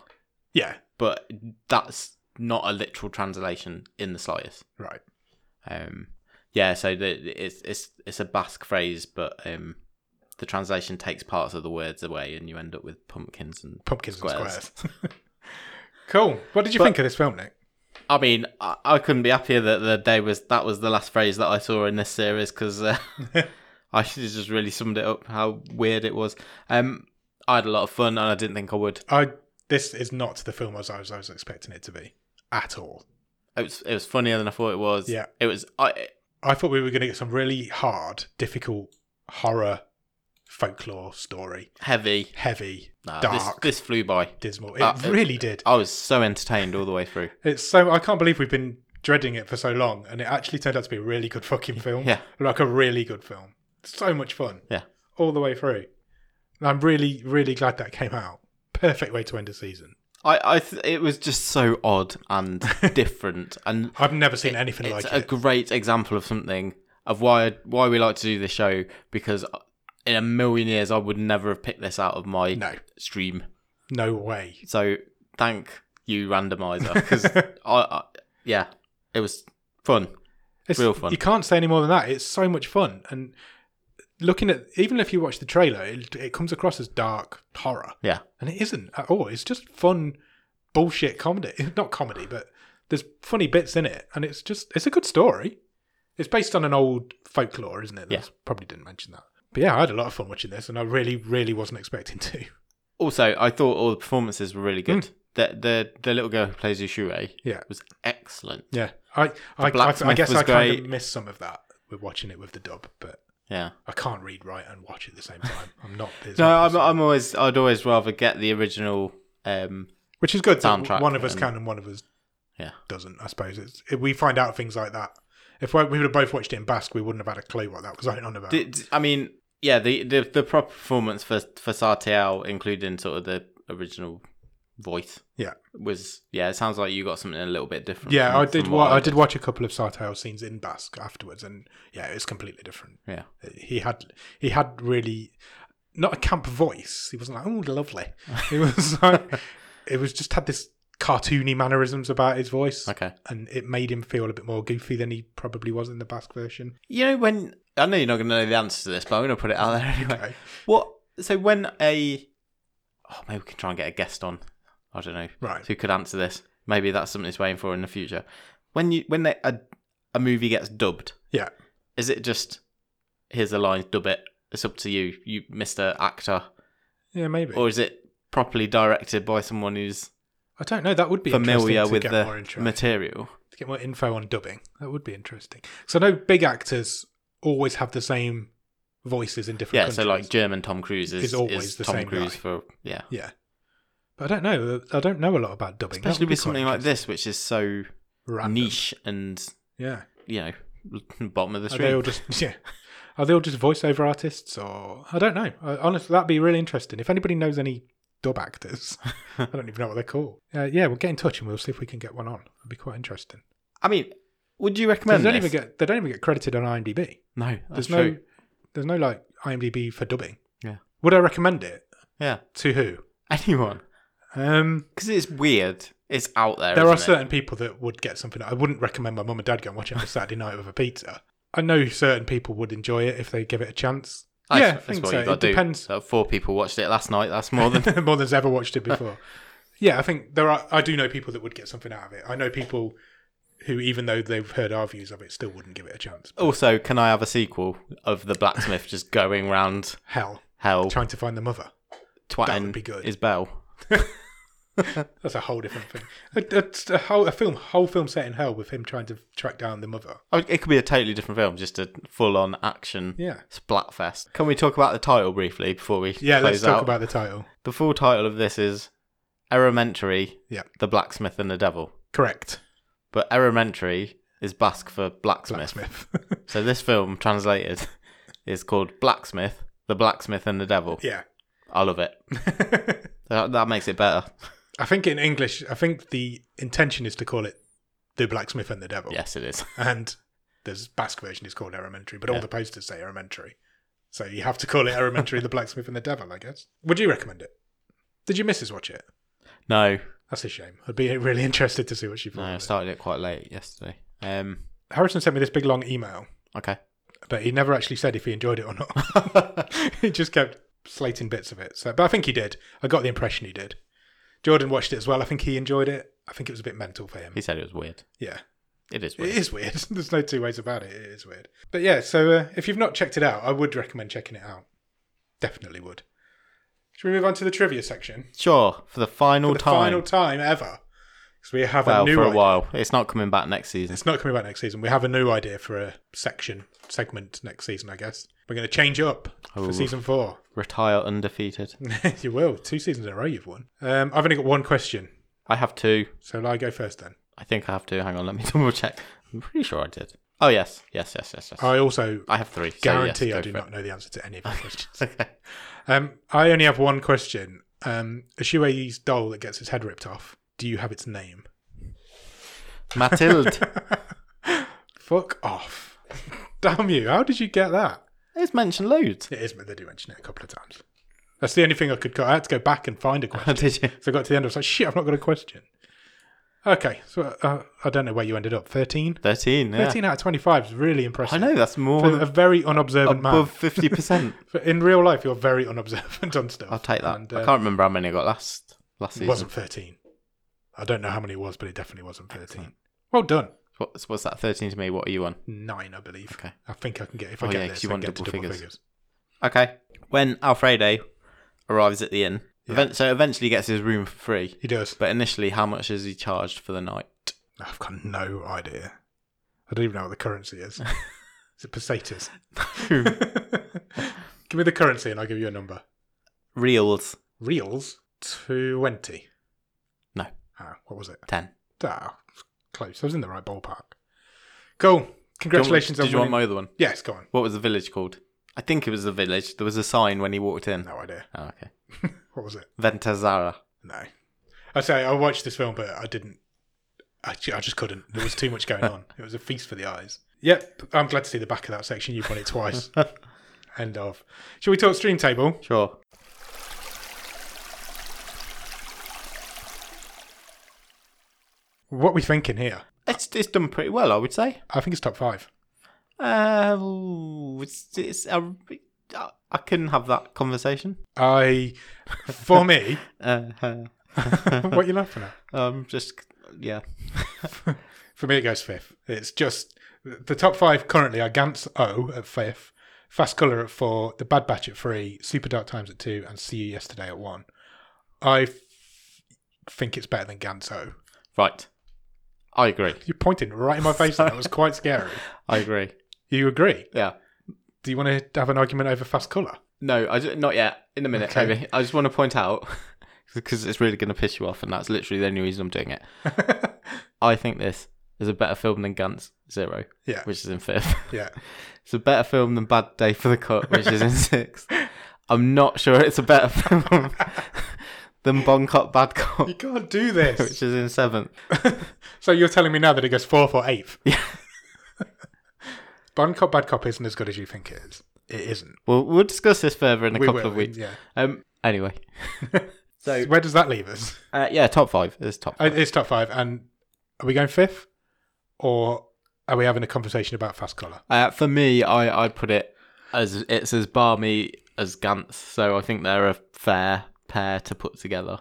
[SPEAKER 1] Yeah.
[SPEAKER 2] but that's not a literal translation in the slightest.
[SPEAKER 1] Right.
[SPEAKER 2] Um, yeah, so the, it's it's it's a Basque phrase, but um, the translation takes parts of the words away, and you end up with pumpkins. And
[SPEAKER 1] Pumpkins and
[SPEAKER 2] Squares.
[SPEAKER 1] squares. cool. What did you
[SPEAKER 2] But-
[SPEAKER 1] think of this film, Nick?
[SPEAKER 2] I mean, I, I couldn't be happier that the day was that was the last phrase that I saw in this series because uh, I should have just really summed it up how weird it was. Um, I had a lot of fun, and I didn't think I would.
[SPEAKER 1] I this is not the film as I was, I was expecting it to be at all.
[SPEAKER 2] It was it was funnier than I thought it was.
[SPEAKER 1] Yeah.
[SPEAKER 2] it was. I
[SPEAKER 1] I thought we were going to get some really hard, difficult horror folklore story,
[SPEAKER 2] heavy.
[SPEAKER 1] heavy,
[SPEAKER 2] Nah,
[SPEAKER 1] Dark.
[SPEAKER 2] This, this flew by.
[SPEAKER 1] dismal. It
[SPEAKER 2] Uh, it-
[SPEAKER 1] really did.
[SPEAKER 2] I was so entertained all the way through.
[SPEAKER 1] It's so I can't believe we've been dreading it for so long, and it actually turned out to be a really good fucking film.
[SPEAKER 2] Yeah.
[SPEAKER 1] like a really good film. So much fun.
[SPEAKER 2] Yeah.
[SPEAKER 1] all the way through. And I'm really, really glad that came out. Perfect way to end a season.
[SPEAKER 2] I, I th- it was just so odd and different, and
[SPEAKER 1] I've never seen anything
[SPEAKER 2] it's
[SPEAKER 1] like
[SPEAKER 2] a
[SPEAKER 1] it.
[SPEAKER 2] great example of something of why why we like to do this show because in a million years I would never have picked this out of my
[SPEAKER 1] No,
[SPEAKER 2] stream.
[SPEAKER 1] no way.
[SPEAKER 2] So thank you, randomizer, because I, I yeah, it was fun.
[SPEAKER 1] It's
[SPEAKER 2] Real fun.
[SPEAKER 1] You can't say any more than that. It's so much fun, and looking at even if you watch the trailer, it, it comes across as dark horror.
[SPEAKER 2] Yeah.
[SPEAKER 1] and it isn't at all. It's just fun bullshit comedy. Not comedy, but there's funny bits in it, and it's just it's a good story. It's based on an old folklore, isn't it?
[SPEAKER 2] Yeah.
[SPEAKER 1] That's- probably didn't mention that. But yeah, I had a lot of fun watching this, and I really, really wasn't expecting to.
[SPEAKER 2] Also, I thought all the performances were really
[SPEAKER 1] Hmm.
[SPEAKER 2] good. The the the little girl who plays Yushui
[SPEAKER 1] Yeah.
[SPEAKER 2] was excellent.
[SPEAKER 1] Yeah, I, I, I, I
[SPEAKER 2] blacksmith
[SPEAKER 1] guess
[SPEAKER 2] was
[SPEAKER 1] I kind
[SPEAKER 2] great.
[SPEAKER 1] of missed some of that with watching it with the dub, but
[SPEAKER 2] Yeah.
[SPEAKER 1] I can't read, write, and watch at the same time. I'm not. it's
[SPEAKER 2] No,
[SPEAKER 1] not
[SPEAKER 2] I'm
[SPEAKER 1] possible.
[SPEAKER 2] I'm always I'd always rather get the original um
[SPEAKER 1] Which is good. That
[SPEAKER 2] soundtrack
[SPEAKER 1] one of us
[SPEAKER 2] and-
[SPEAKER 1] can and one of us
[SPEAKER 2] Yeah.
[SPEAKER 1] doesn't. I suppose it's it, we find out things like that. If we, we would have both watched it in Basque, we wouldn't have had a clue what that was going on about.
[SPEAKER 2] Did, I mean, yeah, the, the the proper performance for for Sartiel, including sort of the original voice,
[SPEAKER 1] Yeah.
[SPEAKER 2] was yeah. It sounds like you got something a little bit different.
[SPEAKER 1] yeah,
[SPEAKER 2] from-
[SPEAKER 1] I did.
[SPEAKER 2] from
[SPEAKER 1] Wa-
[SPEAKER 2] what
[SPEAKER 1] I did watch a couple of Sartell scenes in Basque afterwards, and yeah, it's completely different.
[SPEAKER 2] Yeah.
[SPEAKER 1] he had he had really not a camp voice. He wasn't like oh lovely. It was like it was just had this cartoony mannerisms about his voice,
[SPEAKER 2] Okay,
[SPEAKER 1] and it made him feel a bit more goofy than he probably was in the Basque version.
[SPEAKER 2] you know when I know you're not going to know the answer to this, but I'm going to put it out there anyway.
[SPEAKER 1] Okay.
[SPEAKER 2] What? So when a oh maybe we can try and get a guest on. I don't know
[SPEAKER 1] Right.
[SPEAKER 2] who could answer this. Maybe that's something it's waiting for in the future. When you when they, a a movie gets dubbed,
[SPEAKER 1] Yeah.
[SPEAKER 2] is it just here's the lines, dub it. It's up to you, you Mister Actor.
[SPEAKER 1] Yeah, maybe.
[SPEAKER 2] or is it properly directed by someone who's
[SPEAKER 1] I don't know. That would be
[SPEAKER 2] familiar
[SPEAKER 1] familiar to
[SPEAKER 2] with
[SPEAKER 1] get
[SPEAKER 2] the
[SPEAKER 1] more intro,
[SPEAKER 2] material?
[SPEAKER 1] to get more info on dubbing. That would be interesting. So no big actors always have the same voices in different.
[SPEAKER 2] Yeah,
[SPEAKER 1] countries.
[SPEAKER 2] so like German Tom Cruise is,
[SPEAKER 1] Is always
[SPEAKER 2] is
[SPEAKER 1] the
[SPEAKER 2] Tom
[SPEAKER 1] same
[SPEAKER 2] Cruise
[SPEAKER 1] guy.
[SPEAKER 2] for yeah,
[SPEAKER 1] yeah. But I don't know. I don't know a lot about dubbing, That
[SPEAKER 2] especially
[SPEAKER 1] would be
[SPEAKER 2] with
[SPEAKER 1] quite
[SPEAKER 2] something like this, which is so
[SPEAKER 1] random.
[SPEAKER 2] niche and
[SPEAKER 1] Yeah.
[SPEAKER 2] you know bottom of the
[SPEAKER 1] Are they all
[SPEAKER 2] stream.
[SPEAKER 1] just yeah? Are they all just voiceover artists or I don't know. I, honestly, that'd be really interesting. If anybody knows any dub actors, I don't even know what they're called. Uh, yeah, we'll get in touch and we'll see if we can get one on. It'd be quite interesting.
[SPEAKER 2] I mean, would you
[SPEAKER 1] 'Cause
[SPEAKER 2] recommend
[SPEAKER 1] They don't
[SPEAKER 2] this?
[SPEAKER 1] even get they don't even get credited on IMDb.
[SPEAKER 2] no, that's
[SPEAKER 1] There's no
[SPEAKER 2] true.
[SPEAKER 1] there's no like IMDb for dubbing.
[SPEAKER 2] Yeah.
[SPEAKER 1] Would I recommend it
[SPEAKER 2] Yeah,
[SPEAKER 1] to who?
[SPEAKER 2] anyone
[SPEAKER 1] Um,
[SPEAKER 2] because it's weird. It's out there.
[SPEAKER 1] there are
[SPEAKER 2] isn't it?
[SPEAKER 1] certain people that would get something. I wouldn't recommend my mum and dad go and watch it on a Saturday night with a pizza. I know certain people would enjoy it if they give it a chance.
[SPEAKER 2] That's,
[SPEAKER 1] yeah, I
[SPEAKER 2] that's
[SPEAKER 1] think
[SPEAKER 2] what
[SPEAKER 1] so.
[SPEAKER 2] you gotta
[SPEAKER 1] It
[SPEAKER 2] do.
[SPEAKER 1] depends.
[SPEAKER 2] So four people watched it last night. That's more than
[SPEAKER 1] more than's ever watched it before. yeah, I think there are. I do know people that would get something out of it. I know people who, even though they've heard our views of it, still wouldn't give it a chance.
[SPEAKER 2] also. Can I have a sequel of the blacksmith just going round
[SPEAKER 1] Hell,
[SPEAKER 2] hell
[SPEAKER 1] trying to find the mother.
[SPEAKER 2] twatting
[SPEAKER 1] be good.
[SPEAKER 2] his bell?
[SPEAKER 1] That's a whole different thing. It- It's a whole a film, whole film set in hell with him trying to track down the mother.
[SPEAKER 2] I mean, it could be a totally different film, just a full on action
[SPEAKER 1] Yeah.
[SPEAKER 2] splatfest. Can we talk about the title briefly before we
[SPEAKER 1] Yeah,
[SPEAKER 2] close
[SPEAKER 1] let's talk
[SPEAKER 2] out?
[SPEAKER 1] about the title.
[SPEAKER 2] the full title of this is Elementary,
[SPEAKER 1] Yeah.
[SPEAKER 2] The Blacksmith and the Devil.
[SPEAKER 1] Correct.
[SPEAKER 2] But Elementary is Basque for blacksmith.
[SPEAKER 1] Blacksmith.
[SPEAKER 2] So this film translated is called Blacksmith, The Blacksmith and the Devil.
[SPEAKER 1] yeah.
[SPEAKER 2] I love it. that, that makes it better.
[SPEAKER 1] I think in English, I think the intention is to call it The Blacksmith and the Devil.
[SPEAKER 2] Yes, it is.
[SPEAKER 1] And the Basque version is called Elementary, but all the posters say Elementary. So you have to call it Elementary, The Blacksmith and the Devil, I guess. Would you recommend it? Did your missus watch it?
[SPEAKER 2] No,
[SPEAKER 1] That's a shame. I'd be really interested to see what she
[SPEAKER 2] no,
[SPEAKER 1] thought.
[SPEAKER 2] I
[SPEAKER 1] of it.
[SPEAKER 2] started it quite late yesterday. Um,
[SPEAKER 1] Harrison sent me this big long email,
[SPEAKER 2] okay.
[SPEAKER 1] but he never actually said if he enjoyed it or not. he just kept slating bits of it. So, but I think he did. I got the impression he did. Jordan watched it as well. I think he enjoyed it. I think it was a bit mental for him.
[SPEAKER 2] He said it was weird.
[SPEAKER 1] Yeah.
[SPEAKER 2] It is
[SPEAKER 1] It
[SPEAKER 2] weird.
[SPEAKER 1] is weird. There's no two ways about it. It is weird. But yeah, so uh, if you've not checked it out, I would recommend checking it out. Definitely would. Should we move on to the trivia section?
[SPEAKER 2] Sure, for the final
[SPEAKER 1] The
[SPEAKER 2] time.
[SPEAKER 1] final time ever. Because we have
[SPEAKER 2] well,
[SPEAKER 1] a new
[SPEAKER 2] for a
[SPEAKER 1] idea.
[SPEAKER 2] while. It's not coming back next season.
[SPEAKER 1] It's not coming back next season. We have a new idea for a section, segment next season, I guess. We're going to change it up for
[SPEAKER 2] Ooh.
[SPEAKER 1] season four.
[SPEAKER 2] Retire undefeated.
[SPEAKER 1] you will. Two seasons in a row you've won. Um, I've only got one question.
[SPEAKER 2] I have two.
[SPEAKER 1] So I go first then.
[SPEAKER 2] I think I have two. Hang on, let me double check. I'm pretty sure I did. Oh, yes. Yes, yes, yes, yes.
[SPEAKER 1] I also
[SPEAKER 2] I have three. so
[SPEAKER 1] guarantee
[SPEAKER 2] yes,
[SPEAKER 1] I
[SPEAKER 2] go
[SPEAKER 1] do
[SPEAKER 2] for it.
[SPEAKER 1] not know the answer to any of your questions.
[SPEAKER 2] Okay.
[SPEAKER 1] Um, I only have one question. Um, Ashue's doll that gets its head ripped off. Do you have its name?
[SPEAKER 2] Mathilde.
[SPEAKER 1] Fuck off! Damn you! How did you get that?
[SPEAKER 2] it's mentioned loads.
[SPEAKER 1] It is, but they do mention it a couple of times. That's the only thing I could. Co- I had to go back and find a question.
[SPEAKER 2] Did you?
[SPEAKER 1] so I got to the end. I was like, shit, I've not got a question. Okay, so uh, I don't know where you ended up. Thirteen.
[SPEAKER 2] 13, yeah.
[SPEAKER 1] Thirteen out of twenty-five is really
[SPEAKER 2] I
[SPEAKER 1] impressive.
[SPEAKER 2] know, that's
[SPEAKER 1] For a
[SPEAKER 2] more
[SPEAKER 1] very unobservant
[SPEAKER 2] above 50%.
[SPEAKER 1] man. In real life, you're very unobservant on stuff.
[SPEAKER 2] I'll take that.
[SPEAKER 1] And,
[SPEAKER 2] I
[SPEAKER 1] uh,
[SPEAKER 2] can't remember how many I got last
[SPEAKER 1] It
[SPEAKER 2] last season.
[SPEAKER 1] wasn't 13. I don't know how many it was, but it definitely wasn't 13. Well done.
[SPEAKER 2] What's, what's that? 13 to me. What are you on?
[SPEAKER 1] Nine, I believe.
[SPEAKER 2] Okay.
[SPEAKER 1] I think I can get, if I
[SPEAKER 2] Oh,
[SPEAKER 1] get
[SPEAKER 2] yeah, 'cause
[SPEAKER 1] this, I
[SPEAKER 2] you
[SPEAKER 1] can
[SPEAKER 2] want
[SPEAKER 1] get to double
[SPEAKER 2] double
[SPEAKER 1] figures.
[SPEAKER 2] figures. Okay. When Alfredo arrives at the inn, event- so eventually gets his room for free.
[SPEAKER 1] He does.
[SPEAKER 2] But initially, how much is he charged for the night?
[SPEAKER 1] I've got no idea. I don't even know what the currency is. is it pesetas? give me the currency and I'll give you a number.
[SPEAKER 2] Reels,
[SPEAKER 1] Reals, 20.
[SPEAKER 2] No.
[SPEAKER 1] Ah, what was it?
[SPEAKER 2] 10.
[SPEAKER 1] Ah, close. I was in the right ballpark. Cool. Congratulations
[SPEAKER 2] Did you
[SPEAKER 1] on winning.
[SPEAKER 2] want my other one?
[SPEAKER 1] Yes, go on.
[SPEAKER 2] What was the village called? I think it was the village. There was a sign when he walked in.
[SPEAKER 1] No idea.
[SPEAKER 2] Oh, okay.
[SPEAKER 1] What was it?
[SPEAKER 2] Ventazara.
[SPEAKER 1] No. I say I watched this film, but I didn't. I, ju- I just couldn't. There was too much going on. It was a feast for the eyes. Yep, I'm glad to see the back of that section. You've won it twice. End of. Shall we talk stream table?
[SPEAKER 2] Sure.
[SPEAKER 1] What we thinking here?
[SPEAKER 2] It's, it's done pretty well, I would say.
[SPEAKER 1] I think it's top five.
[SPEAKER 2] Uh, ooh, it's, it's, I, I can have that conversation.
[SPEAKER 1] I, for me,
[SPEAKER 2] Uh, uh,
[SPEAKER 1] what are you laughing at?
[SPEAKER 2] um, just, yeah.
[SPEAKER 1] For me, it goes fifth. It's just the top five currently are Gantz O at fifth, Fast Color at four, The Bad Batch at three, Super Dark Times at two, and See You Yesterday at one. I f- think it's better than Gantz O.
[SPEAKER 2] Right. I agree.
[SPEAKER 1] You're pointing right in my face. and That was quite scary.
[SPEAKER 2] I agree.
[SPEAKER 1] You agree?
[SPEAKER 2] Yeah.
[SPEAKER 1] Do you want to have an argument over fast color?
[SPEAKER 2] No, I ju- not yet. In a minute,
[SPEAKER 1] Okay.
[SPEAKER 2] maybe. I just want to point out because it's really going to piss you off, and that's literally the only reason I'm doing it. I think this is a better film than Guns Zero,
[SPEAKER 1] Yeah.
[SPEAKER 2] which is in fifth.
[SPEAKER 1] Yeah.
[SPEAKER 2] It's a better film than Bad Day for the Cut, which is in sixth. I'm not sure it's a better film than Bon Cop Bad Cop,
[SPEAKER 1] You can't do
[SPEAKER 2] which
[SPEAKER 1] this.
[SPEAKER 2] is in seventh.
[SPEAKER 1] so you're telling me now that it goes fourth or eighth?
[SPEAKER 2] Yeah.
[SPEAKER 1] Bon Cop Bad Cop isn't as good as you think it is. It isn't.
[SPEAKER 2] Well, we'll discuss this further in a
[SPEAKER 1] We
[SPEAKER 2] couple
[SPEAKER 1] will,
[SPEAKER 2] of weeks.
[SPEAKER 1] Yeah.
[SPEAKER 2] Um. Anyway, so
[SPEAKER 1] Where does that leave us?
[SPEAKER 2] uh, yeah, top five is top.
[SPEAKER 1] Uh,
[SPEAKER 2] Five.
[SPEAKER 1] It's top five. And are we going fifth? Or are we having a conversation about fast color?
[SPEAKER 2] Uh, for me, I I put it as it's as balmy as Gantz, so I think they're a fair pair to put together.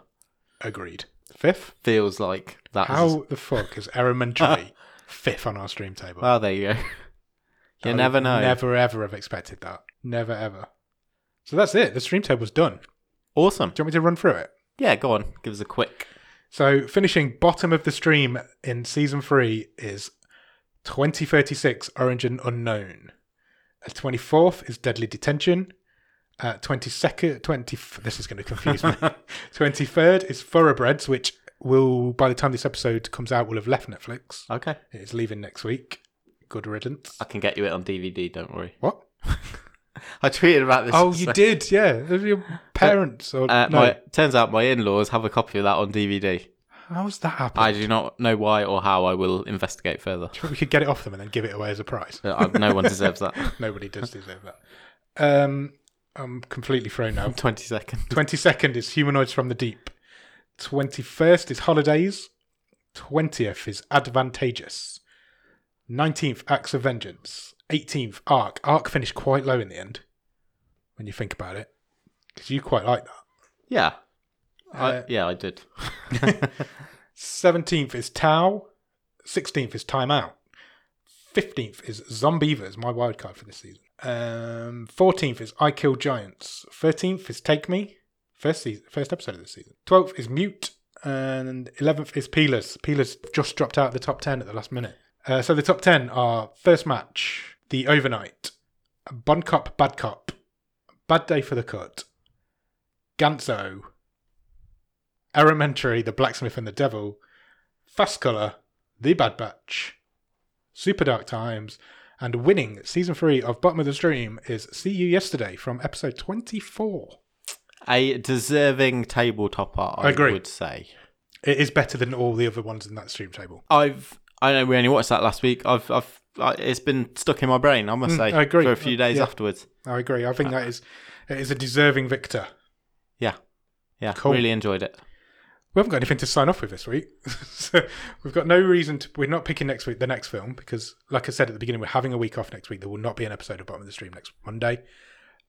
[SPEAKER 1] Agreed. Fifth?
[SPEAKER 2] Feels like that's
[SPEAKER 1] How the fuck is elementary fifth on our stream table?
[SPEAKER 2] Well, there you go. you
[SPEAKER 1] I
[SPEAKER 2] never
[SPEAKER 1] would
[SPEAKER 2] know.
[SPEAKER 1] Never ever have expected that. Never ever. So that's it. The stream table's done.
[SPEAKER 2] Awesome.
[SPEAKER 1] Do you want me to run through it?
[SPEAKER 2] Yeah, go on. Give us a quick
[SPEAKER 1] So finishing bottom of the stream in season three is 2036 Origin Unknown. Uh, 24th is Deadly Detention. Uh, 22nd, 20, this is going to confuse me. 23rd is Thoroughbreds, which will, by the time this episode comes out, will have left Netflix.
[SPEAKER 2] Okay.
[SPEAKER 1] It's leaving next week. Good riddance.
[SPEAKER 2] I can get you it on DVD, don't worry.
[SPEAKER 1] What?
[SPEAKER 2] I tweeted about this.
[SPEAKER 1] Oh, you
[SPEAKER 2] so-
[SPEAKER 1] did, yeah. Those are Your parents or
[SPEAKER 2] Uh,
[SPEAKER 1] no?
[SPEAKER 2] my, turns out my in laws have a copy of that on DVD.
[SPEAKER 1] How's that happen?
[SPEAKER 2] I do not know why or how I will investigate further.
[SPEAKER 1] we could get it off them and then give it away as a prize.
[SPEAKER 2] Uh, I- no one deserves that.
[SPEAKER 1] Nobody does deserve that. Um, I'm completely thrown now.
[SPEAKER 2] 20 seconds.
[SPEAKER 1] 22nd is Humanoids from the Deep. 21st is Holidays. 20th is Advantageous. 19th, Acts of Vengeance. 18th, Arc. Arc finished quite low in the end when you think about it. Because you quite like that.
[SPEAKER 2] Yeah.
[SPEAKER 1] Uh,
[SPEAKER 2] I, yeah, I did.
[SPEAKER 1] 17th is Tau. 16th is Time Out. 15th is Zombievers, my wild card for this season. Um, 14th is I Kill Giants. 13th is Take Me, first season, first episode of this season. 12th is Mute. And 11th is Peelers. Peelers just dropped out of the top 10 at the last minute. Uh, so the top 10 are First Match, The Overnight, Bun Cop, Bad Cop, Bad Day for the Cut, Ganso, Elementary, The Blacksmith and the Devil, Fast Colour, The Bad Batch, Super Dark Times, and winning season three of Bottom of the Stream is See You Yesterday from episode 24.
[SPEAKER 2] A deserving table topper, I,
[SPEAKER 1] I agree.
[SPEAKER 2] would say.
[SPEAKER 1] It is better than all the other ones in that stream table.
[SPEAKER 2] I've I know we only watched that last week. I've I've I, it's been stuck in my brain. I must
[SPEAKER 1] Mm,
[SPEAKER 2] say,
[SPEAKER 1] I agree.
[SPEAKER 2] for a few
[SPEAKER 1] Uh,
[SPEAKER 2] days
[SPEAKER 1] yeah.
[SPEAKER 2] afterwards.
[SPEAKER 1] I agree. I think that is it is a deserving victor.
[SPEAKER 2] Yeah,
[SPEAKER 1] Cool.
[SPEAKER 2] really enjoyed it.
[SPEAKER 1] We haven't got anything to sign off with this week. so we've got no reason to we're not picking next week the next film because like I said at the beginning, we're having a week off next week. There will not be an episode of Bottom of the Stream next Monday.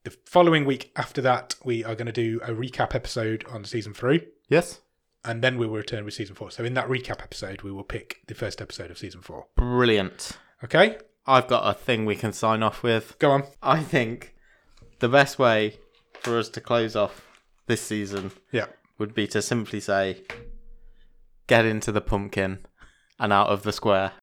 [SPEAKER 1] The following week after that, we are going to do a recap episode on season three.
[SPEAKER 2] Yes,
[SPEAKER 1] and then we will return with season four. So in that recap episode, we will pick the first episode of season four.
[SPEAKER 2] brilliant.
[SPEAKER 1] Okay,
[SPEAKER 2] I've got a thing we can sign off with.
[SPEAKER 1] go on.
[SPEAKER 2] I think the best way for us to close off this season
[SPEAKER 1] Yeah,
[SPEAKER 2] would be to simply say, "Get into the pumpkin and out of the square."